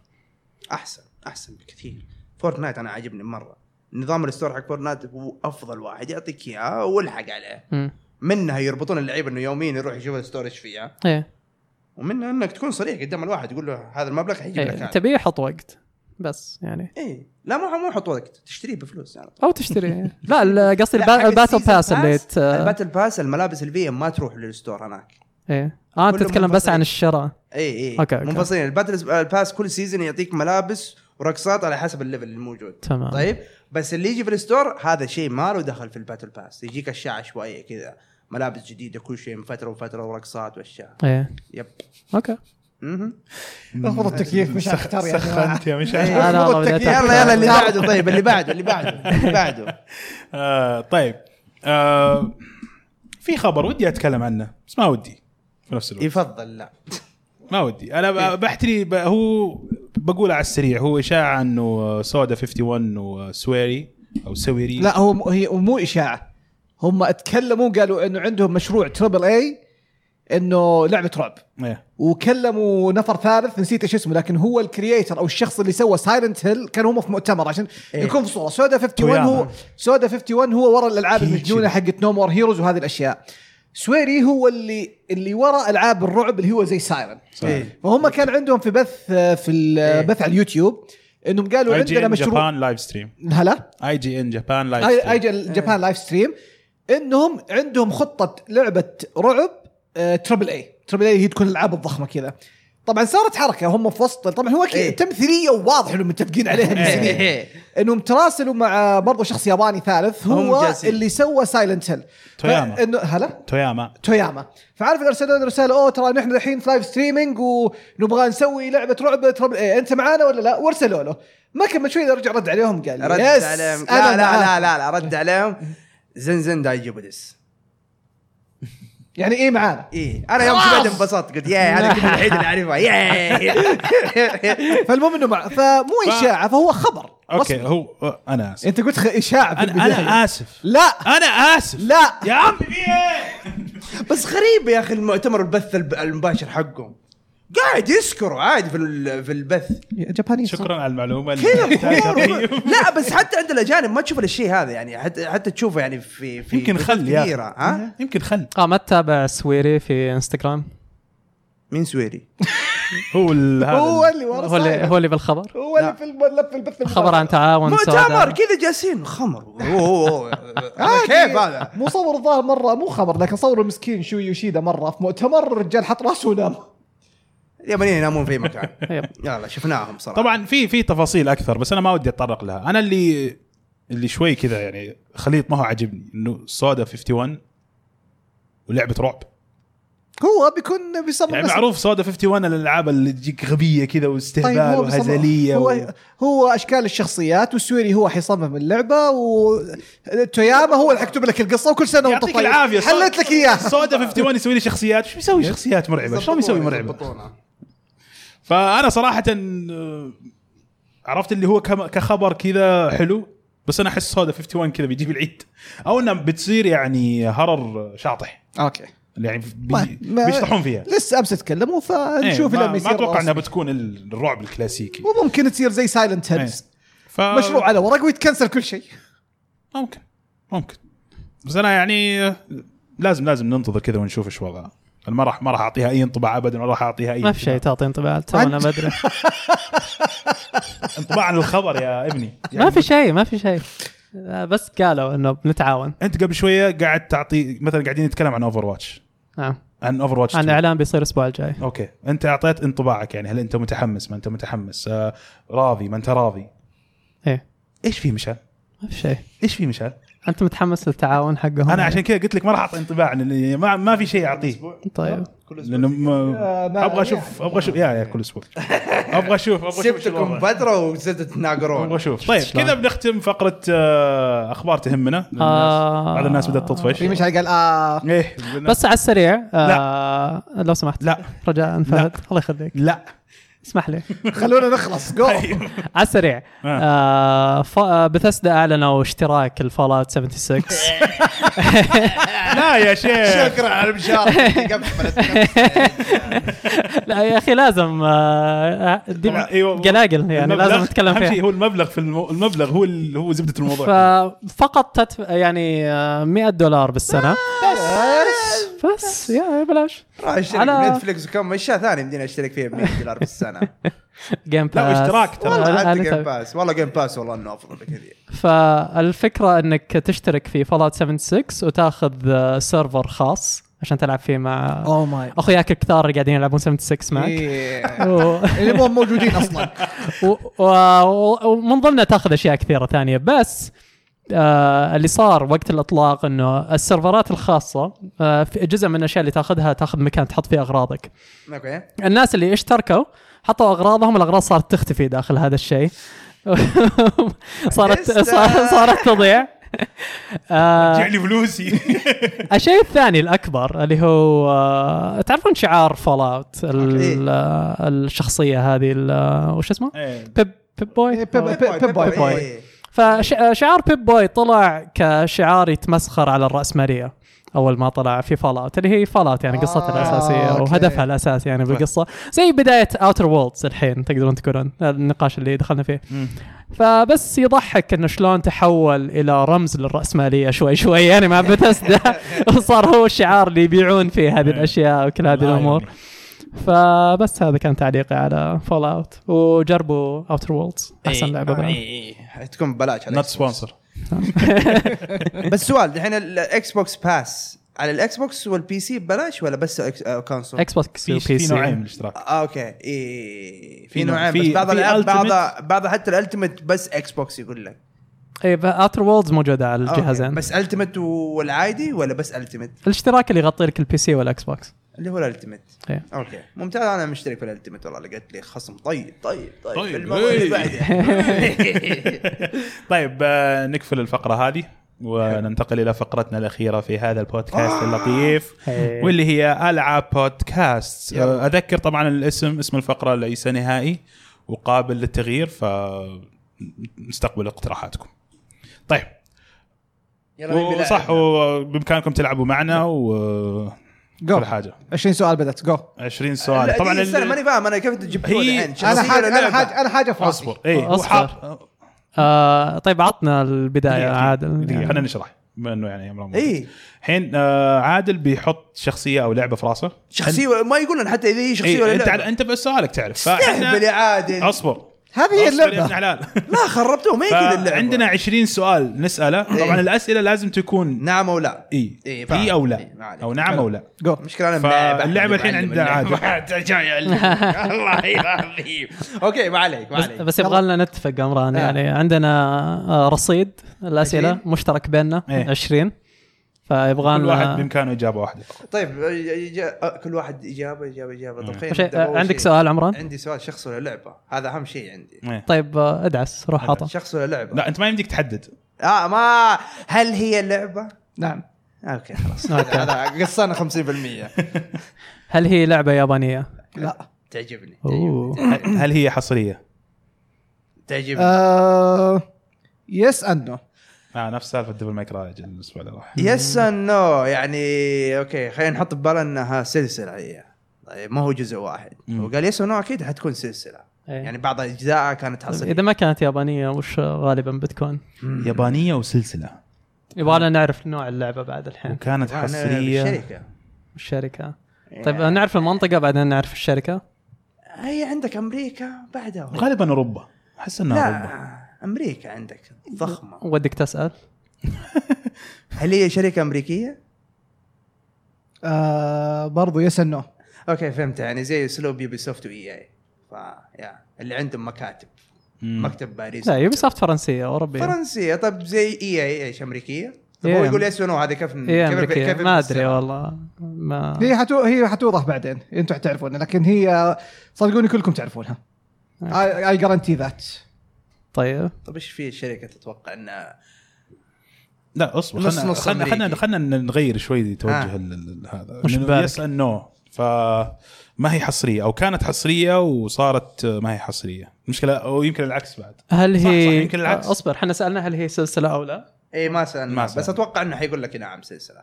Speaker 3: احسن احسن بكثير فورتنايت انا عاجبني مره نظام الستور حق فورتنايت هو افضل واحد يعطيك اياه والحق عليه
Speaker 2: امم
Speaker 3: منها يربطون اللعيبه انه يوميا يروح يشوف الستور ايش فيها
Speaker 2: ايه
Speaker 3: ومنها انك تكون صريح قدام الواحد يقول له هذا المبلغ حيجيب لك
Speaker 2: إيه،
Speaker 3: هذا
Speaker 2: تبيه حط وقت بس يعني
Speaker 3: اي لا مو مو حط وقت تشتريه بفلوس يعني
Speaker 2: او تشتري لا ال- قصدي
Speaker 3: لا،
Speaker 2: البا-
Speaker 3: حق
Speaker 2: الباتل
Speaker 3: السيزن
Speaker 2: باس اللي ت...
Speaker 3: الباتل باس الملابس الفي ما تروح للستور هناك
Speaker 2: ايه اه انت
Speaker 3: كله
Speaker 2: تتكلم بس
Speaker 3: منفصل.
Speaker 2: عن الشراء
Speaker 3: اي اي
Speaker 2: أوكي، أوكي.
Speaker 3: منفصلين الباتل باس كل سيزون يعطيك ملابس ورقصات على حسب الليفل الموجود
Speaker 2: تمام
Speaker 3: طيب بس اللي يجي في الستور هذا شيء ما له دخل في الباتل باس يجيك اشياء عشوائيه كذا ملابس جديده كل شيء من فتره وفتره ورقصات واشياء
Speaker 2: ايه
Speaker 3: يب
Speaker 2: اوكي
Speaker 3: مهم.
Speaker 4: رفض التكييف مش اختار يا جماعه
Speaker 1: سخنت يا مشعل
Speaker 2: أنا
Speaker 4: رفض
Speaker 2: والله بديت
Speaker 4: التكييف.
Speaker 3: إيه، يلا يلا اللي بعده طيب اللي بعده اللي بعده اللي بعده
Speaker 1: آه، طيب آه، في خبر ودي اتكلم عنه بس ما ودي في نفس
Speaker 2: إيه.
Speaker 1: الوقت
Speaker 3: يفضل لا
Speaker 1: ما ودي انا ب- بحتري ب- هو بقول على السريع هو اشاعه انه سودا 51 وسويري او آه، سويري
Speaker 4: لا هو م- هي مو اشاعه هم اتكلموا قالوا انه عندهم مشروع تربل اي انه لعبه رعب
Speaker 1: إيه.
Speaker 4: وكلموا نفر ثالث نسيت ايش اسمه لكن هو الكرييتر او الشخص اللي سوى سايلنت هيل كان هم في مؤتمر عشان
Speaker 3: إيه.
Speaker 4: إيه؟ يكون في صوره سودا 51
Speaker 1: توياما.
Speaker 4: هو سودا 51 هو ورا الالعاب
Speaker 1: كيتشي.
Speaker 4: المجنونه حقت نو مور هيروز وهذه الاشياء سويري هو اللي اللي وراء العاب الرعب اللي هو زي سايلنت
Speaker 3: إيه.
Speaker 4: فهم كان عندهم في بث آه، في البث على اليوتيوب انهم قالوا
Speaker 1: اي جي
Speaker 4: عندنا
Speaker 1: ان
Speaker 4: مشروع
Speaker 1: جابان لايف ستريم
Speaker 4: هلا
Speaker 1: اي جي ان جابان لايف
Speaker 4: اي
Speaker 1: ستريم
Speaker 3: إيه.
Speaker 4: جي جابان لايف ستريم انهم عندهم خطه لعبه رعب آه، تربل اي تربل اي هي تكون الالعاب الضخمه كذا طبعا صارت حركه هم في وسط طبعا هو
Speaker 3: إيه.
Speaker 4: اكيد تمثيليه وواضح انهم متفقين عليها من سنين انهم تراسلوا مع برضو شخص ياباني ثالث
Speaker 3: هم
Speaker 4: هو
Speaker 3: جالسين.
Speaker 4: اللي سوى سايلنت هيل
Speaker 1: توياما.
Speaker 4: فإنه- هلا
Speaker 1: توياما
Speaker 4: توياما فعارف ارسلوا لنا رساله اوه ترى نحن الحين في لايف ستريمينج ونبغى نسوي لعبه رعب ترب... إيه انت معانا ولا لا وارسلوا له ما كمل شوي رجع رد عليهم قال
Speaker 3: رد
Speaker 4: يس
Speaker 3: عليهم لا لا
Speaker 4: أنا
Speaker 3: لا
Speaker 4: معاك.
Speaker 3: لا, لا رد عليهم زنزن داي جوبدس
Speaker 4: يعني ايه معانا
Speaker 3: ايه انا يوم شفت انبسطت قلت ياه هذا كلمه الوحيده اللي اعرفها ياه
Speaker 4: فالمهم انه مع فمو
Speaker 1: ف-
Speaker 4: اشاعه فهو خبر
Speaker 1: اوكي
Speaker 4: رسمي.
Speaker 1: هو انا اسف
Speaker 4: انت قلت خ- اشاعه في
Speaker 1: انا
Speaker 4: البداية.
Speaker 1: انا اسف
Speaker 4: لا
Speaker 1: انا اسف
Speaker 4: لا
Speaker 1: يا عمي في ايه
Speaker 3: بس غريب يا اخي المؤتمر البث الب- المباشر حقهم قاعد يسكروا عادي في ال- في البث
Speaker 4: جاباني
Speaker 1: شكرا على المعلومه
Speaker 3: كذا
Speaker 1: اللي محتاجها طيب.
Speaker 3: بخور. لا بس حتى عند الاجانب ما تشوف الشيء هذا يعني حتى حتى تشوفه يعني في في
Speaker 1: يمكن
Speaker 3: في
Speaker 1: خل يا
Speaker 3: كبيرة،
Speaker 1: أخي. إيه.
Speaker 3: ها
Speaker 1: يمكن خل
Speaker 2: اه ما تتابع سويري في انستغرام
Speaker 3: مين سويري؟
Speaker 1: هو ال- هذا
Speaker 4: هو
Speaker 1: ال-
Speaker 4: اللي ورا
Speaker 2: هو اللي
Speaker 1: طيب.
Speaker 2: هو اللي بالخبر
Speaker 4: هو اللي في الب- لف البث
Speaker 2: خبر عن تعاون
Speaker 3: مؤتمر
Speaker 2: سوداء
Speaker 3: كذا جالسين خمر أوه، أوه، أوه.
Speaker 4: عادي.
Speaker 3: كيف هذا؟
Speaker 4: مو صور الظاهر مره مو خبر لكن صور مسكين شو يوشيدا مره في مؤتمر الرجال حط راسه ونام
Speaker 3: اليابانيين ينامون في مكان
Speaker 2: يب.
Speaker 3: يلا شفناهم صراحه
Speaker 1: طبعا في في تفاصيل اكثر بس انا ما ودي اتطرق لها انا اللي اللي شوي كذا يعني خليط ما هو عاجبني انه سودا 51 ولعبه رعب
Speaker 4: هو بيكون بيصمم
Speaker 1: يعني
Speaker 4: اسم.
Speaker 1: معروف سودا 51 الالعاب اللي تجيك غبيه كذا واستهبال
Speaker 4: بيصمم-
Speaker 1: وهزليه
Speaker 4: طيب، هو,
Speaker 1: و...
Speaker 4: هو اشكال الشخصيات والسويري هو حيصمم اللعبه وتوياما هو اللي حيكتب لك القصه وكل سنه وانت
Speaker 1: يعطيك
Speaker 4: طيب
Speaker 1: العافيه
Speaker 4: حلت لك اياها
Speaker 1: سودا 51 يسوي لي شخصيات شو بيسوي شخصيات مرعبه شلون بيسوي مرعبه فانا صراحه آه، عرفت اللي هو كم- كخبر كذا حلو بس انا احس سودا 51 كذا بيجيب العيد او انها بتصير يعني هرر شاطح
Speaker 4: اوكي
Speaker 1: يعني
Speaker 5: ما-
Speaker 1: بي...
Speaker 5: ما-
Speaker 1: بيشطحون فيها
Speaker 5: لسه امس تكلموا
Speaker 1: إيه،
Speaker 5: فنشوف
Speaker 1: ما,
Speaker 5: لما
Speaker 1: ما
Speaker 5: يصير
Speaker 1: اتوقع انها
Speaker 5: رسمي.
Speaker 1: بتكون ال- الرعب الكلاسيكي
Speaker 5: وممكن تصير زي سايلنت هيلز
Speaker 1: ف...
Speaker 5: مشروع على ورق ويتكنسل كل شيء
Speaker 1: ممكن ممكن بس انا يعني آه، لازم لازم ننتظر كذا ونشوف ايش وضعها انا ما راح ما راح اعطيها اي انطباع ابدا ولا راح اعطيها اي
Speaker 2: ما في شيء تعطي انطباع تونا بدري
Speaker 1: انطباع عن الخبر يا ابني يعني
Speaker 2: ما في شيء ما في شيء آه، بس قالوا انه بنتعاون
Speaker 1: انت قبل شويه قاعد تعطي مثلا قاعدين نتكلم عن اوفر واتش
Speaker 2: نعم
Speaker 1: عن اوفر واتش
Speaker 2: عن اعلان بيصير الاسبوع الجاي
Speaker 1: اوكي انت اعطيت انطباعك يعني هل انت متحمس ما انت متحمس آه راضي ما انت راضي
Speaker 2: ايه
Speaker 1: ايش في مشعل؟
Speaker 2: ما في شيء
Speaker 1: ايش في مشعل؟
Speaker 2: انت متحمس للتعاون حقهم
Speaker 1: انا عشان كذا قلت لك ما راح اعطي انطباع عن اللي- ما, ما في شيء اعطيه
Speaker 2: طيب
Speaker 1: لانه ما-
Speaker 4: آه، ما-
Speaker 1: ابغى اشوف ابغى اشوف يا يا كل اسبوع ابغى اشوف ابغى اشوف شو الوضع.
Speaker 3: سبتكم بدرة وزدت
Speaker 1: ابغى
Speaker 3: تناقرون
Speaker 1: اشوف طيب
Speaker 2: شلون؟
Speaker 1: كذا بنختم فقره آه، اخبار تهمنا لأن الناس-
Speaker 2: آه.
Speaker 1: بعض الناس بدات
Speaker 5: في
Speaker 1: تطفش
Speaker 5: مشعل قال اه
Speaker 1: ايه
Speaker 2: بس على السريع آه لو سمحت
Speaker 1: لا.
Speaker 2: رجاء فهد الله يخليك
Speaker 1: لا
Speaker 2: اسمح لي
Speaker 5: خلونا نخلص جو
Speaker 1: أيوه.
Speaker 2: على السريع آه ف... آه، بثسدا اعلنوا اشتراك الفال اوت 76
Speaker 1: لا يا شيخ
Speaker 5: شكرا على البشاره
Speaker 2: لا يا اخي لازم آه آه، دي
Speaker 1: طبعاً، أيوة.
Speaker 2: قلاقل يعني
Speaker 1: المبلغ-
Speaker 2: لازم نتكلم
Speaker 1: أهم شيء
Speaker 2: فيها
Speaker 1: هو المبلغ في المو... المبلغ هو ال... هو زبده الموضوع
Speaker 2: ففقط تدفع يعني آه، 100 دولار بالسنه بس يا بلاش
Speaker 3: راح اشترك
Speaker 2: على-
Speaker 3: على... نتفلكس وكم اشياء ثانيه يمديني اشترك فيها ب 100 دولار بالسنه
Speaker 2: جيم باس
Speaker 1: لا، واشتراك ترى.
Speaker 2: آه،
Speaker 3: والله
Speaker 2: لا،
Speaker 3: حتى
Speaker 2: لا،
Speaker 3: جيم
Speaker 2: تابع.
Speaker 3: باس والله جيم باس والله انه افضل بكثير
Speaker 2: فالفكره انك تشترك في فالات 76 وتاخذ آه، سيرفر خاص عشان تلعب فيه مع
Speaker 5: اوه ماي
Speaker 2: اخوياك الكثار اللي قاعدين يلعبون 76
Speaker 1: إيه.
Speaker 2: معك و-
Speaker 5: اللي مو موجودين إيه، اصلا
Speaker 2: و- و- ومن ضمنها تاخذ اشياء كثيره ثانيه بس آه اللي صار وقت الاطلاق انه السيرفرات الخاصه آه في جزء من الاشياء اللي تاخذها تاخذ مكان تحط فيه اغراضك.
Speaker 3: اوكي
Speaker 2: الناس اللي اشتركوا حطوا اغراضهم الاغراض صارت تختفي داخل هذا الشيء. صارت صار- صارت تضيع. آه
Speaker 1: رجع لي فلوسي
Speaker 2: الشيء الثاني الاكبر اللي هو آه تعرفون شعار فول اوت
Speaker 3: أكيد.
Speaker 2: الشخصيه هذه ال- آه، وش اسمه؟
Speaker 1: إيه.
Speaker 2: بيب بيب بوي
Speaker 5: بيب- بيب بوي.
Speaker 2: بوي. فشعار بيب بوي طلع كشعار يتمسخر على الرأسمالية أول ما طلع في فالاوت اللي هي فالاوت يعني قصتها
Speaker 5: آه،
Speaker 2: الأساسية
Speaker 5: أوكي.
Speaker 2: وهدفها الأساسي يعني بالقصة زي بداية أوتر وولدز الحين تقدرون تقولون النقاش اللي دخلنا فيه فبس يضحك انه شلون تحول الى رمز للراسماليه شوي شوي يعني مع بتسدا وصار هو الشعار اللي يبيعون فيه
Speaker 5: إيه.
Speaker 2: هذه الاشياء وكل
Speaker 5: آه،
Speaker 2: هذه
Speaker 1: والله
Speaker 2: الامور
Speaker 5: يعني.
Speaker 2: فبس هذا كان تعليقي على فول اوت وجربوا اوتر وولدز احسن
Speaker 3: آه،
Speaker 2: لعبه بالعمر.
Speaker 3: إيه، تكون ببلاش على
Speaker 1: نوت
Speaker 3: الإكس بوكس.
Speaker 1: سبونسر
Speaker 3: بس سؤال الحين الاكس بوكس باس على الاكس بوكس والبي سي ببلاش ولا بس إكس- آه، كونسول؟
Speaker 2: اكس بوكس
Speaker 1: في
Speaker 2: وبي
Speaker 1: في نوعين من
Speaker 2: سي
Speaker 1: الاشتراك
Speaker 3: آه، اوكي اي
Speaker 1: في
Speaker 3: إيه. في
Speaker 1: نوع-
Speaker 3: نوعين
Speaker 1: في-
Speaker 3: بس بعض
Speaker 1: في
Speaker 3: الالعاب
Speaker 1: Ultimate.
Speaker 3: بعض بعض حتى الالتيميت بس اكس بوكس يقول لك
Speaker 2: اي اوتر وولدز موجوده على
Speaker 3: أوكي.
Speaker 2: الجهازين
Speaker 3: بس التيميت والعادي ولا بس التيميت؟
Speaker 2: الاشتراك اللي يغطي لك البي سي والاكس بوكس
Speaker 3: اللي هو الالتيميت
Speaker 2: إيه.
Speaker 3: اوكي ممتاز انا مشترك في الالتيميت والله لقيت لي خصم طيب طيب طيب,
Speaker 1: طيب،
Speaker 3: الموضوع اللي
Speaker 1: إيه.
Speaker 3: بعده.
Speaker 1: طيب آه، نقفل الفقره هذه وننتقل الى فقرتنا الاخيره في هذا البودكاست اللطيف
Speaker 2: إيه.
Speaker 1: واللي هي العاب بودكاست
Speaker 3: يلا.
Speaker 1: آه، اذكر طبعا الاسم اسم الفقره ليس نهائي وقابل للتغيير فنستقبل اقتراحاتكم طيب
Speaker 3: يلا مين بيلعب؟
Speaker 1: وصح وبامكانكم تلعبوا معنا وكل حاجه
Speaker 5: 20 سؤال بدات جو
Speaker 1: 20 سؤال
Speaker 3: لا،
Speaker 1: طبعا
Speaker 3: دقيقة، استنى،
Speaker 1: ال-
Speaker 3: ماني فاهم انا كيف جبتوا
Speaker 1: هي-
Speaker 3: الحين
Speaker 1: أنا
Speaker 5: انا
Speaker 3: شخصية
Speaker 5: حاجه انا
Speaker 3: لعبة.
Speaker 5: حاجه انا حاجه في راسي.
Speaker 1: اصبر اي
Speaker 3: أه،
Speaker 2: أصبر.
Speaker 1: أه،
Speaker 2: آه طيب عطنا البدايه عادل
Speaker 1: دقيقه
Speaker 2: يعني.
Speaker 1: خلينا نشرح بما انه يعني امر موجود.
Speaker 3: اي
Speaker 1: الحين آه، عادل بيحط شخصيه او لعبه في راسه
Speaker 3: شخصيه ما يقولون حتى اذا هي شخصيه
Speaker 1: إيه
Speaker 3: ولا
Speaker 1: انت
Speaker 3: لا
Speaker 1: انت بس سؤالك تعرف
Speaker 3: استهبل يا
Speaker 1: فاحنا
Speaker 3: عادل
Speaker 1: اصبر
Speaker 5: هذه هي
Speaker 1: اصبر يا ابن
Speaker 5: اللعبه
Speaker 1: حلال
Speaker 3: لا خربتوه ما يقول اللعبة
Speaker 1: عندنا 20 سؤال نساله طبعا الاسئله لازم تكون
Speaker 3: نعم او لا
Speaker 1: اي
Speaker 3: إيه، فاهم.
Speaker 1: اي او
Speaker 3: إيه، ما
Speaker 1: لا
Speaker 3: عليك.
Speaker 1: او نعم او لا
Speaker 5: جو
Speaker 3: المشكله انا ملاعب أحد
Speaker 1: فاللعبه الحين
Speaker 3: يتعلم
Speaker 1: عندها
Speaker 3: اللعبة.
Speaker 1: عادل
Speaker 3: الله يعافيك اوكي ما عليك ما
Speaker 2: بس,
Speaker 3: عليك
Speaker 2: بس يبغى لنا نتفق عمران
Speaker 3: آه.
Speaker 2: يعني عندنا آه، رصيد الاسئله
Speaker 3: عشرين؟
Speaker 2: مشترك بيننا
Speaker 1: إيه.
Speaker 2: 20 فيبغى
Speaker 1: كل واحد
Speaker 2: لنا
Speaker 1: بامكانه اجابه واحده
Speaker 3: طيب إجا- آه، كل واحد اجابه اجابه اجابه طب خلينا
Speaker 2: وش-
Speaker 3: نبدأ
Speaker 2: آه،
Speaker 3: بأول
Speaker 2: عندك
Speaker 3: شيء. إيه.
Speaker 2: سؤال عمران؟
Speaker 3: عندي سؤال شخص ولا لعبه هذا اهم شيء عندي
Speaker 1: إيه.
Speaker 2: طيب آه، ادعس روح عطا
Speaker 3: شخص ولا لعبه
Speaker 1: لا انت ما يمديك تحدد
Speaker 3: اه ما هل هي لعبه؟
Speaker 5: نعم
Speaker 3: اوكي خلاص
Speaker 2: أوكي.
Speaker 3: هذا قصنا 50%
Speaker 2: هل هي لعبه يابانيه؟
Speaker 5: لا
Speaker 3: تعجبني
Speaker 2: اوه
Speaker 1: هل- هل هي حصريه؟ أيوه.
Speaker 4: أه.
Speaker 3: تعجبني
Speaker 5: آه، يس اند نو
Speaker 1: آه نفس سالفه ديفل ماي كراي الاسبوع اللي راح
Speaker 3: يس اند نو يعني اوكي خلينا نحط ببالنا انها سلسله هي طيب ما هو جزء واحد
Speaker 1: مم.
Speaker 3: وقال يس نو اكيد حتكون سلسله
Speaker 2: إيه.
Speaker 3: يعني بعض اجزائها كانت حصريه
Speaker 2: اذا ما كانت يابانيه وش غالبا بتكون؟
Speaker 1: يابانيه وسلسله
Speaker 2: يبغى لنا نعرف نوع اللعبه بعد الحين
Speaker 1: وكانت
Speaker 3: وأنا
Speaker 1: حصريه
Speaker 3: بالشركة.
Speaker 2: الشركه طيب نعرف المنطقه بعدين نعرف الشركه
Speaker 3: يعني هي عندك امريكا بعدها
Speaker 1: غالبا اوروبا احس انها
Speaker 3: لا
Speaker 1: اوروبا
Speaker 3: امريكا عندك ضخمه
Speaker 2: ودك تسال
Speaker 3: هل هي شركه امريكيه؟
Speaker 5: آه برضو يس انه
Speaker 3: اوكي فهمت يعني زي اسلوب يوبي سوفت واي اي ف يا اللي عندهم مكاتب
Speaker 1: مم.
Speaker 3: مكتب باريس
Speaker 2: لا يوبي سوفت فرنسيه اوروبيه
Speaker 3: فرنسيه طب زي اي اي ايش امريكيه؟ طب
Speaker 2: إيه.
Speaker 3: هو يقول يس ونو هذا كيف
Speaker 2: هي
Speaker 3: كيف-
Speaker 2: امريكيه
Speaker 3: كيف
Speaker 2: إيه، ما ادري
Speaker 3: بنفسها؟
Speaker 2: والله ما
Speaker 5: هي حتو هي حتوضح بعدين انتم حتعرفونها لكن هي صدقوني كلكم تعرفونها آه. اي جارنتي ذات
Speaker 2: طيب
Speaker 3: طب ايش في شركه تتوقع انها
Speaker 1: لا اصبر
Speaker 3: نص-
Speaker 1: خلنا
Speaker 3: نص
Speaker 1: خلنا خلنا
Speaker 3: أمريكي.
Speaker 1: خلنا نغير شوي توجه
Speaker 3: آه.
Speaker 1: ال- ال- هذا
Speaker 2: وش بالك؟
Speaker 1: يس اند نو فما هي حصريه او كانت حصريه وصارت آه، ما هي حصريه المشكله او يمكن العكس بعد
Speaker 2: هل
Speaker 1: صح، صح،
Speaker 2: هي
Speaker 1: يمكن العكس.
Speaker 2: اصبر احنا سالنا هل هي سلسله او لا؟
Speaker 3: اي ما سالنا
Speaker 1: ما
Speaker 3: بس
Speaker 1: سألنا.
Speaker 3: اتوقع انه حيقول لك نعم سلسله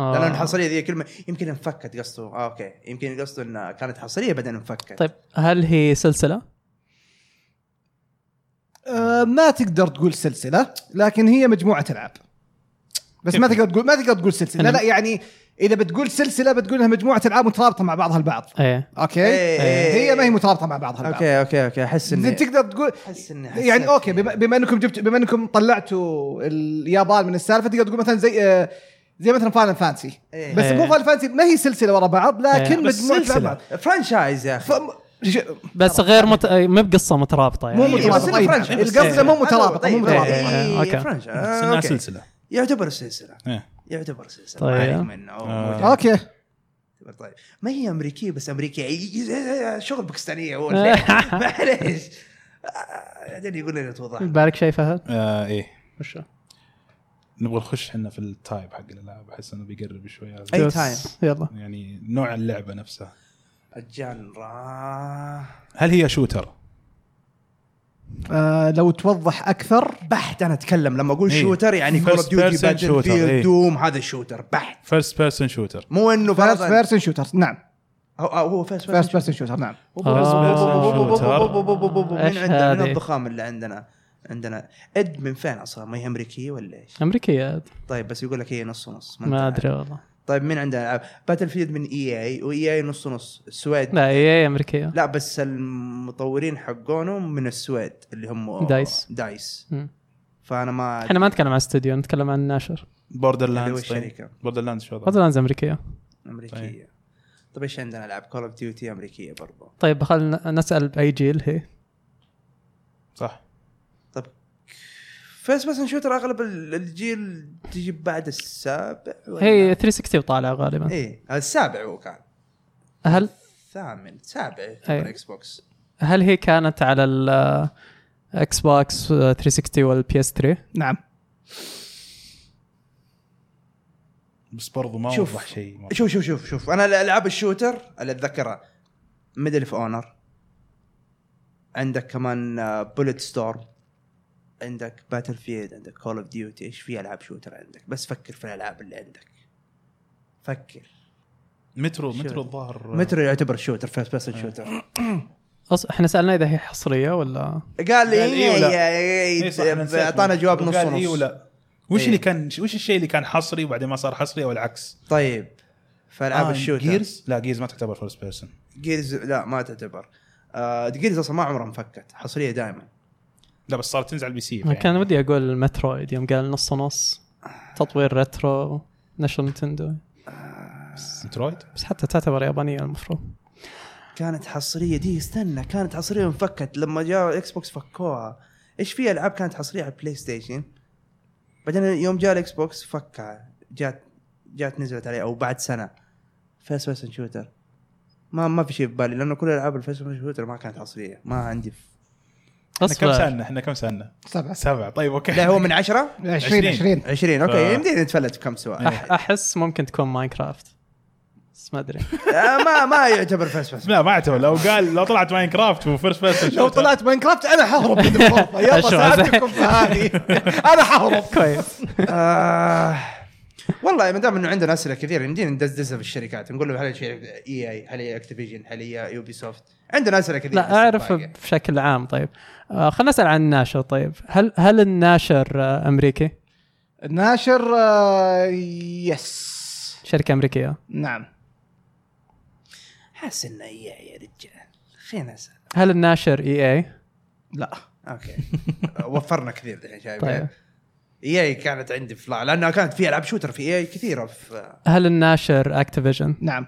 Speaker 2: آه.
Speaker 3: لان الحصريه ذي كلمه يمكن انفكت قصده آه اوكي يمكن قصده انها كانت حصريه بعدين انفكت
Speaker 2: طيب هل هي سلسله؟
Speaker 5: آه ما تقدر تقول سلسله لكن هي مجموعه العاب بس ما تقدر تقول ما تقدر تقول سلسله لا, لا يعني اذا بتقول سلسله بتقول انها مجموعه العاب مترابطه مع بعضها البعض
Speaker 2: ايه
Speaker 5: اوكي
Speaker 3: إيه، إيه.
Speaker 5: هي ما هي مترابطه مع بعضها البعض
Speaker 3: اوكي اوكي اوكي احس اني
Speaker 5: تقدر تقول
Speaker 3: احس اني حسيت.
Speaker 5: يعني اوكي بما, بما انكم جبت بما انكم طلعتوا اليابان من السالفه تقدر تقول مثلا زي آه، زي مثلا فاينل فانسي
Speaker 3: إيه.
Speaker 5: بس مو فاينل فانسي ما هي سلسله ورا بعض لكن
Speaker 2: إيه.
Speaker 1: بس
Speaker 5: مجموعه
Speaker 1: سلسلة.
Speaker 5: الألعاب.
Speaker 3: فرانشايز يا اخي
Speaker 5: فم- ش-
Speaker 2: بس غير مت... آه، ما بقصه مترابطه يعني
Speaker 5: مو
Speaker 3: إيه،
Speaker 5: مترابطة.
Speaker 3: بس إنه
Speaker 5: طيب.
Speaker 3: فرانشايز.
Speaker 5: القصة
Speaker 3: إيه.
Speaker 5: مو مترابطة،
Speaker 3: طيب،
Speaker 5: مو مترابطة.
Speaker 3: إيه، إيه،
Speaker 2: أوكي.
Speaker 3: فرانشايز.
Speaker 1: بس انها
Speaker 3: أوكي.
Speaker 1: سلسله
Speaker 3: يعتبر سلسله
Speaker 1: إيه.
Speaker 3: يعتبر سلسله
Speaker 2: طيب.
Speaker 3: ما عليك منه أو
Speaker 1: آه.
Speaker 3: مو
Speaker 5: اوكي
Speaker 3: يعتبر طيب ما هي امريكيه بس امريكيه إيه، شغل باكستانيه هو اللي- معليش آه، بعدين يقول لنا توضح
Speaker 2: بالك شيء فهد؟
Speaker 1: آه ايه
Speaker 2: وش
Speaker 1: نبغى نخش احنا في التايب حق الالعاب احس انه بيقرب شوي هذا.
Speaker 3: أي
Speaker 2: بس-
Speaker 3: time.
Speaker 2: يلا
Speaker 1: يعني نوع اللعبه نفسها
Speaker 3: الجانرا
Speaker 1: هل هي شوتر؟
Speaker 5: آه لو توضح اكثر
Speaker 3: بحت انا اتكلم لما اقول
Speaker 1: إيه.
Speaker 3: شوتر يعني كول
Speaker 1: First
Speaker 3: اوف ديوتي
Speaker 1: person
Speaker 3: باتل
Speaker 1: shooter، إيه.
Speaker 3: فيلد دوم هذا شوتر بحت
Speaker 1: فيرست بيرسون شوتر
Speaker 3: مو انه
Speaker 5: فيرست
Speaker 3: فرضاً-
Speaker 5: بيرسون شوتر نعم
Speaker 3: هو هو فيرست
Speaker 5: فيرست بيرسون شوتر نعم
Speaker 3: من
Speaker 2: آه. إيش
Speaker 3: عندنا من
Speaker 2: هذه؟
Speaker 3: الضخام اللي عندنا عندنا اد من فين اصلا ما هي امريكيه ولا ايش؟
Speaker 2: امريكيه عاد.
Speaker 3: طيب بس يقول لك هي نص ونص أنت
Speaker 2: ما
Speaker 3: عارف.
Speaker 2: ادري والله
Speaker 3: طيب مين عندنا العاب؟ باتل فيلد من E اي اي واي اي نص ونص السويد
Speaker 2: لا إيه، هي امريكيه
Speaker 3: لا بس المطورين حقونهم من السويد اللي هم
Speaker 2: دايس.
Speaker 3: دايس
Speaker 2: مم.
Speaker 3: فانا ما
Speaker 2: احنا ما نتكلم عن استوديو نتكلم عن ناشر
Speaker 1: بوردر
Speaker 3: هو
Speaker 1: لاندز
Speaker 3: الشركة.
Speaker 1: بوردر لاندز طيب. شو وضعها؟
Speaker 2: هذا امريكيه
Speaker 3: امريكيه طيب ايش عندنا العاب كول اوف ديوتي امريكيه برضو
Speaker 2: طيب خلنا نسال باي جيل هي
Speaker 1: صح
Speaker 3: طب فيرست بيرسون شوتر اغلب ال- الجيل تجي بعد السابع ولا-
Speaker 2: هي 360 وطالعه
Speaker 1: آه.
Speaker 2: غالبا
Speaker 3: ايه السابع هو كان
Speaker 2: هل
Speaker 3: الثامن سابع
Speaker 2: أي.
Speaker 3: تبع
Speaker 1: أيوه.
Speaker 3: الاكس بوكس
Speaker 2: هل هي كانت على الاكس بوكس 360 والبي اس 3
Speaker 5: نعم
Speaker 1: بس برضو ما
Speaker 3: شوف.
Speaker 1: وضح شيء مرة.
Speaker 3: شوف شوف شوف شوف انا الالعاب الشوتر اللي اتذكرها ميدل اوف اونر عندك كمان بوليت ستورم عندك باتل فيلد عندك كول اوف ديوتي ايش في العاب شوتر عندك بس فكر في الالعاب اللي عندك فكر
Speaker 1: مترو
Speaker 3: شوف.
Speaker 1: مترو الظاهر
Speaker 3: مترو يعتبر شوتر فيرست بيرسون
Speaker 1: أيوه.
Speaker 3: شوتر
Speaker 2: أص... احنا سالنا اذا هي حصريه ولا
Speaker 3: قال لي
Speaker 1: قال إيه ولا؟
Speaker 3: إيه
Speaker 1: إيه صح، أنا نسيت.
Speaker 3: اعطانا جواب نص
Speaker 1: وقال إيه
Speaker 3: ونص
Speaker 1: ولا وش
Speaker 3: إيه.
Speaker 1: اللي كان وش الشيء اللي كان حصري وبعدين ما صار حصري او العكس؟
Speaker 3: طيب فالعاب
Speaker 1: آه،
Speaker 3: الشوتر
Speaker 1: جيرز لا جيرز ما تعتبر فيرست بيرسون
Speaker 3: جيرز لا ما تعتبر آه جيرز اصلا ما عمرها انفكت حصريه دائما
Speaker 1: لا بس صارت تنزل على البي سي
Speaker 2: أنا
Speaker 1: فيعني.
Speaker 2: كان ودي اقول مترويد يوم قال نص ونص تطوير ريترو نشر نتندو
Speaker 1: مترويد
Speaker 2: بس حتى تعتبر يابانيه المفروض
Speaker 3: كانت حصريه دي استنى كانت حصريه انفكت لما جاء الاكس بوكس فكوها ايش في العاب كانت حصريه على البلاي ستيشن بعدين يوم جاء الاكس بوكس فكها جات جات نزلت عليه او بعد سنه فيرست بيرسون شوتر ما ما في شيء في بالي لانه كل العاب الفيرست بيرسون شوتر ما كانت حصريه ما عندي
Speaker 1: احنا كم
Speaker 2: اصبر
Speaker 1: سالنا احنا كم سالنا؟
Speaker 5: سبعة
Speaker 1: سبعة طيب اوكي
Speaker 3: لا هو من عشرة
Speaker 5: 20 20
Speaker 3: 20
Speaker 1: ف-
Speaker 4: آه.
Speaker 3: اوكي يمدينا نتفلت بكم سؤال
Speaker 2: أح- احس ممكن تكون ماينكرافت بس ما ادري
Speaker 3: آه، ما ما يعتبر فاست بس
Speaker 1: لا ما اعتبر لو قال لو طلعت ماين كرافت وفيرست بيرسون
Speaker 4: لو طلعت ماينكرافت انا حهرب من الغرفه يلا
Speaker 2: أشوف.
Speaker 4: ساعدتكم في هذه انا حهرب
Speaker 2: كويس
Speaker 3: آه والله ما دام انه عندنا اسئله كثيره يمدينا ندزدزها في الشركات نقول لهم هل شيء اي اي هل هي اكتيفيجن هل هي يوبي سوفت عندنا اسئله كثيره
Speaker 2: لا
Speaker 3: بس
Speaker 2: اعرف
Speaker 3: باقية.
Speaker 2: بشكل عام طيب آه خلنا نسال عن الناشر طيب هل هل الناشر آه امريكي؟
Speaker 4: ناشر آه، يس
Speaker 2: شركه امريكيه
Speaker 4: نعم
Speaker 3: حاسس انه اي يا رجال خلينا اسال
Speaker 2: هل الناشر E اي اي؟
Speaker 3: لا اوكي وفرنا كثير دحين شايف
Speaker 2: طيب.
Speaker 3: اي اي كانت عندي في لا- لانها كانت في العاب شوتر في اي اي كثيره في
Speaker 2: هل الناشر اكتيفيجن؟
Speaker 4: نعم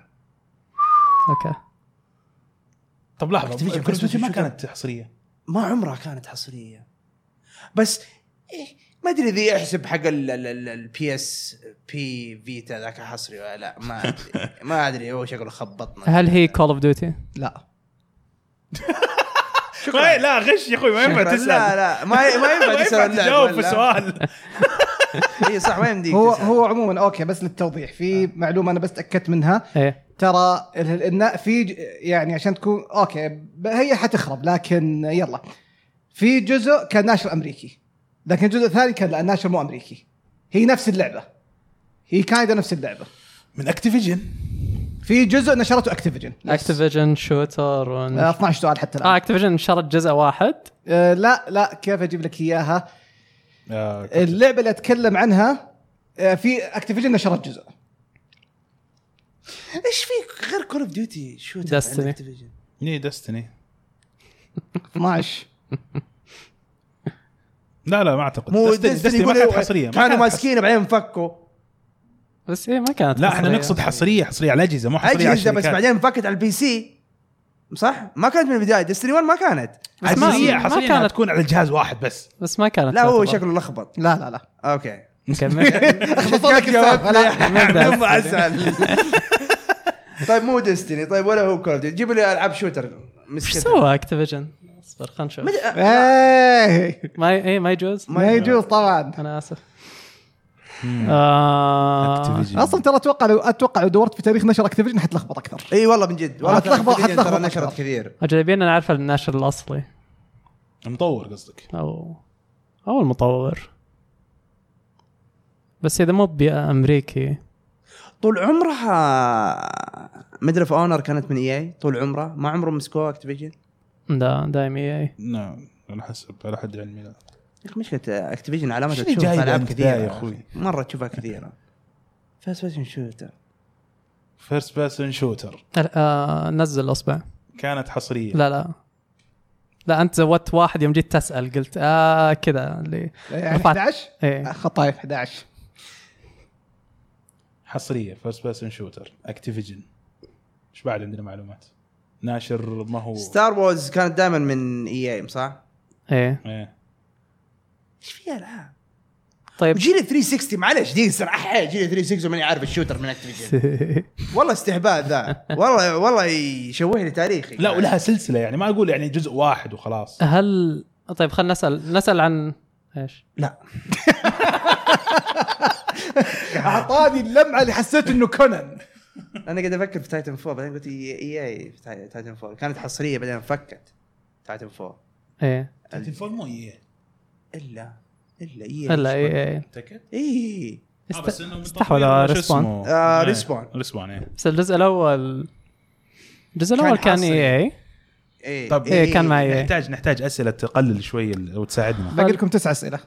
Speaker 2: اوكي
Speaker 1: طب لحظه
Speaker 3: Activision
Speaker 1: كريسمس ما
Speaker 3: Activision.
Speaker 1: كانت حصريه
Speaker 3: ما عمرها كانت حصريه بس إيه ما ادري اذا يحسب حق البي اس بي فيتا ذاك حصري ولا لا ما ادري ما ادري هو شكله خبطنا
Speaker 2: هل هي كول اوف ديوتي؟
Speaker 4: لا
Speaker 1: ما- إيه، لا غش يا اخوي ما ينفع تسال
Speaker 3: لا لا ما ي- ما
Speaker 1: ما
Speaker 3: ينفع تسال
Speaker 1: ينفع
Speaker 3: اللعبة
Speaker 1: تجاوب في
Speaker 3: ولا-
Speaker 1: سؤال
Speaker 3: اي إيه، صح ما يمديك
Speaker 4: هو
Speaker 3: تسأل.
Speaker 4: هو عموما اوكي بس للتوضيح
Speaker 3: آه.
Speaker 4: في معلومه انا بس تاكدت منها
Speaker 2: ايه
Speaker 4: ترى ال- ال- النا- في ج- يعني عشان تكون اوكي ب- هي حتخرب لكن يلا في جزء كان ناشر امريكي لكن الجزء الثاني كان لا ناشر مو امريكي هي نفس اللعبه هي كايدا نفس اللعبه
Speaker 1: من اكتيفيجن
Speaker 4: في جزء نشرته اكتيفيجن
Speaker 2: اكتيفيجن شوتر ون...
Speaker 4: 12 سؤال حتى الان
Speaker 2: اه اكتيفيجن شرت جزء واحد
Speaker 4: آه، لا لا كيف اجيب لك اياها
Speaker 1: آه،
Speaker 4: اللعبه اللي اتكلم عنها آه، في اكتيفيجن نشرت جزء
Speaker 3: ايش فيك غير كول اوف ديوتي شو
Speaker 2: Destiny.
Speaker 1: ني دستني
Speaker 4: 12
Speaker 1: لا لا ما اعتقد
Speaker 3: مو
Speaker 1: Destiny- Destiny
Speaker 3: دستني
Speaker 1: ما كانت حصريه ما
Speaker 3: كانوا
Speaker 1: كانت
Speaker 3: ماسكين بعدين فكوا
Speaker 2: بس ايه ما كانت
Speaker 1: لا احنا
Speaker 2: حصرية.
Speaker 1: نقصد حصريه حصريه على الاجهزه مو حصريه على
Speaker 3: اجهزه بس
Speaker 1: الشركات
Speaker 3: بعدين فكت على البي سي صح؟ ما كانت من البدايه دستني 1 ما كانت
Speaker 2: بس ما-
Speaker 1: حصريه
Speaker 2: ما
Speaker 1: حصريه
Speaker 2: كانت-
Speaker 1: كانت تكون على جهاز واحد بس
Speaker 2: بس ما كانت
Speaker 3: لا هو
Speaker 2: تعتبر.
Speaker 3: شكله لخبط
Speaker 4: لا لا لا
Speaker 3: اوكي
Speaker 2: كمل.
Speaker 4: أخبط لك السالفة، لا.
Speaker 2: Destiny.
Speaker 3: ما اسال طيب مو ديستني طيب ولا هو كول جيب لي العاب شوتر
Speaker 2: ايش
Speaker 3: مسكتها.
Speaker 2: سوى اكتيفيجن؟ اصبر خلنا نشوف
Speaker 3: مد- آه،
Speaker 4: إيه،
Speaker 2: ما ايه ما يجوز
Speaker 4: ما يجوز طبعا
Speaker 2: انا اسف آه...
Speaker 1: Hmm. Activision.
Speaker 4: اصلا ترى اتوقع لو اتوقع لو دورت في تاريخ نشر اكتيفيجن حتلخبط اكثر
Speaker 3: اي والله من جد والله
Speaker 4: حتلخبط-
Speaker 3: ترى Activision ترى
Speaker 4: حتلخبط
Speaker 3: نشرت
Speaker 4: أكثر.
Speaker 3: كثير
Speaker 2: اجنبيين انا عارف الناشر الاصلي
Speaker 1: مطور قصدك
Speaker 2: او او المطور بس اذا مو بامريكي
Speaker 3: طول عمرها ميدل اوف اونر كانت من اي اي طول عمرها ما عمرهم مسكوها اكتيفيجن
Speaker 2: لا دايم اي
Speaker 1: نعم على حسب على حد علمي لا
Speaker 3: يا اخي مشكله اكتيفيجن علامتها
Speaker 1: شو اللي
Speaker 3: تشوف
Speaker 1: جايبه
Speaker 3: العاب
Speaker 1: أنت
Speaker 3: كثيره
Speaker 1: ذا يا
Speaker 3: يا اخوي
Speaker 1: أخوي؟
Speaker 3: مره تشوفها كثيره فاست بيرسون شوتر
Speaker 1: فيرست بيرسون شوتر
Speaker 2: آه نزل الاصبع
Speaker 1: كانت حصريه
Speaker 2: لا لا لا انت زودت واحد يوم جيت تسال قلت اه كذا اللي
Speaker 4: يعني
Speaker 2: رفعت.
Speaker 4: 11
Speaker 2: ايه
Speaker 4: خطايف 11
Speaker 1: حصريه فيرست بيرسون شوتر اكتيفيجن ايش بعد عندنا معلومات ناشر ما هو
Speaker 3: ستار وورز كانت دائما من اي اي صح؟
Speaker 2: ايه
Speaker 1: ايه
Speaker 3: ايش في العاب؟
Speaker 2: طيب
Speaker 3: وجيل 360 معلش دي صراحه جيل 360 ماني عارف الشوتر من اكتيفيجن والله استهبال ذا والله والله يشوه لي تاريخي
Speaker 1: لا ولها سلسله يعني ما اقول يعني جزء واحد وخلاص
Speaker 2: أه. هل طيب خلينا نسال نسال عن ايش؟
Speaker 3: لا
Speaker 4: اعطاني اللمعه اللي حسيت انه كونان
Speaker 3: انا قاعد افكر في تايتن 4 بعدين قلت E اي اي في تاي- تايتن 4 كانت حصريه بعدين فكت تايتن 4
Speaker 2: ايه
Speaker 1: تلفون مو ايه
Speaker 3: الا الا اي
Speaker 2: هلا ايه ايه
Speaker 1: متاكد؟
Speaker 2: إيه.
Speaker 3: اي
Speaker 1: آه، بس إنه من
Speaker 2: استحوذ
Speaker 1: تطوير
Speaker 2: على
Speaker 1: شو
Speaker 2: ريسبون
Speaker 1: اسمه؟
Speaker 3: آه،
Speaker 1: إيه.
Speaker 3: ريسبون.
Speaker 1: ريسبون ايه
Speaker 2: بس الجزء الاول الجزء
Speaker 3: كان
Speaker 2: الاول كان إيه؟
Speaker 3: حصري.
Speaker 2: اي اي
Speaker 3: اي
Speaker 1: طب
Speaker 2: إيه، كان معي.
Speaker 1: نحتاج نحتاج اسئله تقلل شوي ال- وتساعدنا
Speaker 4: باقي لكم تسع اسئله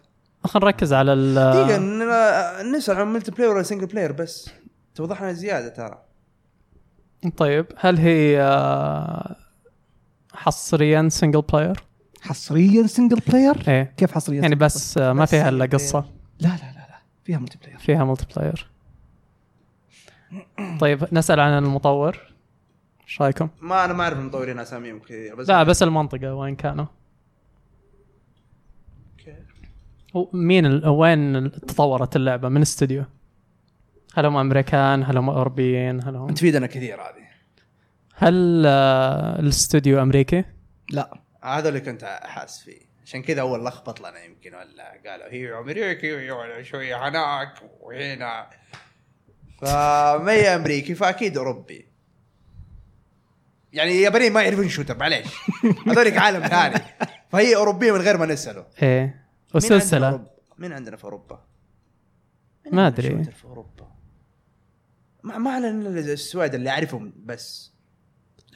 Speaker 2: خلينا نركز على
Speaker 3: دقيقة
Speaker 2: ال آه،
Speaker 3: إننا نسأل عن ملتي بلاير ولا سنجل بلاير بس توضح لنا زيادة ترى
Speaker 2: طيب هل هي آه، حصريا سنجل بلاير؟
Speaker 4: حصريا سنجل بلاير
Speaker 2: ايه
Speaker 4: كيف حصريا
Speaker 2: يعني
Speaker 4: single
Speaker 2: بس آه، ما
Speaker 3: بس
Speaker 2: فيها الا
Speaker 3: single player.
Speaker 2: قصه
Speaker 4: player؟ لا لا لا لا فيها ملتي بلاير
Speaker 2: فيها ملتي بلاير طيب نسال عن المطور ايش رايكم؟
Speaker 3: ما أنا ما أعرف المطورين أساميهم كثير بس
Speaker 2: لا بس المنطقه وين كانوا؟ و- مين ال... وين ال- تطورت اللعبه من استوديو؟ هل هم امريكان؟ هل هم اوروبيين؟ هل هم
Speaker 3: تفيدنا كثير هذه
Speaker 2: هل آه، الاستوديو امريكي؟
Speaker 4: لا
Speaker 3: هذا اللي كنت حاس فيه عشان كذا أول لخبط لنا يمكن ولا قالوا هي أمريكي وشوية هناك وهنا فما هي امريكي فاكيد اوروبي يعني اليابانيين ما يعرفون شوتر معليش هذولك عالم ثاني فهي اوروبيه من غير ما نساله
Speaker 2: ايه
Speaker 3: مين عندنا في
Speaker 2: والسلسله
Speaker 3: أوروبا؟ مين عندنا في اوروبا؟ مين
Speaker 2: ما
Speaker 3: عندنا
Speaker 2: ادري
Speaker 3: شوتر في اوروبا ما ما اعلن إلا السويد اللي اعرفهم بس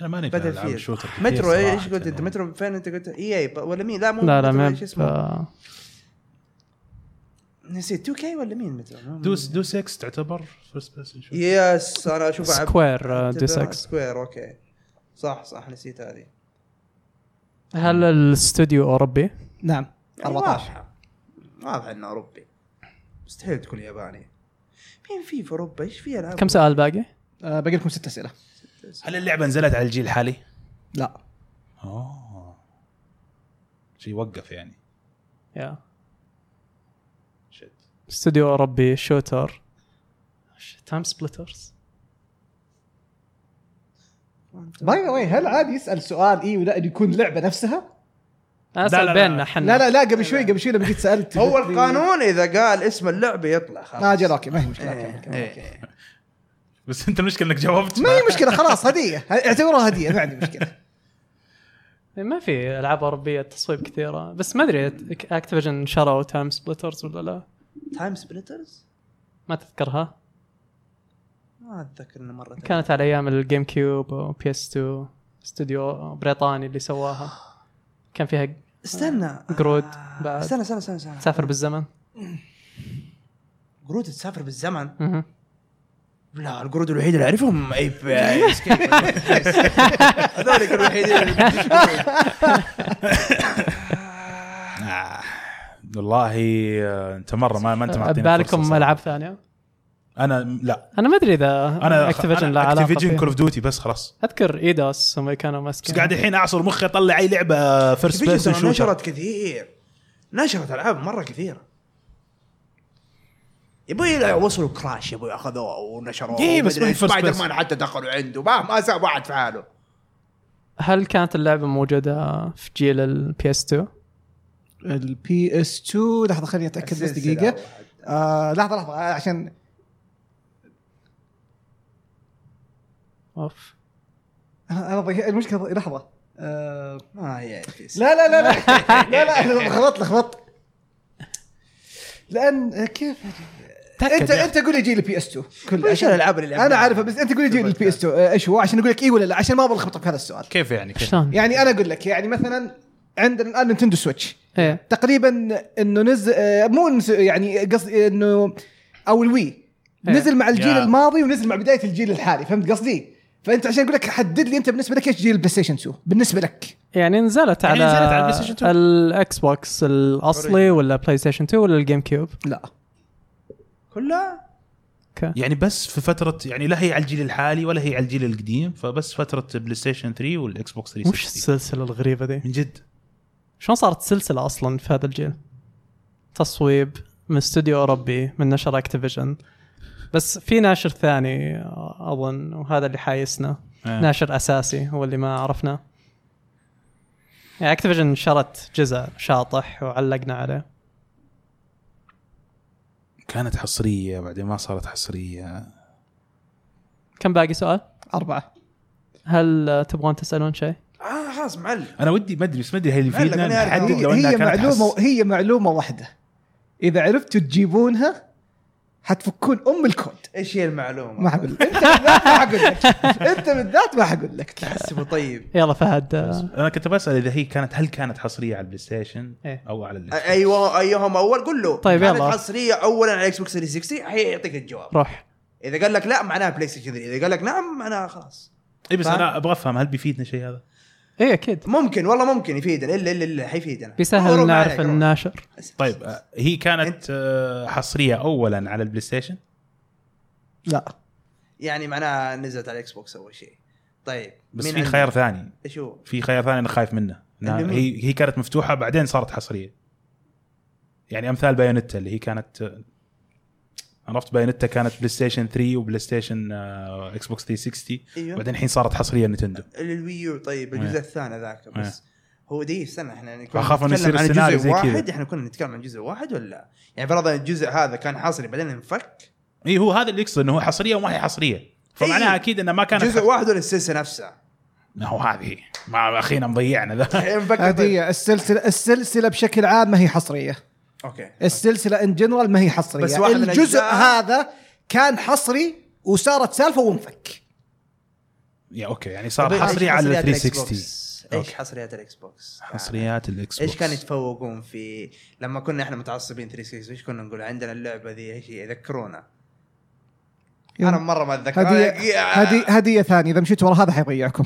Speaker 1: انا ماني في
Speaker 3: بدل
Speaker 1: العاب
Speaker 3: فيه
Speaker 1: الشوتر كثير
Speaker 3: مترو
Speaker 1: صراحة.
Speaker 3: ايش قلت انت مترو فين انت قلت اي اي ولا مين لا مو
Speaker 2: لا لا
Speaker 3: مترو،
Speaker 2: ما آه،
Speaker 3: ايش اسمه
Speaker 2: ب-
Speaker 3: نسيت 2 كي ولا مين مترو؟ ما-
Speaker 1: دوس دوس اكس تعتبر فيرست بيرسون
Speaker 3: إيه.
Speaker 1: شوتر
Speaker 3: يس انا اشوف أعب-
Speaker 2: سكوير
Speaker 3: أعتبر-
Speaker 2: ديس اكس
Speaker 3: سكوير اوكي صح صح نسيت هذه
Speaker 2: هل الاستوديو اوروبي؟
Speaker 4: نعم
Speaker 3: يعني
Speaker 4: 14
Speaker 3: واضحه واضحه انه اوروبي مستحيل تكون ياباني مين في في اوروبا ايش في العاب
Speaker 2: كم سؤال باقي؟
Speaker 4: آه، باقي لكم ست اسئله
Speaker 1: هل اللعبه نزلت على الجيل الحالي؟
Speaker 4: لا
Speaker 1: اوه شيء آه. وقف يعني
Speaker 2: يا
Speaker 1: شت
Speaker 2: استوديو اوروبي شوتر Oh, تايم سبلترز
Speaker 4: باي ذا واي هل عادي يسال سؤال اي ولا إنه يكون اللعبه نفسها؟
Speaker 2: انا
Speaker 1: لا، لا،
Speaker 2: اسال
Speaker 1: لا.
Speaker 2: بيننا آه، احنا
Speaker 4: لا لا لا قبل شوي قبل شوي لما جيت سالت
Speaker 3: هو
Speaker 4: قلت لي-
Speaker 3: القانون اذا قال اسم اللعبه يطلع خلاص
Speaker 4: اه جل اوكي ما هي مشكله
Speaker 3: إيه،
Speaker 4: أوكي، أوكي،
Speaker 3: إيه.
Speaker 4: أوكي.
Speaker 1: بس انت المشكله انك جاوبت
Speaker 4: ما هي مشكله خلاص هديه اعتبروها هديه ما عندي مشكله
Speaker 2: ما في العاب اوروبيه تصويب كثيره بس ما ادري اكتيفيجن شروا تايم سبلترز ولا لا
Speaker 3: تايم سبليترز
Speaker 2: ما تذكرها
Speaker 3: ما اتذكر انه مره
Speaker 2: كانت على ايام الجيم كيوب وبي اس 2 استوديو بريطاني اللي سواها كان فيها
Speaker 3: استنى
Speaker 2: جرود
Speaker 3: آه،
Speaker 2: بعد.
Speaker 3: استنى استنى استنى, استنى.
Speaker 2: تسافر بالزمن
Speaker 3: جرود تسافر بالزمن
Speaker 2: مهم.
Speaker 3: لا القرود الوحيد اللي اعرفهم اي بي إسكيب. هذولك الوحيدين اللي
Speaker 1: آه. والله آه، انت مره ما, ما انت معطيني فرصة
Speaker 2: بالكم
Speaker 1: صراحة.
Speaker 2: العاب ثانيه
Speaker 1: انا م- لا
Speaker 2: انا ما ادري اذا
Speaker 1: انا
Speaker 2: اكتيفيجن لا علاقه
Speaker 1: اكتيفيجن كول
Speaker 2: فيها. E
Speaker 1: اوف ديوتي بس خلاص
Speaker 2: اذكر ايداس هم كانوا
Speaker 1: بس
Speaker 2: ماسكين
Speaker 1: قاعد الحين اعصر مخي اطلع اي لعبه فيرست بيرسون
Speaker 3: Activision
Speaker 1: شوتر
Speaker 3: نشرت كثير نشرت العاب مره كثيره يبوي لا وصلوا كراش يبوي اخذوه ونشروه
Speaker 1: إيه، بس
Speaker 3: ومدري
Speaker 1: ما هي
Speaker 3: إيش.
Speaker 1: first
Speaker 3: سبايدر
Speaker 1: person.
Speaker 3: مان حتى دخلوا عنده ما ما ساب واحد في حاله
Speaker 2: هل كانت اللعبه موجوده في جيل البي اس 2
Speaker 4: البي اس 2 لحظه خليني اتاكد بس
Speaker 3: السلسلة
Speaker 4: دقيقه
Speaker 3: واحد.
Speaker 4: آه لحظه لحظه آه، عشان
Speaker 2: اوف
Speaker 4: انا أنا ضي- المشكله ضي- لحظه آه
Speaker 3: ما هي في-
Speaker 4: لا لا لا لا لا لا احنا خبطنا خبطت لان آه، كيف انت انت قول لي جيل البي اس 2 كل
Speaker 3: وش الالعاب اللي لعبناها؟
Speaker 4: انا عارفه بس انت قول لي جيل البي اس 2 آه، ايش هو عشان اقول لك اي ولا لا عشان ما ابغى الخبطه في هذا السؤال
Speaker 1: كيف يعني كيف
Speaker 2: شلون؟
Speaker 4: يعني انا اقول لك يعني مثلا عندنا الان نينتندو سويتش
Speaker 2: ايه
Speaker 4: تقريبا انه نزل آه، مو نز- يعني قصدي انه او الوي
Speaker 2: إيه.
Speaker 4: نزل مع الجيل
Speaker 1: يا.
Speaker 4: الماضي ونزل مع بدايه الجيل الحالي فهمت قصدي؟ فانت عشان اقول لك حدد لي انت بالنسبه لك ايش جيل البلاي ستيشن 2 بالنسبه لك
Speaker 2: يعني نزلت
Speaker 1: يعني
Speaker 2: على
Speaker 1: نزلت على البلاي ستيشن 2.
Speaker 2: الاكس بوكس الاصلي ولا بلاي ستيشن 2 ولا الجيم كيوب
Speaker 4: لا
Speaker 3: كلها
Speaker 2: اوكي
Speaker 1: يعني بس في فتره يعني لا هي على الجيل الحالي ولا هي على الجيل القديم فبس فتره بلاي ستيشن 3 والاكس بوكس
Speaker 2: وش
Speaker 1: 360
Speaker 2: السلسله الغريبه ذي؟
Speaker 1: من جد
Speaker 2: شلون صارت سلسله اصلا في هذا الجيل؟ تصويب من استوديو اوروبي من نشر اكتيفيجن بس في ناشر ثاني اظن وهذا اللي حايسنا
Speaker 1: آه.
Speaker 2: ناشر اساسي هو اللي ما عرفناه يعني اكتيفيجن شرت جزء شاطح وعلقنا عليه
Speaker 1: كانت حصريه بعدين ما صارت حصريه
Speaker 2: كم باقي سؤال؟
Speaker 4: اربعه
Speaker 2: هل آه، تبغون تسالون شيء؟
Speaker 3: اه خلاص معلم
Speaker 1: انا ودي ما ادري بس ما ادري هل
Speaker 3: معلق،
Speaker 1: يفيدنا
Speaker 3: أنا أعرف.
Speaker 1: نحدد
Speaker 4: هي
Speaker 1: لو انها
Speaker 4: هي
Speaker 1: كانت
Speaker 4: معلومه
Speaker 1: حص-
Speaker 4: هي معلومه واحده اذا عرفتوا تجيبونها حتفكون ام الكود
Speaker 3: ايش هي
Speaker 4: ما
Speaker 3: المعلومه؟
Speaker 4: حقول انت بالذات ما حقول لك انت بالذات ما حقول لك
Speaker 3: احسبه طيب
Speaker 2: يلا فهد آه،
Speaker 1: انا كنت بسال اذا هي كانت هل كانت حصريه على البلاي ستيشن
Speaker 2: إيه.
Speaker 1: او على الاكس بوكس.
Speaker 3: ايوه ايهم اول قول له
Speaker 2: طيب،
Speaker 3: كانت
Speaker 2: يلا.
Speaker 3: حصريه اولا على اكس بوكس 360 حيعطيك الجواب
Speaker 2: روح
Speaker 3: اذا قال لك لا معناها بلاي ستيشن 3 اذا قال لك نعم معناها خلاص
Speaker 1: اي إيه، بس
Speaker 2: فاهم؟
Speaker 1: انا ابغى افهم هل بيفيدنا شيء هذا؟
Speaker 2: ايه اكيد
Speaker 3: ممكن والله ممكن يفيدنا الا الا الا حيفيدنا
Speaker 2: بيسهل
Speaker 3: روح
Speaker 2: نعرف
Speaker 3: معلق، روح.
Speaker 2: الناشر
Speaker 1: طيب آه، هي كانت
Speaker 3: أنت-
Speaker 1: آه، حصريه اولا على البلاي ستيشن
Speaker 4: لا
Speaker 3: يعني معناها نزلت على الاكس بوكس اول شيء طيب
Speaker 1: بس
Speaker 3: مين
Speaker 1: في
Speaker 3: عندنا؟
Speaker 1: خيار ثاني
Speaker 3: ايش هو؟
Speaker 1: في خيار ثاني انا خايف منه إنها
Speaker 3: اللي هو-
Speaker 1: هي هي كانت مفتوحه بعدين صارت حصريه يعني امثال بايونيتا اللي هي كانت آه، عرفت بايونيتا كانت بلاي ستيشن 3 وبلاي ستيشن آه، اكس بوكس 360
Speaker 3: ايوه
Speaker 1: بعدين الحين صارت حصريه نتندو
Speaker 3: الويو طيب الجزء
Speaker 1: إيه.
Speaker 3: الثاني ذاك بس هو دي استنى احنا كنا
Speaker 1: أخاف إنه
Speaker 3: نتكلم
Speaker 1: يصير
Speaker 3: عن
Speaker 1: السيناريو
Speaker 3: جزء
Speaker 1: زي كذا.
Speaker 3: واحد احنا كنا نتكلم عن جزء واحد ولا لا؟ يعني فرضا الجزء هذا كان حاصري بعدين انفك
Speaker 1: اي إيه، هو هذا اللي يقصد انه هو حصريه وما هي حصريه فمعناها
Speaker 3: إي.
Speaker 1: اكيد انها ما كانت
Speaker 3: إيه. جزء
Speaker 1: جزء
Speaker 3: واحد ولا السلسله نفسها؟
Speaker 1: ما هو هذه ما اخينا مضيعنا ذا
Speaker 3: هذه
Speaker 4: هذه السلسله السلسله بشكل عام ما هي حصريه
Speaker 3: اوكي
Speaker 4: السلسله ان جنرال ما هي حصريه
Speaker 3: بس واحد من
Speaker 4: الجزء
Speaker 3: أجزائها-
Speaker 4: هذا كان حصري وصارت سالفه وانفك
Speaker 1: يا اوكي يعني
Speaker 3: طيب،
Speaker 1: صار حصري على 360
Speaker 3: ايش
Speaker 1: أوكي.
Speaker 3: حصريات الاكس بوكس؟
Speaker 1: حصريات الاكس بوكس
Speaker 3: ايش كانوا يتفوقون في لما كنا احنا متعصبين 360 ايش كنا نقول عندنا اللعبه ذي ايش هي؟ يذكرونا انا مره ما اتذكر
Speaker 4: هديه
Speaker 3: أنا-
Speaker 4: هدي هديه ثانيه اذا مشيت ورا هذا حيضيعكم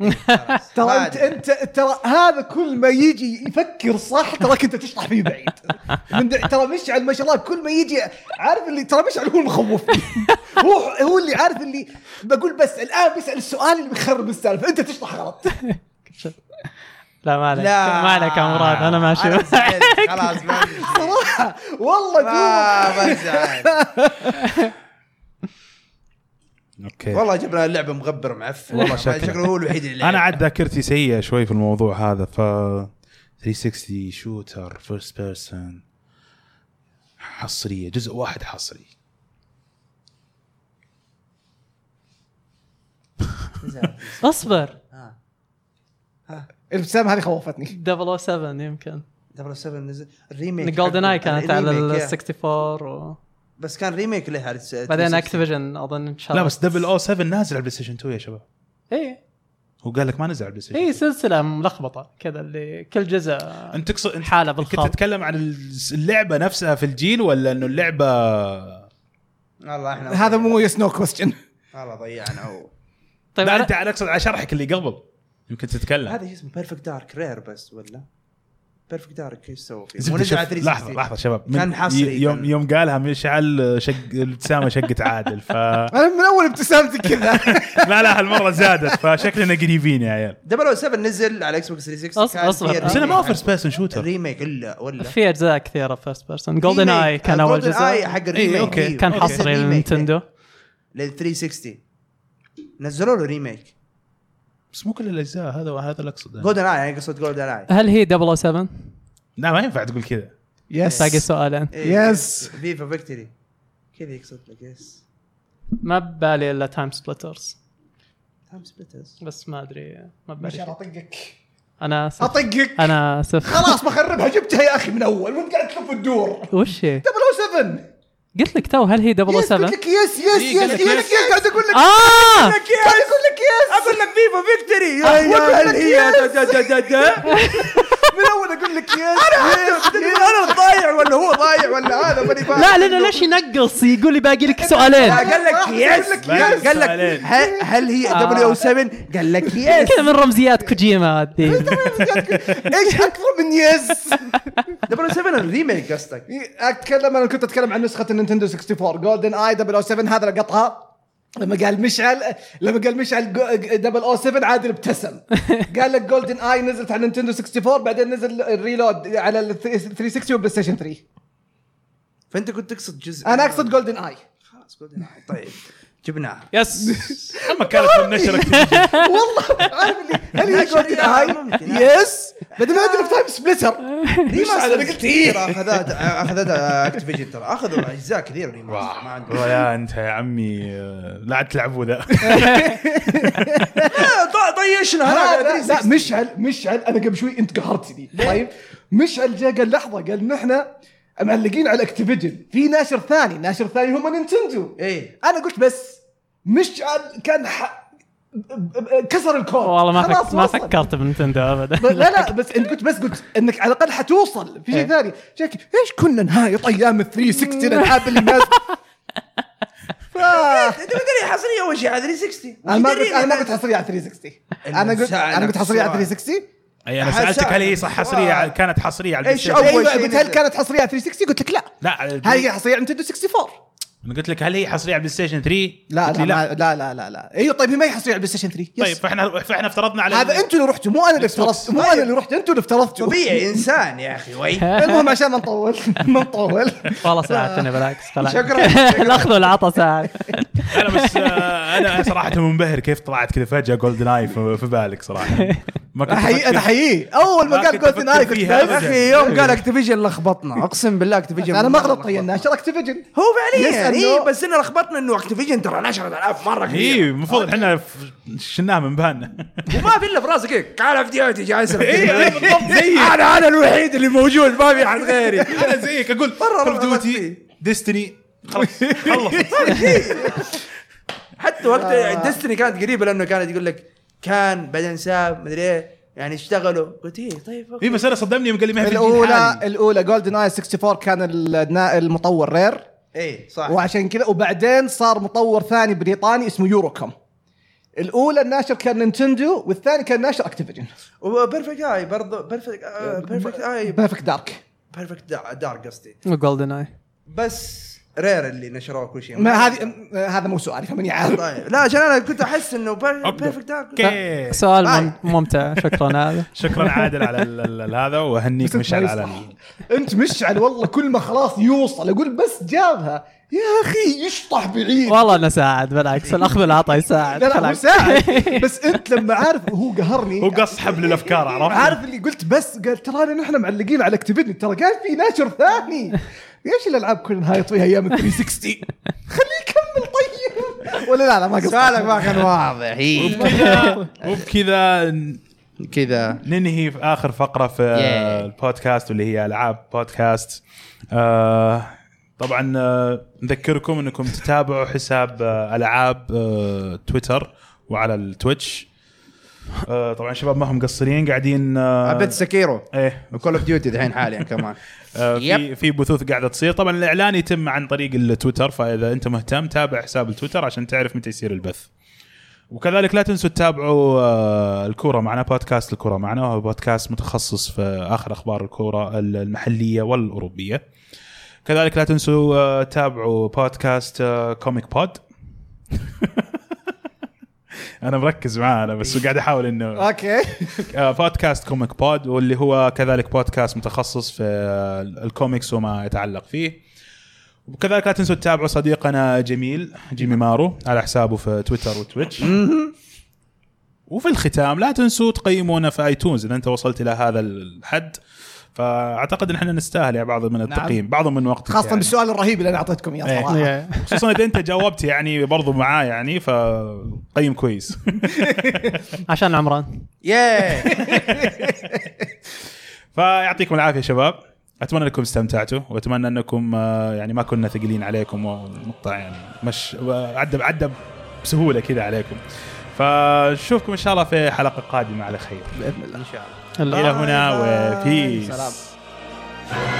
Speaker 3: خلاص.
Speaker 4: ترى
Speaker 3: ما
Speaker 4: انت
Speaker 3: أدري.
Speaker 4: انت ترى هذا كل ما يجي يفكر صح تراك انت تشطح فيه بعيد من د- ترى مشعل ما شاء الله كل ما يجي عارف اللي ترى مشعل هو المخوف هو هو اللي عارف اللي بقول بس الان بيسال السؤال اللي بيخرب السالفه انت تشطح غلط
Speaker 2: لا ما عليك
Speaker 3: لا. آه.
Speaker 2: ما عليك يا مراد انا ماشي
Speaker 3: أنا زعلت، خلاص ما أدري.
Speaker 4: صراحه والله
Speaker 3: ما
Speaker 4: دوبك
Speaker 3: ما زعلت.
Speaker 1: اوكي
Speaker 3: والله جبنا اللعبه مغبر معفن والله
Speaker 1: شكله.
Speaker 3: شكله هو الوحيد اللي
Speaker 1: انا عاد ذاكرتي سيئه شوي في الموضوع هذا ف 360 شوتر فيرست بيرسون حصريه جزء واحد حصري
Speaker 2: اصبر
Speaker 4: الابتسامه هذه خوفتني
Speaker 2: 007 يمكن
Speaker 3: دبل 7 نزل الريميك
Speaker 2: جولدن اي
Speaker 3: حقه.
Speaker 2: كانت على
Speaker 3: الريميك،
Speaker 2: ال
Speaker 3: يا.
Speaker 2: 64 و...
Speaker 3: بس كان ريميك لها على الس-
Speaker 2: بعدين
Speaker 3: 360.
Speaker 2: اكتيفيجن اظن ان شاء
Speaker 1: لا
Speaker 2: الله إيه،
Speaker 1: بس oh. 007 نازل على البلاي ستيشن 2 يا شباب
Speaker 2: اي
Speaker 1: هو قال لك ما نزل على البلاي ستيشن
Speaker 2: اي
Speaker 1: 2.
Speaker 2: سلسله ملخبطه إيه، كذا اللي كل جزء
Speaker 1: انت تقصد انت
Speaker 2: حاله
Speaker 1: كنت
Speaker 2: بالخط
Speaker 1: تتكلم عن الس- اللعبه نفسها في الجيل ولا انه اللعبه
Speaker 3: والله احنا
Speaker 4: هذا مو يس نو كويستشن
Speaker 3: والله ضيعنا هو
Speaker 2: طيب
Speaker 1: لا
Speaker 2: أنا-
Speaker 1: انت على اقصد على شرحك اللي قبل يمكن تتكلم
Speaker 3: هذا شو اسمه بيرفكت دارك رير بس ولا بيرفكت دارك ايش سووا فيه؟
Speaker 1: زبدة،
Speaker 3: مو نزل
Speaker 1: شوف،
Speaker 3: على 360
Speaker 1: لحظه لحظه شباب من-
Speaker 3: كان حصري
Speaker 1: ي- يوم
Speaker 3: كان.
Speaker 1: يوم قالها مشعل شق الابتسامه شقت عادل ف
Speaker 4: انا من اول ابتسامتي كذا
Speaker 1: لا لا هالمره زادت فشكلنا قريبين يا عيال
Speaker 3: 007 نزل على اكس بوكس 360
Speaker 2: أص-
Speaker 3: كان
Speaker 2: أصبر.
Speaker 3: فيه
Speaker 1: بس انا ما
Speaker 3: الريميك.
Speaker 1: اوفر سبيس شوتر
Speaker 3: الريميك الا ولا
Speaker 2: في اجزاء كثيره فيرست بيرسون جولدن اي كان اول
Speaker 3: اي
Speaker 2: جزء
Speaker 3: حق
Speaker 4: إيه،
Speaker 3: الريميك
Speaker 1: أوكي.
Speaker 3: أيوه.
Speaker 2: كان
Speaker 3: نزل
Speaker 2: حصري
Speaker 3: ريميك
Speaker 2: للنينتندو
Speaker 3: لل 360 نزلوا له ريميك
Speaker 1: بس مو كل الاجزاء هذا وهذا اللي اقصده
Speaker 3: جولدن اي يعني قصه جولدن اي
Speaker 2: هل هي 007
Speaker 1: لا ما ينفع تقول كذا
Speaker 2: باقي سؤالين
Speaker 3: إيه،
Speaker 4: Yes.
Speaker 3: فيفا فيكتوري كذا يقصد لك يس
Speaker 2: ما ببالي الا تايم سبلترز
Speaker 3: تايم سبلترز
Speaker 2: بس ما ادري ما
Speaker 4: مشعل
Speaker 2: ببالي
Speaker 4: اطقك
Speaker 2: انا اسف
Speaker 4: اطقك
Speaker 2: انا اسف
Speaker 4: خلاص بخربها جبتها يا اخي من اول وانت قاعد تلف oh الدور
Speaker 2: وش هي؟
Speaker 4: 007
Speaker 2: قلت لك تو هل هي
Speaker 4: يس قلت
Speaker 2: 007
Speaker 4: لك يس يس
Speaker 1: إيه، قال
Speaker 4: يس
Speaker 1: لك
Speaker 4: يس
Speaker 1: يس.
Speaker 4: يس قاعد اقول لك
Speaker 2: اه
Speaker 4: قاعد اقول لك يس
Speaker 3: اقول لك فيفا فيكتوري
Speaker 4: أقول
Speaker 3: يا هل
Speaker 4: لك
Speaker 3: هي
Speaker 4: يس.
Speaker 3: دا- دا- دا- دا.
Speaker 4: من اول اقول لك يس يس يس.
Speaker 3: انا ضايع ولا هو ضايع ولا هذا ماني فاهم
Speaker 2: لا لانه ليش ينقص يقول لي باقي لك سؤالين
Speaker 3: لا، قال لك يس
Speaker 1: يس.
Speaker 3: قال لك
Speaker 1: سؤالين.
Speaker 3: هل- هل هي
Speaker 2: آه.
Speaker 3: دبليو 7 قال لك يس
Speaker 2: كذا من رمزيات كوجيما هذه
Speaker 4: ايش اكثر من يس
Speaker 3: دبليو 7 الريميك قصدك
Speaker 4: اتكلم انا كنت اتكلم عن نسخه النينتندو 64 جولدن اي 007 هذا لقطها لما قال مشعل لما قال مشعل 007 عادل ابتسم قال لك جولدن اي نزلت على نينتندو 64 بعدين نزل الريلود على ال 360 وبلاي ستيشن 3
Speaker 3: فانت كنت تقصد جزء
Speaker 4: انا اقصد جولدن اي
Speaker 3: خلاص قول لنا. طيب جبناها
Speaker 2: يس
Speaker 1: اما كانت من نشرك
Speaker 4: والله عارف اللي هل هي جولدن اي
Speaker 3: ممكن.
Speaker 4: يس بعدين ما ادري في تايم سبلتر
Speaker 3: ريماستر
Speaker 4: أنا قلت إيه.
Speaker 3: كثير اخذت اخذت اكتيفيجن ترى اخذوا اجزاء كثير ريماستر ما عندهم
Speaker 1: ولا انت يا عمي آه، لا عاد تلعبوا ذا
Speaker 3: طيشنا
Speaker 4: لا
Speaker 3: هذا
Speaker 4: لا لا مشعل مشعل انا قبل شوي انت قهرتني دي طيب مشعل جاء قال لحظه قال نحن معلقين على اكتيفيجن في ناشر ثاني ناشر ثاني هم نينتندو
Speaker 3: ايه
Speaker 4: انا قلت بس مشعل كان ح... ب- ب- كسر الكود
Speaker 2: والله ما فك...
Speaker 4: خلاص
Speaker 2: ما
Speaker 4: وصل.
Speaker 2: فكرت بنتندو ابدا
Speaker 4: ب- لا لا بس انت قلت بس قلت انك على الاقل حتوصل في شيء ثاني شك ايش كنا نهايط ايام ال 360 الالعاب اللي الناس
Speaker 3: انت مدري حصريه اول شيء على 360
Speaker 4: انا ما قلت انا ما قلت حصريه على 360 انا قلت
Speaker 3: الإنسان
Speaker 4: انا قلت حصريه على
Speaker 3: نفسه.
Speaker 4: 360
Speaker 1: اي انا سالتك هل هي صح حصريه كانت حصريه على البلاي
Speaker 3: إيش
Speaker 1: ستيشن؟
Speaker 3: أول
Speaker 4: ايوه
Speaker 3: شيء
Speaker 4: قلت هل
Speaker 3: نزل.
Speaker 4: كانت حصريه على 360 قلت لك لا
Speaker 1: لا
Speaker 4: هل هي حصريه على نتندو 64
Speaker 1: انا قلت لك هل هي حصريه على البلاي ستيشن 3؟
Speaker 4: لا
Speaker 1: قلت لي
Speaker 4: لا ما- لا لا لا لا ايوه طيب هي ما هي حصريه على بلاي ستيشن 3 يس.
Speaker 1: طيب فاحنا فاحنا افترضنا على
Speaker 4: هذا انتوا اللي رحتوا مو انا اللي افترضت مو انا اللي رحت انتوا اللي افترضتوا
Speaker 3: طبيعي انسان يا اخي وي
Speaker 4: المهم عشان ما نطول ما نطول
Speaker 2: والله ساعتنا بالعكس خلاص
Speaker 3: شكراً.
Speaker 2: الاخذ والعطا ساعه
Speaker 1: انا بس آه، انا صراحه منبهر كيف طلعت كذا فجاه جولدن اي في في بالك صراحه ما كنت
Speaker 4: أحيي- انا
Speaker 1: أفكر-
Speaker 4: احييه اول ما
Speaker 1: ما
Speaker 4: قال
Speaker 1: كنت
Speaker 4: جولدن اي
Speaker 1: أفكر
Speaker 4: كنت
Speaker 1: فيها
Speaker 4: بس
Speaker 1: أبداً.
Speaker 3: اخي يوم قال اكتيفيجن لخبطنا اقسم بالله اكتيفيجن
Speaker 4: انا ما
Speaker 3: مرة
Speaker 4: غلطت يا الناشر اكتيفجن
Speaker 3: هو فعليا
Speaker 4: يسأل
Speaker 3: اي
Speaker 4: إنه-
Speaker 3: بس انه لخبطنا انه اكتيفيجن ترى نشرت الاف مره
Speaker 1: اي
Speaker 3: كثير
Speaker 1: إيه، المفروض احنا ف- شلناها من بالنا
Speaker 3: وما في الا في راسك هيك كال اوف ديوتي جالس
Speaker 1: إيه، بالضبط، زيي.
Speaker 3: انا انا الوحيد اللي موجود ما في احد غيري
Speaker 1: انا زيك اقول
Speaker 3: مرة
Speaker 1: كول اوف
Speaker 3: رغبت
Speaker 1: ديوتي
Speaker 3: فيه.
Speaker 1: ديستني خلاص خلص
Speaker 3: حتى وقت ديستني كانت قريبه لانه كانت يقول لك كان بعدين ساب مدري ايه يعني اشتغلوا قلت ايه طيب أوكي.
Speaker 1: اي إيه، بس انا صدمني يوم قال لي ما هي في الجيل
Speaker 4: الاولى
Speaker 1: الحالي.
Speaker 4: الاولى جولدن اي 64 كان النا- المطور رير
Speaker 3: ايه صح
Speaker 4: وعشان كذا وبعدين صار مطور ثاني بريطاني اسمه يوروكوم الاولى الناشر كان نينتندو والثاني كان ناشر اكتيفجن
Speaker 3: وبيرفكت اي برضه بيرفكت بيرفكت اي
Speaker 4: بيرفكت دارك
Speaker 3: بيرفكت دارك قصدي
Speaker 2: جولدن اي
Speaker 3: بس رير اللي نشروه كل شيء
Speaker 4: ما هذه م- هذا مو سؤالي فماني عارف
Speaker 3: طيب لا عشان انا كنت احس انه
Speaker 1: أبدأ.
Speaker 3: بيرفكت دارك
Speaker 1: اوكي
Speaker 2: سؤال
Speaker 3: آي.
Speaker 2: مم- ممتع شكرا هذا
Speaker 1: شكرا عادل على ال- ال- ال- هذا واهنيك مشعل على ال-
Speaker 4: انت مشعل والله كل ما خلاص يوصل اقول بس جابها يا اخي يشطح بعيد
Speaker 2: والله انا ساعد بالعكس الاخذ والعطاء يساعد
Speaker 4: لا لا هو
Speaker 2: بالعكس.
Speaker 4: ساعد بس انت لما عارف هو قهرني
Speaker 1: هو قص حبل الافكار عرفت
Speaker 4: إيه، عارف اللي قلت بس قال ترى نحن معلقين على اكتيفيجن ترى قال في ناشر ثاني ايش الالعاب كنا نهايط فيها ايام ال 360 خليه يكمل طيب ولا لا لا ما قصدك
Speaker 3: سؤالك ما كان واضح
Speaker 1: وبكذا وبكذا ن-
Speaker 3: كذا
Speaker 1: ننهي في اخر فقره في
Speaker 3: Yeah.
Speaker 1: البودكاست واللي هي العاب بودكاست آه طبعا آه، نذكركم انكم تتابعوا حساب آه، العاب آه، تويتر وعلى التويتش آه، طبعا شباب ما هم مقصرين قاعدين آه،
Speaker 3: حبيت سكيرو
Speaker 1: ايه
Speaker 3: وكول اوف ديوتي دحين حاليا كمان
Speaker 1: آه، في
Speaker 3: يب.
Speaker 1: في بثوث قاعده تصير طبعا الاعلان يتم عن طريق التويتر فاذا انت مهتم تابع حساب التويتر عشان تعرف متى يصير البث وكذلك لا تنسوا تتابعوا آه، الكوره معنا بودكاست الكوره معنا وهو بودكاست متخصص في اخر اخبار الكوره ال- المحليه والاوروبيه كذلك لا تنسوا آه، تتابعوا بودكاست آه، كوميك بود انا مركز معاه انا بس قاعد احاول انه
Speaker 4: اوكي
Speaker 1: آه، بودكاست كوميك بود واللي هو كذلك بودكاست متخصص في آه، الكوميكس وما يتعلق فيه وكذلك لا تنسوا تتابعوا صديقنا جميل جيمي مارو على حسابه في تويتر وتويتش وفي الختام لا تنسوا تقيمونا في ايتونز اذا انت وصلت الى هذا الحد فاعتقد ان احنا نستاهل يا بعض من التقييم بعض من وقتك
Speaker 4: خاصه
Speaker 1: يعني.
Speaker 4: بالسؤال الرهيب اللي انا اعطيتكم اياه
Speaker 1: إيه.
Speaker 4: صراحه
Speaker 1: خصوصا اذا انت جاوبت يعني برضو معاه يعني فقيم كويس
Speaker 2: عشان عمران
Speaker 3: ياه
Speaker 1: فيعطيكم العافيه شباب اتمنى انكم استمتعتوا واتمنى انكم آه، يعني ما كنا ثقيلين عليكم ونقطع يعني مش عدى عدى بسهوله كذا عليكم فنشوفكم ان شاء الله في حلقه قادمه على خير
Speaker 3: باذن الله ان شاء الله
Speaker 1: الى هنا وفي
Speaker 3: سلام.